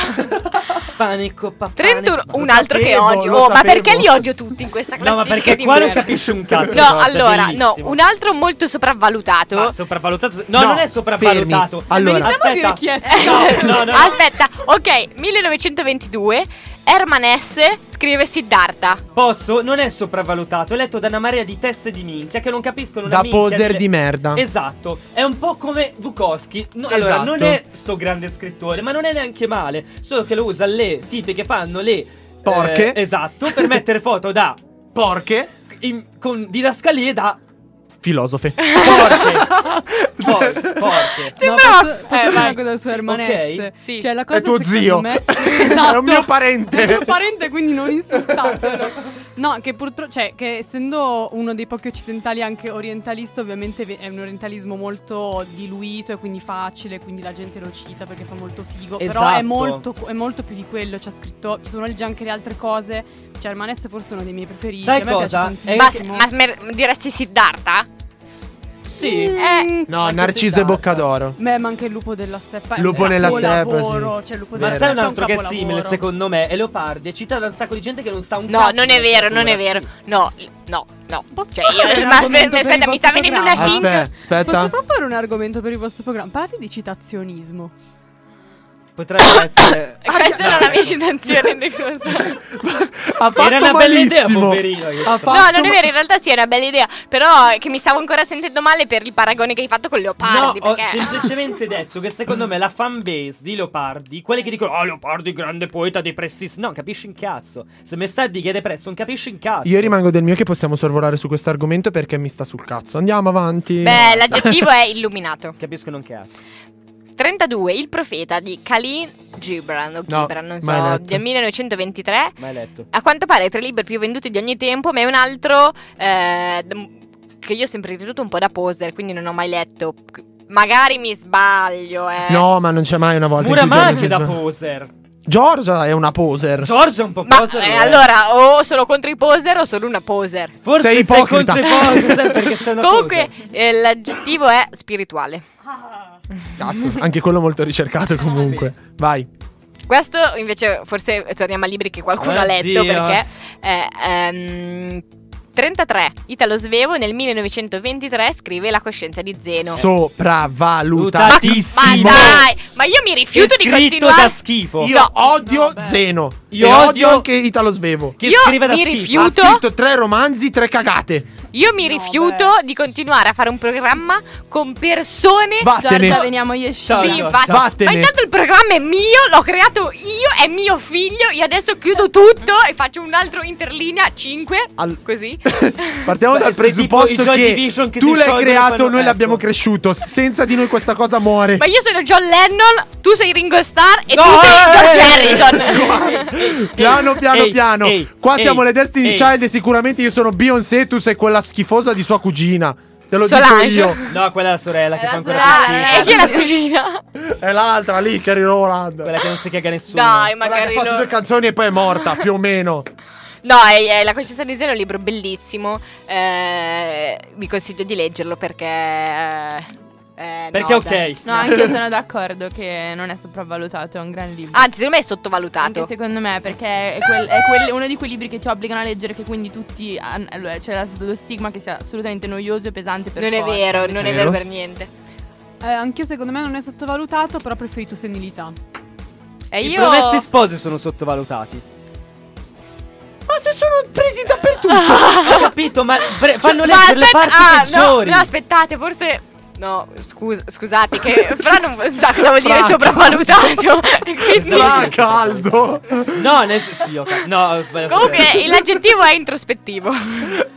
[SPEAKER 3] Panico, papà.
[SPEAKER 1] 31,
[SPEAKER 2] Lo
[SPEAKER 1] un altro che
[SPEAKER 2] sapevo,
[SPEAKER 1] odio.
[SPEAKER 2] lo
[SPEAKER 1] Oh, ma
[SPEAKER 2] sapevo.
[SPEAKER 1] perché li odio tutti in questa
[SPEAKER 3] No,
[SPEAKER 1] classifica?
[SPEAKER 3] ma perché
[SPEAKER 1] di
[SPEAKER 3] qua non
[SPEAKER 1] merda?
[SPEAKER 3] capisci un cazzo.
[SPEAKER 1] No,
[SPEAKER 3] Giorgia,
[SPEAKER 1] allora, no,
[SPEAKER 3] bellissimo.
[SPEAKER 1] un altro molto sopravvalutato.
[SPEAKER 3] Ma sopravvalutato. No,
[SPEAKER 2] No,
[SPEAKER 3] non è sopravvalutato.
[SPEAKER 2] fermi. Allora.
[SPEAKER 4] Iniziamo a dire
[SPEAKER 3] aspetta.
[SPEAKER 4] chi è,
[SPEAKER 3] No, no, no, no.
[SPEAKER 1] Aspetta, ok, 1922, Herman S. scrive Siddhartha.
[SPEAKER 3] Posso? Non è sopravvalutato. È letto da una marea di teste di minchia che non capiscono una
[SPEAKER 2] Da
[SPEAKER 3] minchia cioè,
[SPEAKER 2] poser
[SPEAKER 3] delle-
[SPEAKER 2] di merda.
[SPEAKER 3] Esatto, è un po' come Bukowski. No, Allora,
[SPEAKER 2] Esatto.
[SPEAKER 3] non è sto grande scrittore, ma non è neanche male. Solo che lo usa le tipe che fanno le.
[SPEAKER 2] Porche.
[SPEAKER 3] eh, esatto, per mettere foto da.
[SPEAKER 2] Porche
[SPEAKER 3] in- con didascalie da.
[SPEAKER 2] filosofe.
[SPEAKER 3] Porche. Por- porche.
[SPEAKER 4] No,
[SPEAKER 1] Sembrava-
[SPEAKER 4] posso,
[SPEAKER 1] eh,
[SPEAKER 4] posso
[SPEAKER 1] vai.
[SPEAKER 4] dire una cosa su Herman
[SPEAKER 3] ok,
[SPEAKER 4] S?
[SPEAKER 1] sì.
[SPEAKER 4] Cioè, la cosa
[SPEAKER 2] È tuo
[SPEAKER 4] secondo
[SPEAKER 2] zio.
[SPEAKER 4] me-
[SPEAKER 2] È un mio parente.
[SPEAKER 4] È mio parente, quindi non insultatelo. No, che purtroppo, cioè, che essendo uno dei pochi occidentali anche orientalista, ovviamente ve- è un orientalismo molto diluito e quindi facile, quindi la gente lo cita perché fa molto figo. Però è
[SPEAKER 3] Esatto.
[SPEAKER 4] molto, è molto più di quello. C'ha scritto, ci sono già anche le altre cose. Cioè, Herman S è forse uno dei miei preferiti.
[SPEAKER 3] Sai
[SPEAKER 4] a me piace
[SPEAKER 3] cosa? Eh,
[SPEAKER 4] tantissimo.
[SPEAKER 1] Ma,
[SPEAKER 3] che-
[SPEAKER 1] ma ah, mer- diresti Siddhartha?
[SPEAKER 3] Sì.
[SPEAKER 1] Eh,
[SPEAKER 2] No,
[SPEAKER 3] Anche
[SPEAKER 2] Narciso
[SPEAKER 3] se
[SPEAKER 2] e
[SPEAKER 3] tarda.
[SPEAKER 2] Boccadoro.
[SPEAKER 4] Mm. Beh, ma anche il lupo della steppa. è
[SPEAKER 2] Lupo
[SPEAKER 4] un
[SPEAKER 2] nella steppa,
[SPEAKER 4] capolavoro,
[SPEAKER 2] sì.
[SPEAKER 4] cioè, il lupo
[SPEAKER 2] Ma
[SPEAKER 4] della
[SPEAKER 3] Ma
[SPEAKER 2] Vero.
[SPEAKER 3] sai un
[SPEAKER 4] steppa è
[SPEAKER 3] altro che è simile,
[SPEAKER 4] capolavoro.
[SPEAKER 3] secondo me, è Leopardi. È citato da un sacco di gente che non sa un
[SPEAKER 1] no,
[SPEAKER 3] cazzo.
[SPEAKER 1] non
[SPEAKER 3] di
[SPEAKER 1] è vero, non è
[SPEAKER 3] letteratura,
[SPEAKER 1] vero.
[SPEAKER 3] sì.
[SPEAKER 1] No, no, no.
[SPEAKER 4] Posso
[SPEAKER 1] Cioè,
[SPEAKER 4] proporre
[SPEAKER 1] io,
[SPEAKER 4] un
[SPEAKER 1] ma,
[SPEAKER 4] argomento per
[SPEAKER 1] aspetta,
[SPEAKER 4] il
[SPEAKER 1] mi
[SPEAKER 4] vostro
[SPEAKER 1] sta venendo una
[SPEAKER 4] programma?
[SPEAKER 1] sync.
[SPEAKER 2] Aspetta,
[SPEAKER 4] Posso
[SPEAKER 2] aspetta.
[SPEAKER 4] proporre un argomento per il vostro programma? Parlate di citazionismo.
[SPEAKER 3] Potrebbe essere.
[SPEAKER 1] E Questa era la mia citazione. Nixon.
[SPEAKER 2] ha fatto
[SPEAKER 3] una bella
[SPEAKER 2] malissimo.
[SPEAKER 3] idea, poverino, questo.
[SPEAKER 2] ha
[SPEAKER 3] No,
[SPEAKER 2] fatto
[SPEAKER 1] No, non è
[SPEAKER 2] ma-
[SPEAKER 1] vero, in realtà sì, è una bella idea. Però eh, che mi stavo ancora sentendo male per il paragone che hai fatto con
[SPEAKER 3] No,
[SPEAKER 1] Leopardi.
[SPEAKER 3] ho
[SPEAKER 1] perché...
[SPEAKER 3] semplicemente detto che secondo me la fanbase di Leopardi, quelli che dicono "Ah, Leopardi grande poeta dei pressis", no, capisci in cazzo. Se mi sta di che è depresso, non capisci in cazzo.
[SPEAKER 2] Io rimango del mio che possiamo sorvolare su questo argomento perché mi sta sul cazzo. Andiamo avanti.
[SPEAKER 1] Beh, l'aggettivo è illuminato.
[SPEAKER 3] capiscono un cazzo.
[SPEAKER 1] 32, Il profeta di Khalil Gibran, o
[SPEAKER 2] No,
[SPEAKER 1] Gibran, non
[SPEAKER 2] mai
[SPEAKER 1] so,
[SPEAKER 2] letto.
[SPEAKER 1] del 1923.
[SPEAKER 3] Ma hai letto.
[SPEAKER 1] A quanto pare è tra i libri più venduti di ogni tempo, ma è un altro eh, d- che io ho sempre ritenuto un po' da poser, quindi non ho mai letto. Magari mi sbaglio, eh.
[SPEAKER 2] No, ma non c'è mai una volta in cui
[SPEAKER 3] Muramaki
[SPEAKER 2] Giorgia si
[SPEAKER 3] da
[SPEAKER 2] sbaglia.
[SPEAKER 3] poser.
[SPEAKER 2] Giorgia è una poser.
[SPEAKER 3] Giorgio è un po'
[SPEAKER 1] Ma
[SPEAKER 3] poser.
[SPEAKER 1] eh,
[SPEAKER 3] lo è.
[SPEAKER 1] allora, o sono contro i poser o sono una poser.
[SPEAKER 3] forse
[SPEAKER 2] sei
[SPEAKER 3] sei,
[SPEAKER 2] ipocrita.
[SPEAKER 3] contro i poser perché sei una
[SPEAKER 1] Comunque,
[SPEAKER 3] poser.
[SPEAKER 1] eh, l'aggettivo è spirituale.
[SPEAKER 2] Cazzo, anche quello molto ricercato comunque. Vai.
[SPEAKER 1] Questo invece, forse torniamo a libri che qualcuno ha letto
[SPEAKER 3] Oddio.
[SPEAKER 1] perché. eh, ehm, 33. Italo Svevo nel 1923 scrive La coscienza di Zeno. Eh, ma
[SPEAKER 2] Sopravvalutatissimo.
[SPEAKER 1] dai, ma io mi rifiuto
[SPEAKER 3] Che
[SPEAKER 1] di
[SPEAKER 3] scritto
[SPEAKER 1] continuare.
[SPEAKER 3] da schifo.
[SPEAKER 2] Io
[SPEAKER 1] No.
[SPEAKER 2] odio
[SPEAKER 4] No, beh.
[SPEAKER 2] Zeno.
[SPEAKER 3] Io
[SPEAKER 2] E
[SPEAKER 3] odio-
[SPEAKER 2] anche Italo Svevo.
[SPEAKER 3] Che
[SPEAKER 1] io
[SPEAKER 3] scrive da
[SPEAKER 1] mi
[SPEAKER 3] schifo.
[SPEAKER 1] rifiuto.
[SPEAKER 2] Ha scritto tre romanzi, tre cagate.
[SPEAKER 1] Io mi rifiuto di continuare a fare un programma con persone.
[SPEAKER 2] Vattene. Giorgia,
[SPEAKER 5] veniamo io e
[SPEAKER 1] Sì,
[SPEAKER 3] Giorgia.
[SPEAKER 1] infatti.
[SPEAKER 2] Vattene.
[SPEAKER 1] Ma intanto il programma è mio, l'ho creato io, è mio figlio. Io adesso chiudo tutto e faccio un altro interlinea 5.
[SPEAKER 2] Al-
[SPEAKER 1] Così.
[SPEAKER 2] Partiamo
[SPEAKER 3] Beh,
[SPEAKER 2] dal
[SPEAKER 3] se tipo i
[SPEAKER 2] presupposto
[SPEAKER 3] Joy
[SPEAKER 2] che,
[SPEAKER 3] Division che
[SPEAKER 2] tu
[SPEAKER 3] si
[SPEAKER 2] l'hai
[SPEAKER 3] sciolgono
[SPEAKER 2] creato,
[SPEAKER 3] fanno-
[SPEAKER 2] noi l'abbiamo
[SPEAKER 3] ecco.
[SPEAKER 2] cresciuto. Senza di noi questa cosa muore.
[SPEAKER 1] Ma io sono John Lennon, tu sei Ringo Starr e
[SPEAKER 3] No,
[SPEAKER 1] tu sei
[SPEAKER 3] eh,
[SPEAKER 1] George
[SPEAKER 3] eh,
[SPEAKER 1] Harrison.
[SPEAKER 2] Piano piano
[SPEAKER 3] Ehi,
[SPEAKER 2] piano.
[SPEAKER 3] ehi,
[SPEAKER 2] Qua
[SPEAKER 3] ehi,
[SPEAKER 2] siamo le Destiny
[SPEAKER 3] ehi.
[SPEAKER 2] Child e sicuramente io sono Beyoncé e tu sei quella schifosa di sua cugina. Te lo
[SPEAKER 1] Solange.
[SPEAKER 2] dico io.
[SPEAKER 3] No, quella è la sorella
[SPEAKER 5] È
[SPEAKER 3] che
[SPEAKER 5] la
[SPEAKER 3] fa ancora
[SPEAKER 5] sorella,
[SPEAKER 3] più
[SPEAKER 5] non
[SPEAKER 3] schifo.
[SPEAKER 1] E eh, chi è la cugina?
[SPEAKER 2] È l'altra lì, Carrie Roland.
[SPEAKER 3] Quella che non si caga nessuno.
[SPEAKER 1] Dai,
[SPEAKER 2] Quella che ha
[SPEAKER 1] magari
[SPEAKER 2] fatto
[SPEAKER 1] loro-
[SPEAKER 2] due canzoni e poi è morta, più o meno.
[SPEAKER 1] No, è, è La coscienza di Zero è un libro bellissimo. eh, vi consiglio di leggerlo perché. eh, eh,
[SPEAKER 3] Perché
[SPEAKER 1] no,
[SPEAKER 3] ok.
[SPEAKER 1] dai.
[SPEAKER 5] No, anche io sono d'accordo che non è sopravvalutato, è un gran libro.
[SPEAKER 1] Anzi, secondo me è
[SPEAKER 5] Anche
[SPEAKER 1] sottovalutato.
[SPEAKER 5] secondo me, perché è, quel- è quel- uno di quei libri che ti obbligano a leggere, che quindi tutti. han- allora, C'è la- lo stigma che sia assolutamente noioso e pesante per
[SPEAKER 1] Non è
[SPEAKER 5] forza.
[SPEAKER 1] vero, non è vero
[SPEAKER 2] Vero.
[SPEAKER 1] per niente.
[SPEAKER 4] Eh, anch'io secondo me non è sottovalutato, però ho preferito senilità.
[SPEAKER 1] E
[SPEAKER 3] I
[SPEAKER 1] io.
[SPEAKER 3] promessi sposi sono sottovalutati.
[SPEAKER 2] Ma se sono presi dappertutto.
[SPEAKER 3] Ho capito, ma pre- fanno
[SPEAKER 1] Cioè, Ma
[SPEAKER 3] leggere le
[SPEAKER 1] aspetta-
[SPEAKER 3] parti
[SPEAKER 1] ah, no,
[SPEAKER 3] peggiori.
[SPEAKER 1] No, aspettate, forse. No, scus- scusate, che Fra non sa cosa vuol dire
[SPEAKER 3] Fra.
[SPEAKER 1] sopravvalutato. Quindi.
[SPEAKER 2] Ah, caldo.
[SPEAKER 3] No, nel senso, sì, ok. No, ho sbagliato.
[SPEAKER 1] Comunque, l'aggettivo è introspettivo.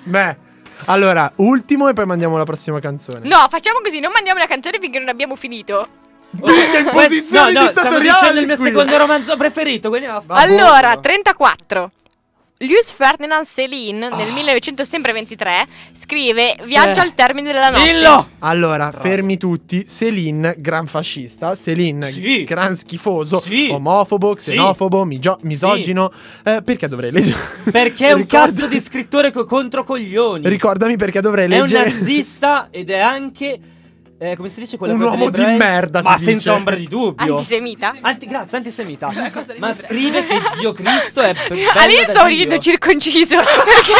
[SPEAKER 2] Beh. Allora, ultimo e poi mandiamo la prossima canzone.
[SPEAKER 1] No, facciamo così, non mandiamo la canzone finché non abbiamo finito.
[SPEAKER 2] Minchia, in
[SPEAKER 3] Poi-
[SPEAKER 2] posizione
[SPEAKER 3] no, no, stavo
[SPEAKER 2] dittatoriale
[SPEAKER 3] dicendo il mio
[SPEAKER 2] qui.
[SPEAKER 3] secondo romanzo preferito, quindi va- va
[SPEAKER 1] Allora,
[SPEAKER 3] buono.
[SPEAKER 1] 34. Louis Ferdinand Céline
[SPEAKER 3] Ah.
[SPEAKER 1] nel 1923 scrive Viaggio al termine della notte.
[SPEAKER 3] Dillo!
[SPEAKER 2] Allora, fermi tutti. Selin, gran fascista. Selin,
[SPEAKER 3] Sì.
[SPEAKER 2] gran schifoso.
[SPEAKER 3] Sì.
[SPEAKER 2] Omofobo,
[SPEAKER 3] Sì.
[SPEAKER 2] xenofobo, migio- misogino. Eh, perché dovrei leggere?
[SPEAKER 3] Perché è un
[SPEAKER 2] Ricorda-
[SPEAKER 3] cazzo di scrittore co- contro coglioni.
[SPEAKER 2] Ricordami perché dovrei
[SPEAKER 3] è un
[SPEAKER 2] leggere.
[SPEAKER 3] nazista ed è anche. eh, come si dice quella
[SPEAKER 2] Un
[SPEAKER 3] cosa
[SPEAKER 2] uomo
[SPEAKER 3] degli ebrei?
[SPEAKER 2] di merda, si
[SPEAKER 3] Ma
[SPEAKER 2] dice.
[SPEAKER 3] senza ombra di dubbio.
[SPEAKER 1] Antisemita.
[SPEAKER 3] Anti- grazie, antisemita. Ma scrive che Dio Cristo è. be- bello
[SPEAKER 1] All'inizio
[SPEAKER 3] da
[SPEAKER 1] stavo
[SPEAKER 3] Dio.
[SPEAKER 1] dicendo circonciso. Perché...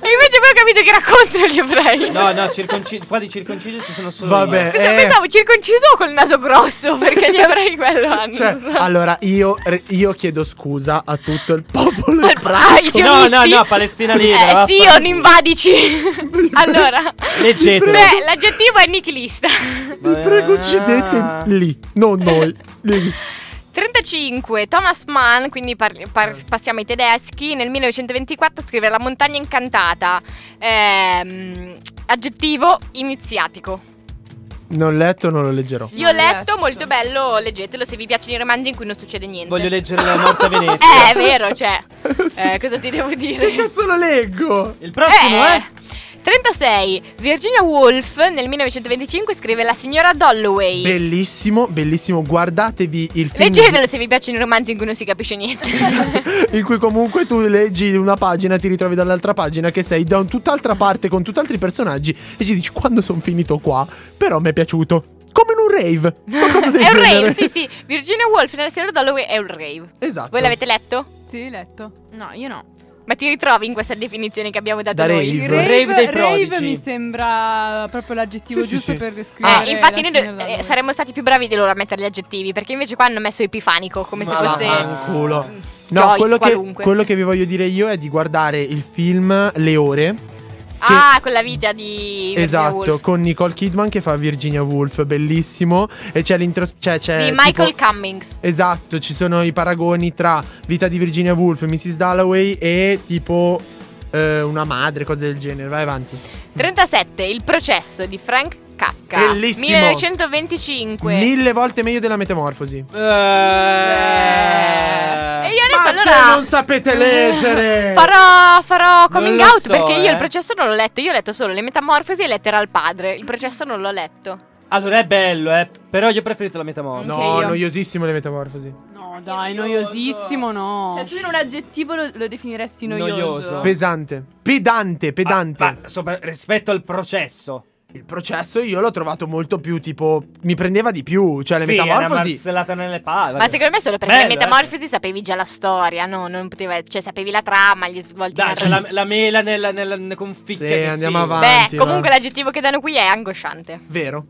[SPEAKER 1] e invece poi ho capito che era contro gli ebrei.
[SPEAKER 3] No, no, circonci- qua di circonciso ci sono solo.
[SPEAKER 2] Vabbè,
[SPEAKER 3] io.
[SPEAKER 1] Perché
[SPEAKER 2] eh,
[SPEAKER 1] pensavo circonciso o col naso grosso? Perché gli ebrei quello hanno.
[SPEAKER 2] cioè, allora io, re- io chiedo scusa a tutto il popolo.
[SPEAKER 1] Ma il- ah, i
[SPEAKER 3] No, no,
[SPEAKER 1] sionisti?
[SPEAKER 3] no, Palestina libera.
[SPEAKER 1] Eh,
[SPEAKER 3] vaffanculo.
[SPEAKER 1] Sion, invadici. allora,
[SPEAKER 3] Leggetelo.
[SPEAKER 1] beh, l'aggettivo è nichilista.
[SPEAKER 2] Vi prego, uccidete lì, non
[SPEAKER 1] Eh.
[SPEAKER 2] noi. Lì.
[SPEAKER 1] 35 Thomas Mann, quindi parli- par- passiamo ai tedeschi, nel 1924 scrive La montagna incantata, Ehm, aggettivo iniziatico.
[SPEAKER 2] Non letto, non lo leggerò.
[SPEAKER 1] Io ho
[SPEAKER 5] Non
[SPEAKER 1] letto,
[SPEAKER 5] letto.
[SPEAKER 1] molto bello, leggetelo se vi piacciono i romanzi in cui non succede niente.
[SPEAKER 3] Voglio leggere la morte a Venezia.
[SPEAKER 1] eh, è vero, cioè, eh, cosa ti devo
[SPEAKER 2] Che
[SPEAKER 1] dire?
[SPEAKER 2] cazzo lo leggo?
[SPEAKER 3] Il prossimo
[SPEAKER 1] Eh,
[SPEAKER 3] è.
[SPEAKER 1] 36 Virginia Woolf nel 1925 scrive La signora Dolloway.
[SPEAKER 2] Bellissimo, bellissimo. Guardatevi il film.
[SPEAKER 1] Leggetelo se vi piacciono i romanzi in cui non si capisce niente.
[SPEAKER 2] in cui comunque tu leggi una pagina, ti ritrovi dall'altra pagina che sei da un tutt'altra parte con tutt'altri personaggi e ci dici quando sono finito qua, però mi è piaciuto. Come in un rave. qualcosa del
[SPEAKER 1] È un
[SPEAKER 2] genere.
[SPEAKER 1] rave, sì, sì. Virginia Woolf nella signora Dolloway è un rave.
[SPEAKER 2] Esatto.
[SPEAKER 1] Voi l'avete letto?
[SPEAKER 4] Sì, letto.
[SPEAKER 5] No, io no.
[SPEAKER 1] Ma ti ritrovi in questa definizione che abbiamo dato
[SPEAKER 2] Da
[SPEAKER 1] noi? Eh,
[SPEAKER 2] Il
[SPEAKER 3] rave dei
[SPEAKER 4] rave
[SPEAKER 3] prodigi.
[SPEAKER 4] mi sembra proprio l'aggettivo
[SPEAKER 2] Sì, sì,
[SPEAKER 4] giusto
[SPEAKER 2] sì.
[SPEAKER 4] per
[SPEAKER 1] Eh,
[SPEAKER 4] descrivere.
[SPEAKER 1] infatti
[SPEAKER 4] la
[SPEAKER 1] noi do-
[SPEAKER 4] signora
[SPEAKER 1] eh,
[SPEAKER 4] Dalloway.
[SPEAKER 1] saremmo stati più bravi di loro a mettere gli aggettivi, perché invece qua hanno messo epifanico, come se
[SPEAKER 3] Ma
[SPEAKER 1] fosse...
[SPEAKER 3] va.
[SPEAKER 2] Fanculo. Ah, No,
[SPEAKER 1] Joyce,
[SPEAKER 2] quello, che,
[SPEAKER 1] qualunque.
[SPEAKER 2] quello che vi voglio dire io è di guardare il film Le Ore.
[SPEAKER 1] Ah, con la vita di Virginia
[SPEAKER 2] esatto,
[SPEAKER 1] Woolf.
[SPEAKER 2] con Nicole Kidman che fa Virginia Woolf, bellissimo. E c'è l'intro. Cioè, c'è
[SPEAKER 1] Di
[SPEAKER 2] tipo-
[SPEAKER 1] Michael Cummings.
[SPEAKER 2] Esatto, ci sono i paragoni tra vita di Virginia Woolf, Mrs. Dalloway e tipo eh, una madre, cose del genere. Vai avanti.
[SPEAKER 1] 37. Il processo di Frank Kafka.
[SPEAKER 2] Bellissimo.
[SPEAKER 1] 1925.
[SPEAKER 2] Mille volte meglio della metamorfosi.
[SPEAKER 1] Eh, E io adesso
[SPEAKER 2] Ma
[SPEAKER 1] allora...
[SPEAKER 2] se non sapete leggere!
[SPEAKER 1] Farò, farò coming
[SPEAKER 3] lo
[SPEAKER 1] out
[SPEAKER 3] so,
[SPEAKER 1] perché io
[SPEAKER 3] eh.
[SPEAKER 1] il processo non l'ho letto. Io ho letto solo le metamorfosi e lettera al padre. Il processo non l'ho letto.
[SPEAKER 3] Allora è bello, eh. Però io ho preferito la metamorfosi.
[SPEAKER 5] Anche
[SPEAKER 2] No,
[SPEAKER 5] io.
[SPEAKER 2] noiosissimo le metamorfosi.
[SPEAKER 4] No, dai, noiosissimo, no.
[SPEAKER 5] Cioè, tu in un aggettivo lo, lo definiresti noioso.
[SPEAKER 1] Esatto.
[SPEAKER 3] Noioso. Pe-
[SPEAKER 2] Pesante. Pedante, pedante.
[SPEAKER 1] Ah,
[SPEAKER 3] Ma- ma Ah, sopra- rispetto al processo.
[SPEAKER 2] Il processo io l'ho trovato molto più tipo. Mi prendeva di più. Cioè, le
[SPEAKER 3] Sì, è una
[SPEAKER 2] metamorfosi.
[SPEAKER 3] marzellata nelle palle.
[SPEAKER 1] Ma secondo me solo perché le
[SPEAKER 3] Bello, eh.
[SPEAKER 1] metamorfosi sapevi già la storia, no? Non poteva, cioè sapevi la trama, gli svolti
[SPEAKER 3] Dai, c'è
[SPEAKER 1] narrativi.
[SPEAKER 3] la, la mela nella, nella, nella conficca.
[SPEAKER 2] Sì,
[SPEAKER 3] del
[SPEAKER 2] andiamo
[SPEAKER 3] film.
[SPEAKER 2] avanti.
[SPEAKER 1] Beh,
[SPEAKER 2] Avanti,
[SPEAKER 1] comunque
[SPEAKER 2] va.
[SPEAKER 1] l'aggettivo che danno qui è angosciante.
[SPEAKER 2] Vero.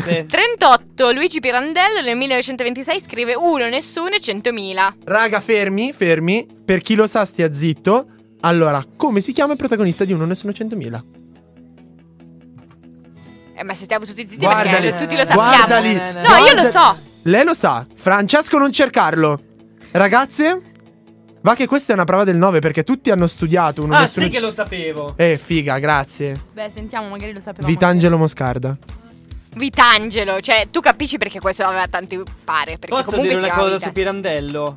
[SPEAKER 3] Sì.
[SPEAKER 1] 38. Luigi Pirandello nel 1926 scrive Uno, nessuno e centomila.
[SPEAKER 2] Raga, fermi, fermi. Per chi lo sa, stia zitto. Allora, come si chiama il protagonista di Uno Nessuno 100.000?
[SPEAKER 1] Eh, ma se stiamo tutti zitti
[SPEAKER 2] Guardali,
[SPEAKER 5] eh,
[SPEAKER 1] perché tutti lo sappiamo. Eh,
[SPEAKER 2] guardali,
[SPEAKER 1] no, io lo
[SPEAKER 2] guarda-
[SPEAKER 1] so.
[SPEAKER 2] Lei lo sa. Francesco, non cercarlo. Ragazze, va che questa è una prova del 9 perché tutti hanno studiato Uno
[SPEAKER 3] ah,
[SPEAKER 2] Nessuno...
[SPEAKER 3] sì che lo sapevo.
[SPEAKER 2] Eh, figa, grazie.
[SPEAKER 5] Beh, sentiamo, magari lo sapevamo.
[SPEAKER 2] Vitangelo Moscarda.
[SPEAKER 1] Vitangelo, cioè tu capisci perché questo aveva tanti pare. Perché
[SPEAKER 3] Posso
[SPEAKER 1] comunque
[SPEAKER 3] dire
[SPEAKER 1] si Mm.
[SPEAKER 3] una
[SPEAKER 1] chiama
[SPEAKER 3] cosa su
[SPEAKER 1] Vitangelo.
[SPEAKER 3] Pirandello?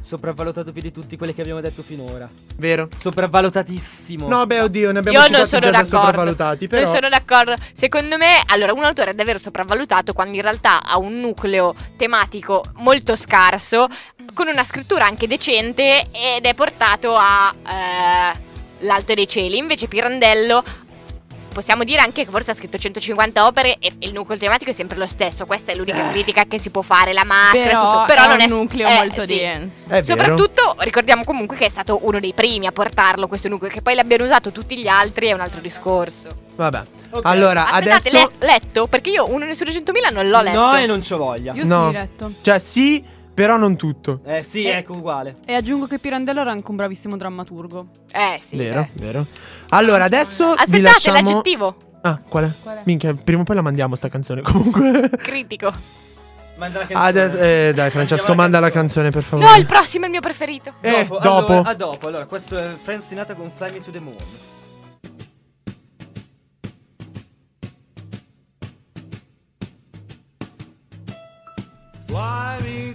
[SPEAKER 3] Sopravvalutato più di tutti quelli che abbiamo detto finora.
[SPEAKER 2] Vero?
[SPEAKER 3] Sopravvalutatissimo.
[SPEAKER 2] No, beh, oddio, ne abbiamo
[SPEAKER 1] Io non
[SPEAKER 2] citati
[SPEAKER 1] sono
[SPEAKER 2] già da
[SPEAKER 1] d'accordo.
[SPEAKER 2] sopravvalutati. Però...
[SPEAKER 1] Non sono d'accordo. Secondo me, allora, un autore è davvero sopravvalutato quando in realtà ha un nucleo tematico molto scarso, con una scrittura anche decente ed è portato a eh, L'Alto dei Cieli. Invece Pirandello. Possiamo dire anche che forse ha scritto 150 opere e il nucleo tematico è sempre lo stesso. Questa è l'unica critica che si può fare, la maschera,
[SPEAKER 5] Eh. Però,
[SPEAKER 1] tutto. Però
[SPEAKER 5] Ah, è
[SPEAKER 1] non
[SPEAKER 5] un
[SPEAKER 1] è
[SPEAKER 5] nucleo
[SPEAKER 1] eh,
[SPEAKER 5] molto
[SPEAKER 1] sì.
[SPEAKER 5] denso.
[SPEAKER 2] È vero.
[SPEAKER 1] Soprattutto ricordiamo comunque che è stato uno dei primi a portarlo questo nucleo, che poi l'abbiano usato tutti gli altri è un altro discorso.
[SPEAKER 2] Vabbè.
[SPEAKER 3] Ok.
[SPEAKER 2] Allora,
[SPEAKER 1] Aspettate,
[SPEAKER 2] adesso...
[SPEAKER 1] le- letto? Perché io uno nessuno 100.000 non l'ho letto.
[SPEAKER 3] No, e non c'ho voglia.
[SPEAKER 4] Io
[SPEAKER 2] No.
[SPEAKER 4] sì, letto.
[SPEAKER 2] Cioè, sì, però non tutto.
[SPEAKER 3] Eh sì,
[SPEAKER 4] Eh.
[SPEAKER 3] ecco, uguale.
[SPEAKER 4] E aggiungo che Pirandello era anche un bravissimo drammaturgo.
[SPEAKER 1] Eh sì.
[SPEAKER 2] vero,
[SPEAKER 1] eh.
[SPEAKER 2] vero. Allora, adesso vi
[SPEAKER 1] Aspettate,
[SPEAKER 2] lasciamo...
[SPEAKER 1] l'aggettivo.
[SPEAKER 2] Ah, qual è?
[SPEAKER 5] Qual è?
[SPEAKER 2] Minchia, prima o poi la mandiamo sta canzone comunque.
[SPEAKER 1] Critico.
[SPEAKER 3] Manda la canzone.
[SPEAKER 2] Adesso, eh, dai, Francesco,
[SPEAKER 3] Mandiamo
[SPEAKER 2] manda la canzone, per favore.
[SPEAKER 1] No, il prossimo è il mio preferito.
[SPEAKER 2] Eh, dopo.
[SPEAKER 3] Allora, a dopo. Allora, questo è Frank Sinatra con Fly Me to the Moon.
[SPEAKER 1] Eh.
[SPEAKER 7] Fly me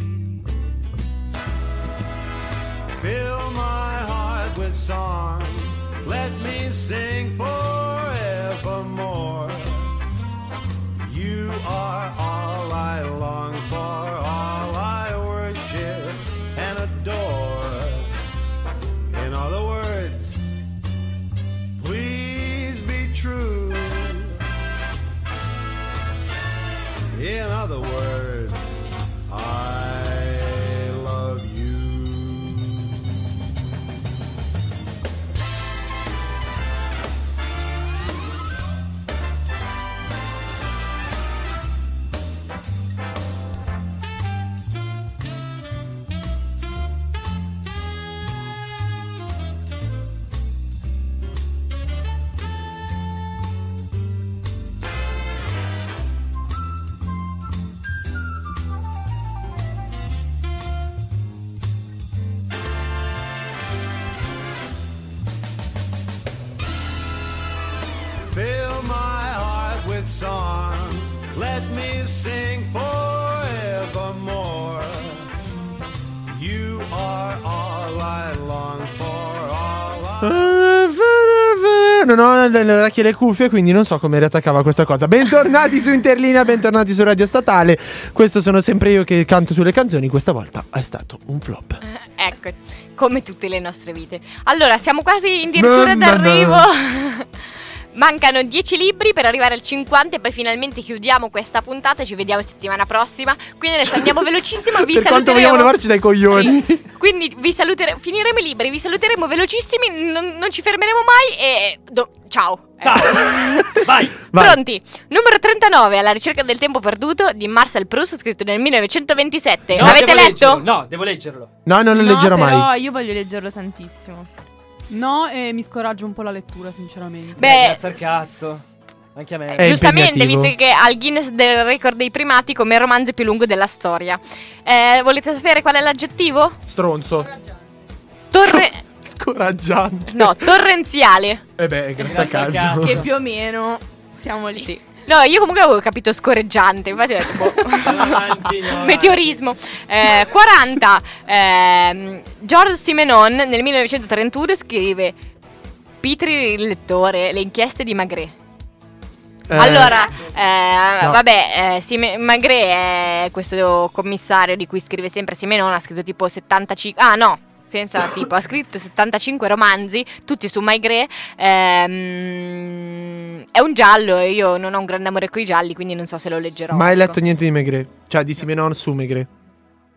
[SPEAKER 7] Fill my heart with song. Let me sing forevermore. You are all I long for, all I worship and adore. In other words, please be true. In other words, I love you. Fill my heart with song. Let me sing forevermore. You are all I long for. All I
[SPEAKER 2] Non ho le le orecchie e le cuffie, quindi non so come riattaccava questa cosa. Bentornati su Interlinea, bentornati su Radio Statale. Questo sono sempre io che canto sulle canzoni. Questa volta è stato un flop.
[SPEAKER 1] Ecco, come tutte le nostre vite. Allora, siamo quasi addirittura
[SPEAKER 2] Mamma
[SPEAKER 1] d'arrivo.
[SPEAKER 2] mia.
[SPEAKER 1] Mancano 10 libri per arrivare al 50 e poi finalmente chiudiamo questa puntata. Ci vediamo settimana prossima. Quindi adesso andiamo velocissimo. Vi
[SPEAKER 2] per quanto
[SPEAKER 1] saluteremo.
[SPEAKER 2] vogliamo levarci dai coglioni.
[SPEAKER 1] Sì. Quindi vi saluteremo. Finiremo i libri, vi saluteremo velocissimi. Non, non ci fermeremo mai. E. do- ciao.
[SPEAKER 3] Ciao. Vai.
[SPEAKER 2] Vai.
[SPEAKER 1] Pronti? Numero 39, Alla ricerca del tempo perduto di Marcel Proust, scritto nel 1927.
[SPEAKER 3] No,
[SPEAKER 1] L'avete
[SPEAKER 3] devo
[SPEAKER 1] Eh, letto?
[SPEAKER 3] leggerlo. No, devo leggerlo.
[SPEAKER 2] No, non lo
[SPEAKER 5] No,
[SPEAKER 2] leggerò
[SPEAKER 5] però
[SPEAKER 2] mai.
[SPEAKER 5] io voglio leggerlo tantissimo.
[SPEAKER 4] No, e mi scoraggio un po' la lettura, sinceramente.
[SPEAKER 1] Beh,
[SPEAKER 3] Grazie al cazzo. Anche a me.
[SPEAKER 2] Eh. È
[SPEAKER 1] Giustamente,
[SPEAKER 2] impegnativo.
[SPEAKER 1] visto che ha il Guinness del record dei primati come il romanzo più lungo della storia. Eh, volete sapere qual è l'aggettivo?
[SPEAKER 2] Stronzo.
[SPEAKER 1] Torre-
[SPEAKER 2] Scoraggiante.
[SPEAKER 1] no, torrenziale.
[SPEAKER 2] E beh, grazie al
[SPEAKER 3] Grazie al
[SPEAKER 2] cazzo.
[SPEAKER 5] Che più o meno siamo lì.
[SPEAKER 1] Sì. No, io comunque avevo capito scorreggiante, infatti ho detto
[SPEAKER 3] Andiamo avanti, andiamo
[SPEAKER 1] boh.
[SPEAKER 3] avanti.
[SPEAKER 1] Meteorismo. Eh, 40. ehm, Georges Simenon nel 1931 scrive Pitri il lettore, le inchieste di Magret.
[SPEAKER 2] Eh,
[SPEAKER 1] Allora, eh,
[SPEAKER 2] no.
[SPEAKER 1] vabbè, eh, Sime- Magret è questo commissario di cui scrive sempre Simenon, ha scritto tipo 75... Ah no, senza tipo, ha scritto 75 romanzi, tutti su Maigret. Ehm, è un giallo e io non ho un grande amore con i gialli, quindi non so se lo leggerò.
[SPEAKER 2] Mai
[SPEAKER 1] ecco.
[SPEAKER 2] letto niente di Maigret. Cioè, di Simenon su Maigret.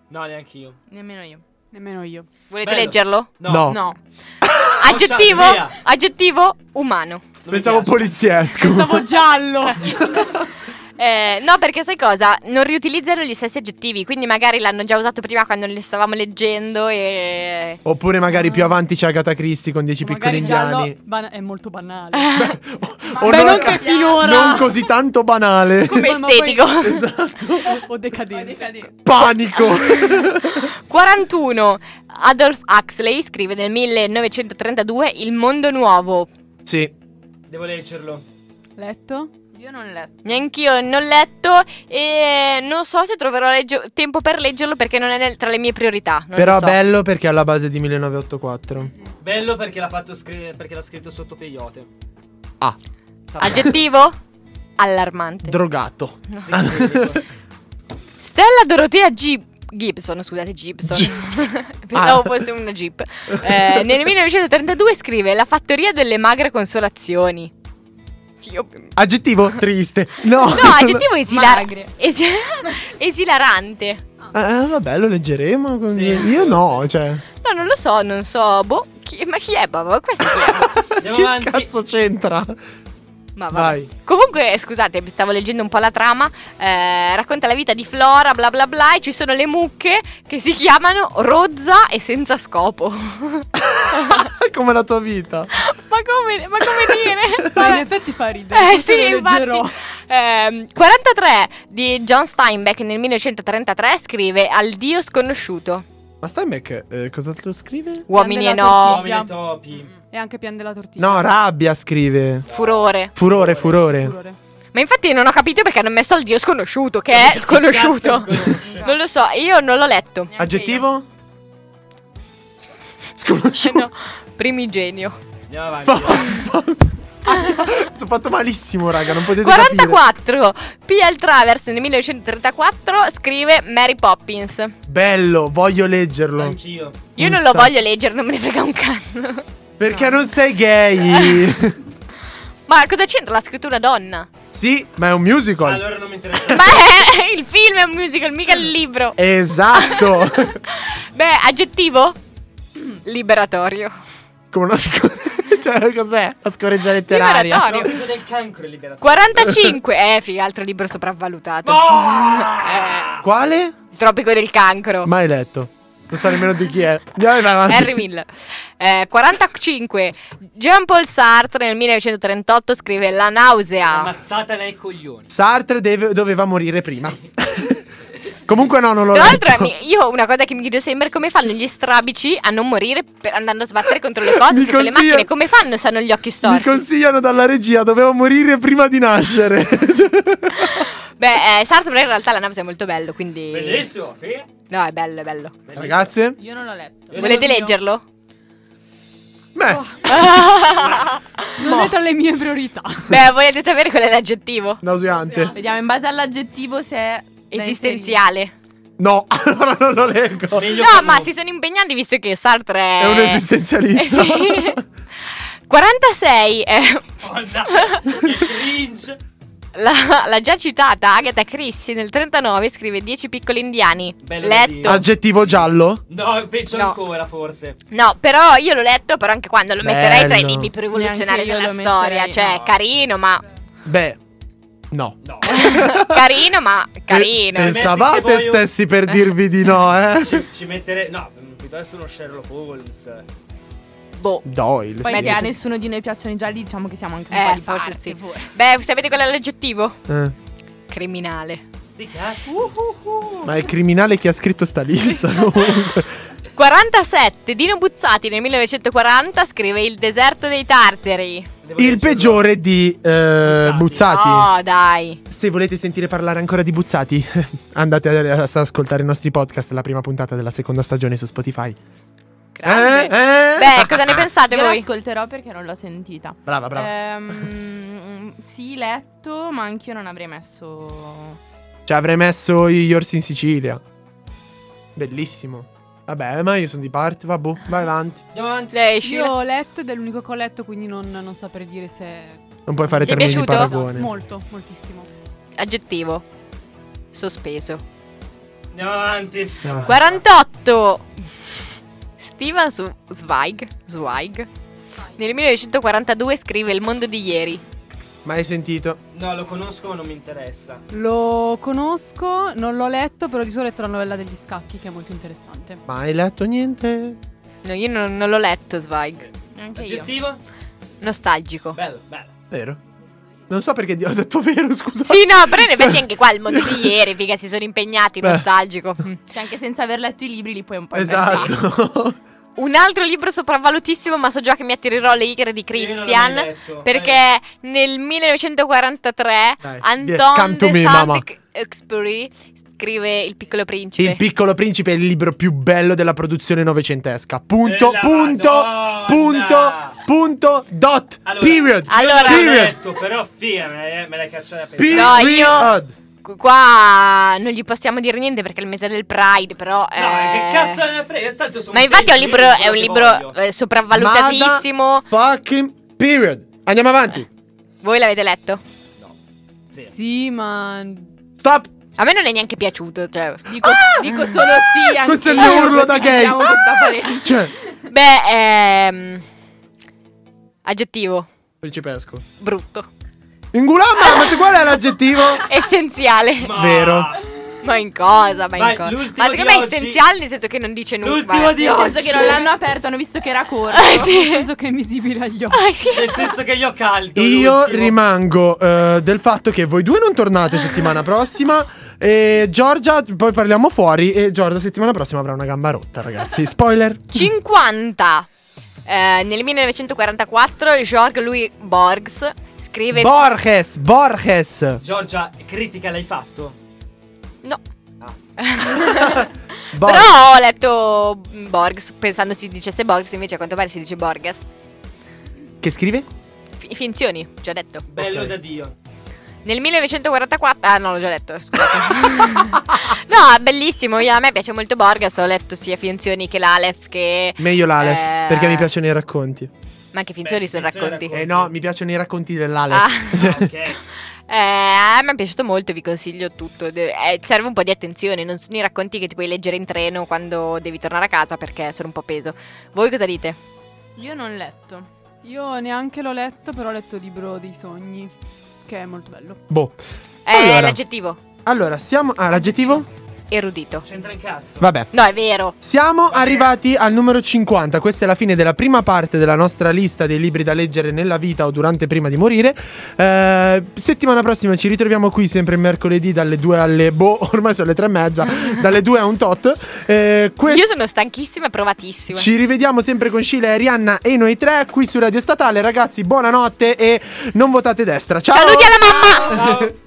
[SPEAKER 3] No, neanche io.
[SPEAKER 5] Nemmeno io.
[SPEAKER 4] Nemmeno io.
[SPEAKER 1] Volete
[SPEAKER 3] Bello.
[SPEAKER 1] leggerlo?
[SPEAKER 3] No.
[SPEAKER 2] No.
[SPEAKER 1] No. aggettivo,
[SPEAKER 3] Ciao, Andrea.
[SPEAKER 1] aggettivo
[SPEAKER 3] Non
[SPEAKER 1] umano.
[SPEAKER 3] mi
[SPEAKER 2] Pensavo
[SPEAKER 3] piace.
[SPEAKER 2] poliziesco.
[SPEAKER 4] Pensavo giallo.
[SPEAKER 1] Eh, no, perché sai cosa? Non riutilizzano gli stessi aggettivi, quindi magari l'hanno già usato prima quando li stavamo leggendo e...
[SPEAKER 2] Oppure magari più avanti c'è Agatha Christie con 10 piccoli
[SPEAKER 4] Magari
[SPEAKER 2] indiani.
[SPEAKER 4] giallo ban- è molto banale.
[SPEAKER 2] O
[SPEAKER 4] Beh, non
[SPEAKER 2] ca-
[SPEAKER 4] che finora.
[SPEAKER 2] non così tanto banale.
[SPEAKER 1] Come
[SPEAKER 4] Ma poi- Esatto.
[SPEAKER 1] estetico.
[SPEAKER 4] o decadente.
[SPEAKER 2] Panico.
[SPEAKER 1] 41. Adolf Huxley scrive nel 1932 Il mondo nuovo.
[SPEAKER 2] sì.
[SPEAKER 3] Devo leggerlo.
[SPEAKER 4] Letto?
[SPEAKER 5] Io non letto.
[SPEAKER 1] Neanch'io non letto e non so se troverò legge- tempo per leggerlo perché non è nel- tra le mie priorità. non lo
[SPEAKER 2] Però
[SPEAKER 1] so.
[SPEAKER 2] bello perché è alla base di 1984.
[SPEAKER 3] Bello perché l'ha fatto scrivere perché l'ha scritto sotto peyote.
[SPEAKER 2] Ah.
[SPEAKER 3] Sapete.
[SPEAKER 1] Aggettivo? Allarmante.
[SPEAKER 2] Drogato.
[SPEAKER 3] Sì, pubblico.
[SPEAKER 1] Stella Dorotea G- Gibson, scusate, Gibson. Pensavo
[SPEAKER 2] Ah.
[SPEAKER 1] fosse una Jeep. Eh, nel 1932 scrive La fattoria delle magre consolazioni. Io...
[SPEAKER 2] Aggettivo triste. No.
[SPEAKER 1] No, aggettivo esila-
[SPEAKER 5] Magre.
[SPEAKER 1] esi- esilarante.
[SPEAKER 2] Eh, vabbè, lo leggeremo. quindi-
[SPEAKER 3] Sì.
[SPEAKER 2] Io no, cioè.
[SPEAKER 1] No, non lo so, non so. Boh, chi- ma chi è Baba? Questo chi è? Boh,
[SPEAKER 3] Andiamo
[SPEAKER 2] che
[SPEAKER 3] avanti.
[SPEAKER 2] cazzo c'entra?
[SPEAKER 1] Ma vabbè.
[SPEAKER 2] Vai.
[SPEAKER 1] Comunque, scusate, mi stavo leggendo un po' la trama. eh, racconta la vita di Flora, bla bla bla. E ci sono le mucche che si chiamano Rozza e senza scopo.
[SPEAKER 2] Come la tua vita.
[SPEAKER 1] ma, come, ma come dire?
[SPEAKER 4] Beh, in
[SPEAKER 1] Vabbè.
[SPEAKER 4] effetti fa ridere.
[SPEAKER 1] Eh
[SPEAKER 4] forse
[SPEAKER 1] sì,
[SPEAKER 4] lo
[SPEAKER 1] infatti.
[SPEAKER 4] leggerò.
[SPEAKER 1] Ehm, 43 di John Steinbeck nel 1933 scrive Al Dio sconosciuto.
[SPEAKER 2] Ma Steinbeck eh, cos'altro scrive?
[SPEAKER 1] Uomini e
[SPEAKER 4] Pian della
[SPEAKER 1] no,
[SPEAKER 3] Uomini e topi.
[SPEAKER 4] E anche Pian della tortiglia.
[SPEAKER 2] No, rabbia scrive.
[SPEAKER 1] furore.
[SPEAKER 2] Furore, furore.
[SPEAKER 4] Furore.
[SPEAKER 1] Ma infatti non ho capito perché hanno messo Al Dio sconosciuto, che è sconosciuto.
[SPEAKER 3] Cazzo, riconosce.
[SPEAKER 1] Non lo so, io non l'ho letto.
[SPEAKER 2] Aggettivo? Sconosciuto.
[SPEAKER 1] No, primigenio.
[SPEAKER 3] Andiamo avanti.
[SPEAKER 2] Sono fatto malissimo, raga, non potete capire.
[SPEAKER 1] 44 P.L. Travers nel 1934 scrive Mary Poppins. Io
[SPEAKER 2] Bello, voglio leggerlo.
[SPEAKER 3] Anch'io.
[SPEAKER 2] Un
[SPEAKER 1] non lo
[SPEAKER 2] sacco.
[SPEAKER 1] voglio leggere, non me ne frega un cazzo.
[SPEAKER 2] Perché non sei gay?
[SPEAKER 1] Ma cosa c'entra? L'ha scritto una donna.
[SPEAKER 2] sì, ma è un musical.
[SPEAKER 3] Allora non mi interessa.
[SPEAKER 1] Ma è, il film è un musical, mica il libro.
[SPEAKER 2] Esatto.
[SPEAKER 1] Beh, aggettivo? Liberatorio.
[SPEAKER 2] Come una scoreggia. cioè, cos'è? La scoreggia letteraria.
[SPEAKER 1] Liberatorio.
[SPEAKER 3] No, quello del cancro è liberato.
[SPEAKER 1] 45. Eh, figa, altro libro sopravvalutato.
[SPEAKER 3] Ah!
[SPEAKER 1] Eh,
[SPEAKER 2] Quale?
[SPEAKER 1] il Tropico del cancro.
[SPEAKER 2] Mai letto. Non so nemmeno di chi è. Andiamo vai avanti.
[SPEAKER 1] Henry Mill. Eh, 45. Jean-Paul Sartre nel 1938 scrive La nausea.
[SPEAKER 3] Ammazzata nei coglioni.
[SPEAKER 2] Sartre deve- doveva morire prima. Comunque no, non l'ho
[SPEAKER 1] Tra
[SPEAKER 2] letto.
[SPEAKER 1] l'altro, mi- io una cosa che mi chiedo sempre è come fanno gli strabici a non morire per- andando a sbattere contro le cose,
[SPEAKER 2] Mi
[SPEAKER 1] sotto le
[SPEAKER 2] consiglio-
[SPEAKER 1] macchine. Come fanno se hanno gli occhi
[SPEAKER 2] Mi
[SPEAKER 1] storti?
[SPEAKER 2] consigliano dalla regia, dovevo morire prima di nascere.
[SPEAKER 1] Beh, eh, Sartre però in realtà la nausea è molto bello, quindi...
[SPEAKER 3] Bellissimo, figa.
[SPEAKER 1] No, è bello, è bello.
[SPEAKER 3] Bellissimo.
[SPEAKER 2] Ragazze?
[SPEAKER 5] Io non l'ho letto.
[SPEAKER 3] Io
[SPEAKER 1] Volete
[SPEAKER 3] sono-
[SPEAKER 1] leggerlo?
[SPEAKER 2] Beh,
[SPEAKER 1] Oh.
[SPEAKER 4] Non è tra le mie priorità.
[SPEAKER 1] Beh, volete sapere qual è l'aggettivo?
[SPEAKER 2] nauseante.
[SPEAKER 5] Vediamo in base all'aggettivo se è da
[SPEAKER 1] Esistenziale.
[SPEAKER 2] No, allora non lo leggo.
[SPEAKER 3] Meglio
[SPEAKER 1] No,
[SPEAKER 3] per
[SPEAKER 1] ma
[SPEAKER 3] voi.
[SPEAKER 1] si sono impegnati visto che Sartre è...
[SPEAKER 2] È un esistenzialista.
[SPEAKER 1] Eh, sì. 46. eh,
[SPEAKER 3] Oh, no. Che cringe.
[SPEAKER 1] la, la già citata Agatha Christie nel 39 scrive 10 piccoli indiani.
[SPEAKER 3] Bello da
[SPEAKER 1] letto.
[SPEAKER 3] dire.
[SPEAKER 2] Aggettivo giallo?
[SPEAKER 3] No, peggio
[SPEAKER 1] No.
[SPEAKER 3] ancora forse.
[SPEAKER 1] No, però io l'ho letto, però anche quando lo metterei tra i
[SPEAKER 2] Bello.
[SPEAKER 1] libri più rivoluzionari
[SPEAKER 5] Neanche io
[SPEAKER 1] della
[SPEAKER 5] lo
[SPEAKER 1] storia.
[SPEAKER 5] metterei,
[SPEAKER 1] Cioè,
[SPEAKER 3] no.
[SPEAKER 1] carino, ma...
[SPEAKER 2] Beh, no.
[SPEAKER 3] No.
[SPEAKER 1] carino, ma carino.
[SPEAKER 2] Eh, Pensavate
[SPEAKER 3] Metti se vuoi un-
[SPEAKER 2] stessi per dirvi di no, eh?
[SPEAKER 3] ci, ci mettere... No, mm, piuttosto uno Sherlock Holmes.
[SPEAKER 1] Boh.
[SPEAKER 2] Doyle.
[SPEAKER 5] Poi
[SPEAKER 2] sì.
[SPEAKER 5] se a nessuno di noi piacciono i gialli, diciamo che siamo anche un po'
[SPEAKER 1] Eh,
[SPEAKER 5] di
[SPEAKER 1] forse
[SPEAKER 5] parte,
[SPEAKER 1] sì.
[SPEAKER 5] forse.
[SPEAKER 1] Beh, sapete qual è l'aggettivo?
[SPEAKER 2] Eh,
[SPEAKER 1] Criminale.
[SPEAKER 3] Sti cazzi.
[SPEAKER 1] Uh.
[SPEAKER 2] Ma è criminale chi ha scritto sta lista. comunque.
[SPEAKER 1] 47. Dino Buzzati nel 1940 scrive Il deserto dei tartari.
[SPEAKER 3] Devo
[SPEAKER 2] Il
[SPEAKER 3] leggerlo.
[SPEAKER 2] peggiore di eh,
[SPEAKER 3] Buzzati.
[SPEAKER 2] Buzzati.
[SPEAKER 1] Oh, dai.
[SPEAKER 2] Se volete sentire parlare ancora di Buzzati, andate a- ad ascoltare i nostri podcast, la prima puntata della seconda stagione su Spotify.
[SPEAKER 1] Grande.
[SPEAKER 2] Eh, eh.
[SPEAKER 1] Beh, cosa ne pensate
[SPEAKER 5] Io
[SPEAKER 1] voi?
[SPEAKER 5] l'ascolterò perché non l'ho sentita.
[SPEAKER 2] Brava, brava.
[SPEAKER 1] eh.
[SPEAKER 5] Ehm, sì, letto, ma anch'io non avrei messo.
[SPEAKER 2] Cioè, avrei messo gli orsi in Sicilia. Bellissimo. Vabbè, ma io sono di parte, vabbè, vai avanti.
[SPEAKER 3] Andiamo avanti.
[SPEAKER 1] Lei
[SPEAKER 4] Io ho letto ed è l'unico che ho letto, quindi non, non saprei dire se.
[SPEAKER 2] Non puoi fare
[SPEAKER 1] Ti è
[SPEAKER 2] termini di
[SPEAKER 1] piaciuto?
[SPEAKER 2] paragone.
[SPEAKER 4] Molto, moltissimo.
[SPEAKER 1] Aggettivo. Sospeso.
[SPEAKER 3] Andiamo avanti.
[SPEAKER 2] Ah.
[SPEAKER 1] 48. Steven Su- Zweig. Zweig. Nel 1942 scrive Il mondo di ieri.
[SPEAKER 2] Ma hai sentito?
[SPEAKER 3] No, lo conosco, ma non mi interessa.
[SPEAKER 4] Lo conosco, non l'ho letto, però di solito ho letto la novella degli scacchi, che è molto interessante.
[SPEAKER 2] Ma hai letto niente?
[SPEAKER 1] No, io non, non l'ho letto Zweig.
[SPEAKER 5] Neanche io.
[SPEAKER 3] Aggettivo?
[SPEAKER 1] Nostalgico.
[SPEAKER 3] Bello, bello.
[SPEAKER 2] Vero? Non so perché di- ho detto vero, scusa. Cioè
[SPEAKER 1] Sì, no, però in effetti anche qua il mondo di ieri, figa, si sono impegnati,
[SPEAKER 2] Beh.
[SPEAKER 1] nostalgico. Mm.
[SPEAKER 5] Cioè, anche senza aver letto i libri li puoi un po' incastrare.
[SPEAKER 2] Esatto.
[SPEAKER 1] Un altro libro sopravvalutissimo, ma so già che mi attirerò le ire di
[SPEAKER 3] Io non l'ho
[SPEAKER 1] Christian.
[SPEAKER 3] mai letto. Eh.
[SPEAKER 1] Perché nel 1943
[SPEAKER 2] Dai,
[SPEAKER 1] Anton
[SPEAKER 2] come to
[SPEAKER 1] de
[SPEAKER 2] me, mamma.
[SPEAKER 1] Saint-Exupéry scrive Il piccolo principe.
[SPEAKER 2] Il piccolo principe è il libro più bello della produzione novecentesca. Punto,
[SPEAKER 3] Bella
[SPEAKER 2] punto,
[SPEAKER 3] Madonna!
[SPEAKER 2] punto, punto, dot.
[SPEAKER 3] Allora,
[SPEAKER 2] period.
[SPEAKER 1] Allora-
[SPEAKER 3] Io non l'ho
[SPEAKER 2] period.
[SPEAKER 3] letto, però fia, me, me l'hai cacciata a pensare.
[SPEAKER 1] No, io-
[SPEAKER 2] Period.
[SPEAKER 1] Qu- Qua non gli possiamo dire niente perché è il mese del Pride, però eh,
[SPEAKER 3] No, che cazzo ne frega? Io tanto sono
[SPEAKER 1] Ma infatti è un libro,
[SPEAKER 3] felice,
[SPEAKER 1] è un
[SPEAKER 3] io
[SPEAKER 1] libro
[SPEAKER 3] voglio.
[SPEAKER 1] eh, sopravvalutatissimo.
[SPEAKER 2] Mother Fucking period. Andiamo avanti.
[SPEAKER 1] Voi l'avete letto?
[SPEAKER 3] Sì.
[SPEAKER 4] Sì, ma.
[SPEAKER 2] Stop. Ah!
[SPEAKER 1] A me non è neanche piaciuto, cioè.
[SPEAKER 5] Dico,
[SPEAKER 4] Ah!
[SPEAKER 5] dico solo sì anche
[SPEAKER 2] Questo è
[SPEAKER 5] io,
[SPEAKER 2] l'urlo da
[SPEAKER 5] così
[SPEAKER 2] gay.
[SPEAKER 5] chiudiamo questa parentesi.
[SPEAKER 2] Cioè,
[SPEAKER 1] Beh, ehm, aggettivo
[SPEAKER 2] principesco.
[SPEAKER 1] brutto,
[SPEAKER 2] Ingulama, ma tu qual è l'aggettivo?
[SPEAKER 1] essenziale. Ma,
[SPEAKER 3] Ma-
[SPEAKER 2] Vero.
[SPEAKER 1] in cosa? Ma,
[SPEAKER 3] Vai,
[SPEAKER 1] in cosa?
[SPEAKER 3] l'ultimo
[SPEAKER 1] Ma secondo me
[SPEAKER 3] di
[SPEAKER 1] è
[SPEAKER 3] oggi-
[SPEAKER 1] essenziale nel senso che non dice nulla.
[SPEAKER 3] L'ultimo
[SPEAKER 1] guarda.
[SPEAKER 3] di
[SPEAKER 5] Nel
[SPEAKER 3] oggi.
[SPEAKER 5] senso che non l'hanno aperto, hanno visto che era corto.
[SPEAKER 1] Eh,
[SPEAKER 4] Nel
[SPEAKER 1] sì.
[SPEAKER 4] senso che è invisibile agli occhi.
[SPEAKER 1] Ah, sì.
[SPEAKER 3] Nel senso che io caldo.
[SPEAKER 2] Io
[SPEAKER 3] l'ultimo.
[SPEAKER 2] rimango eh, del fatto che voi due non tornate settimana prossima. E Giorgia, poi parliamo fuori. E Giorgia, settimana prossima avrà una gamba rotta, ragazzi. Spoiler.
[SPEAKER 1] 50. Eh, nel 1944 Georges-Louis Borges scrive...
[SPEAKER 2] Borges, Borges.
[SPEAKER 3] Giorgia, critica l'hai fatto?
[SPEAKER 1] no.
[SPEAKER 2] Bor-
[SPEAKER 1] Però ho letto Borges pensando si dicesse Borges, invece a quanto pare si dice Borges.
[SPEAKER 2] Che scrive?
[SPEAKER 1] Fi- finzioni, già detto.
[SPEAKER 3] Bello
[SPEAKER 2] Ok.
[SPEAKER 3] da Dio.
[SPEAKER 1] Nel 1944, ah no, l'ho già letto, scusate. no, è bellissimo, io- a me piace molto Borges, ho letto sia Finzioni che l'Alef che...
[SPEAKER 2] Meglio l'Alef,
[SPEAKER 1] Eh.
[SPEAKER 2] perché mi piacciono i racconti.
[SPEAKER 1] Ma anche Finzioni
[SPEAKER 3] Beh,
[SPEAKER 1] sono
[SPEAKER 3] Finzioni
[SPEAKER 1] racconti.
[SPEAKER 3] racconti.
[SPEAKER 2] Eh no, mi piacciono i racconti dell'Alef.
[SPEAKER 1] Ah.
[SPEAKER 2] Cioè.
[SPEAKER 3] Ah, ok.
[SPEAKER 1] Eh, a me è piaciuto molto, vi consiglio tutto. De- eh, serve un po' di attenzione, non sono i racconti che ti puoi leggere in treno quando devi tornare a casa perché sono un po' peso. Voi cosa dite?
[SPEAKER 5] Io non ho letto.
[SPEAKER 4] Io neanche l'ho letto, però ho letto il libro dei sogni, che è molto bello.
[SPEAKER 2] Boh.
[SPEAKER 1] Eh,
[SPEAKER 2] Allora.
[SPEAKER 1] l'aggettivo,
[SPEAKER 2] Allora, siamo... Ah, l'aggettivo?
[SPEAKER 1] erudito.
[SPEAKER 3] C'entra in cazzo.
[SPEAKER 2] Vabbè.
[SPEAKER 1] No, è vero.
[SPEAKER 2] Siamo
[SPEAKER 3] bene.
[SPEAKER 2] arrivati al numero 50, questa è la fine della prima parte della nostra lista dei libri da leggere nella vita o durante prima di morire. Eh, settimana prossima ci ritroviamo qui sempre mercoledì dalle 2 alle... Boh, ormai sono le 3 e mezza, dalle 2 a un tot. Eh, quest-
[SPEAKER 1] Io sono stanchissima e provatissima.
[SPEAKER 2] Ci rivediamo sempre con Sheila e Rihanna e noi tre qui su Radio Statale. Ragazzi, buonanotte e non votate destra. Ciao!
[SPEAKER 1] Saluti alla mamma!
[SPEAKER 3] Ciao.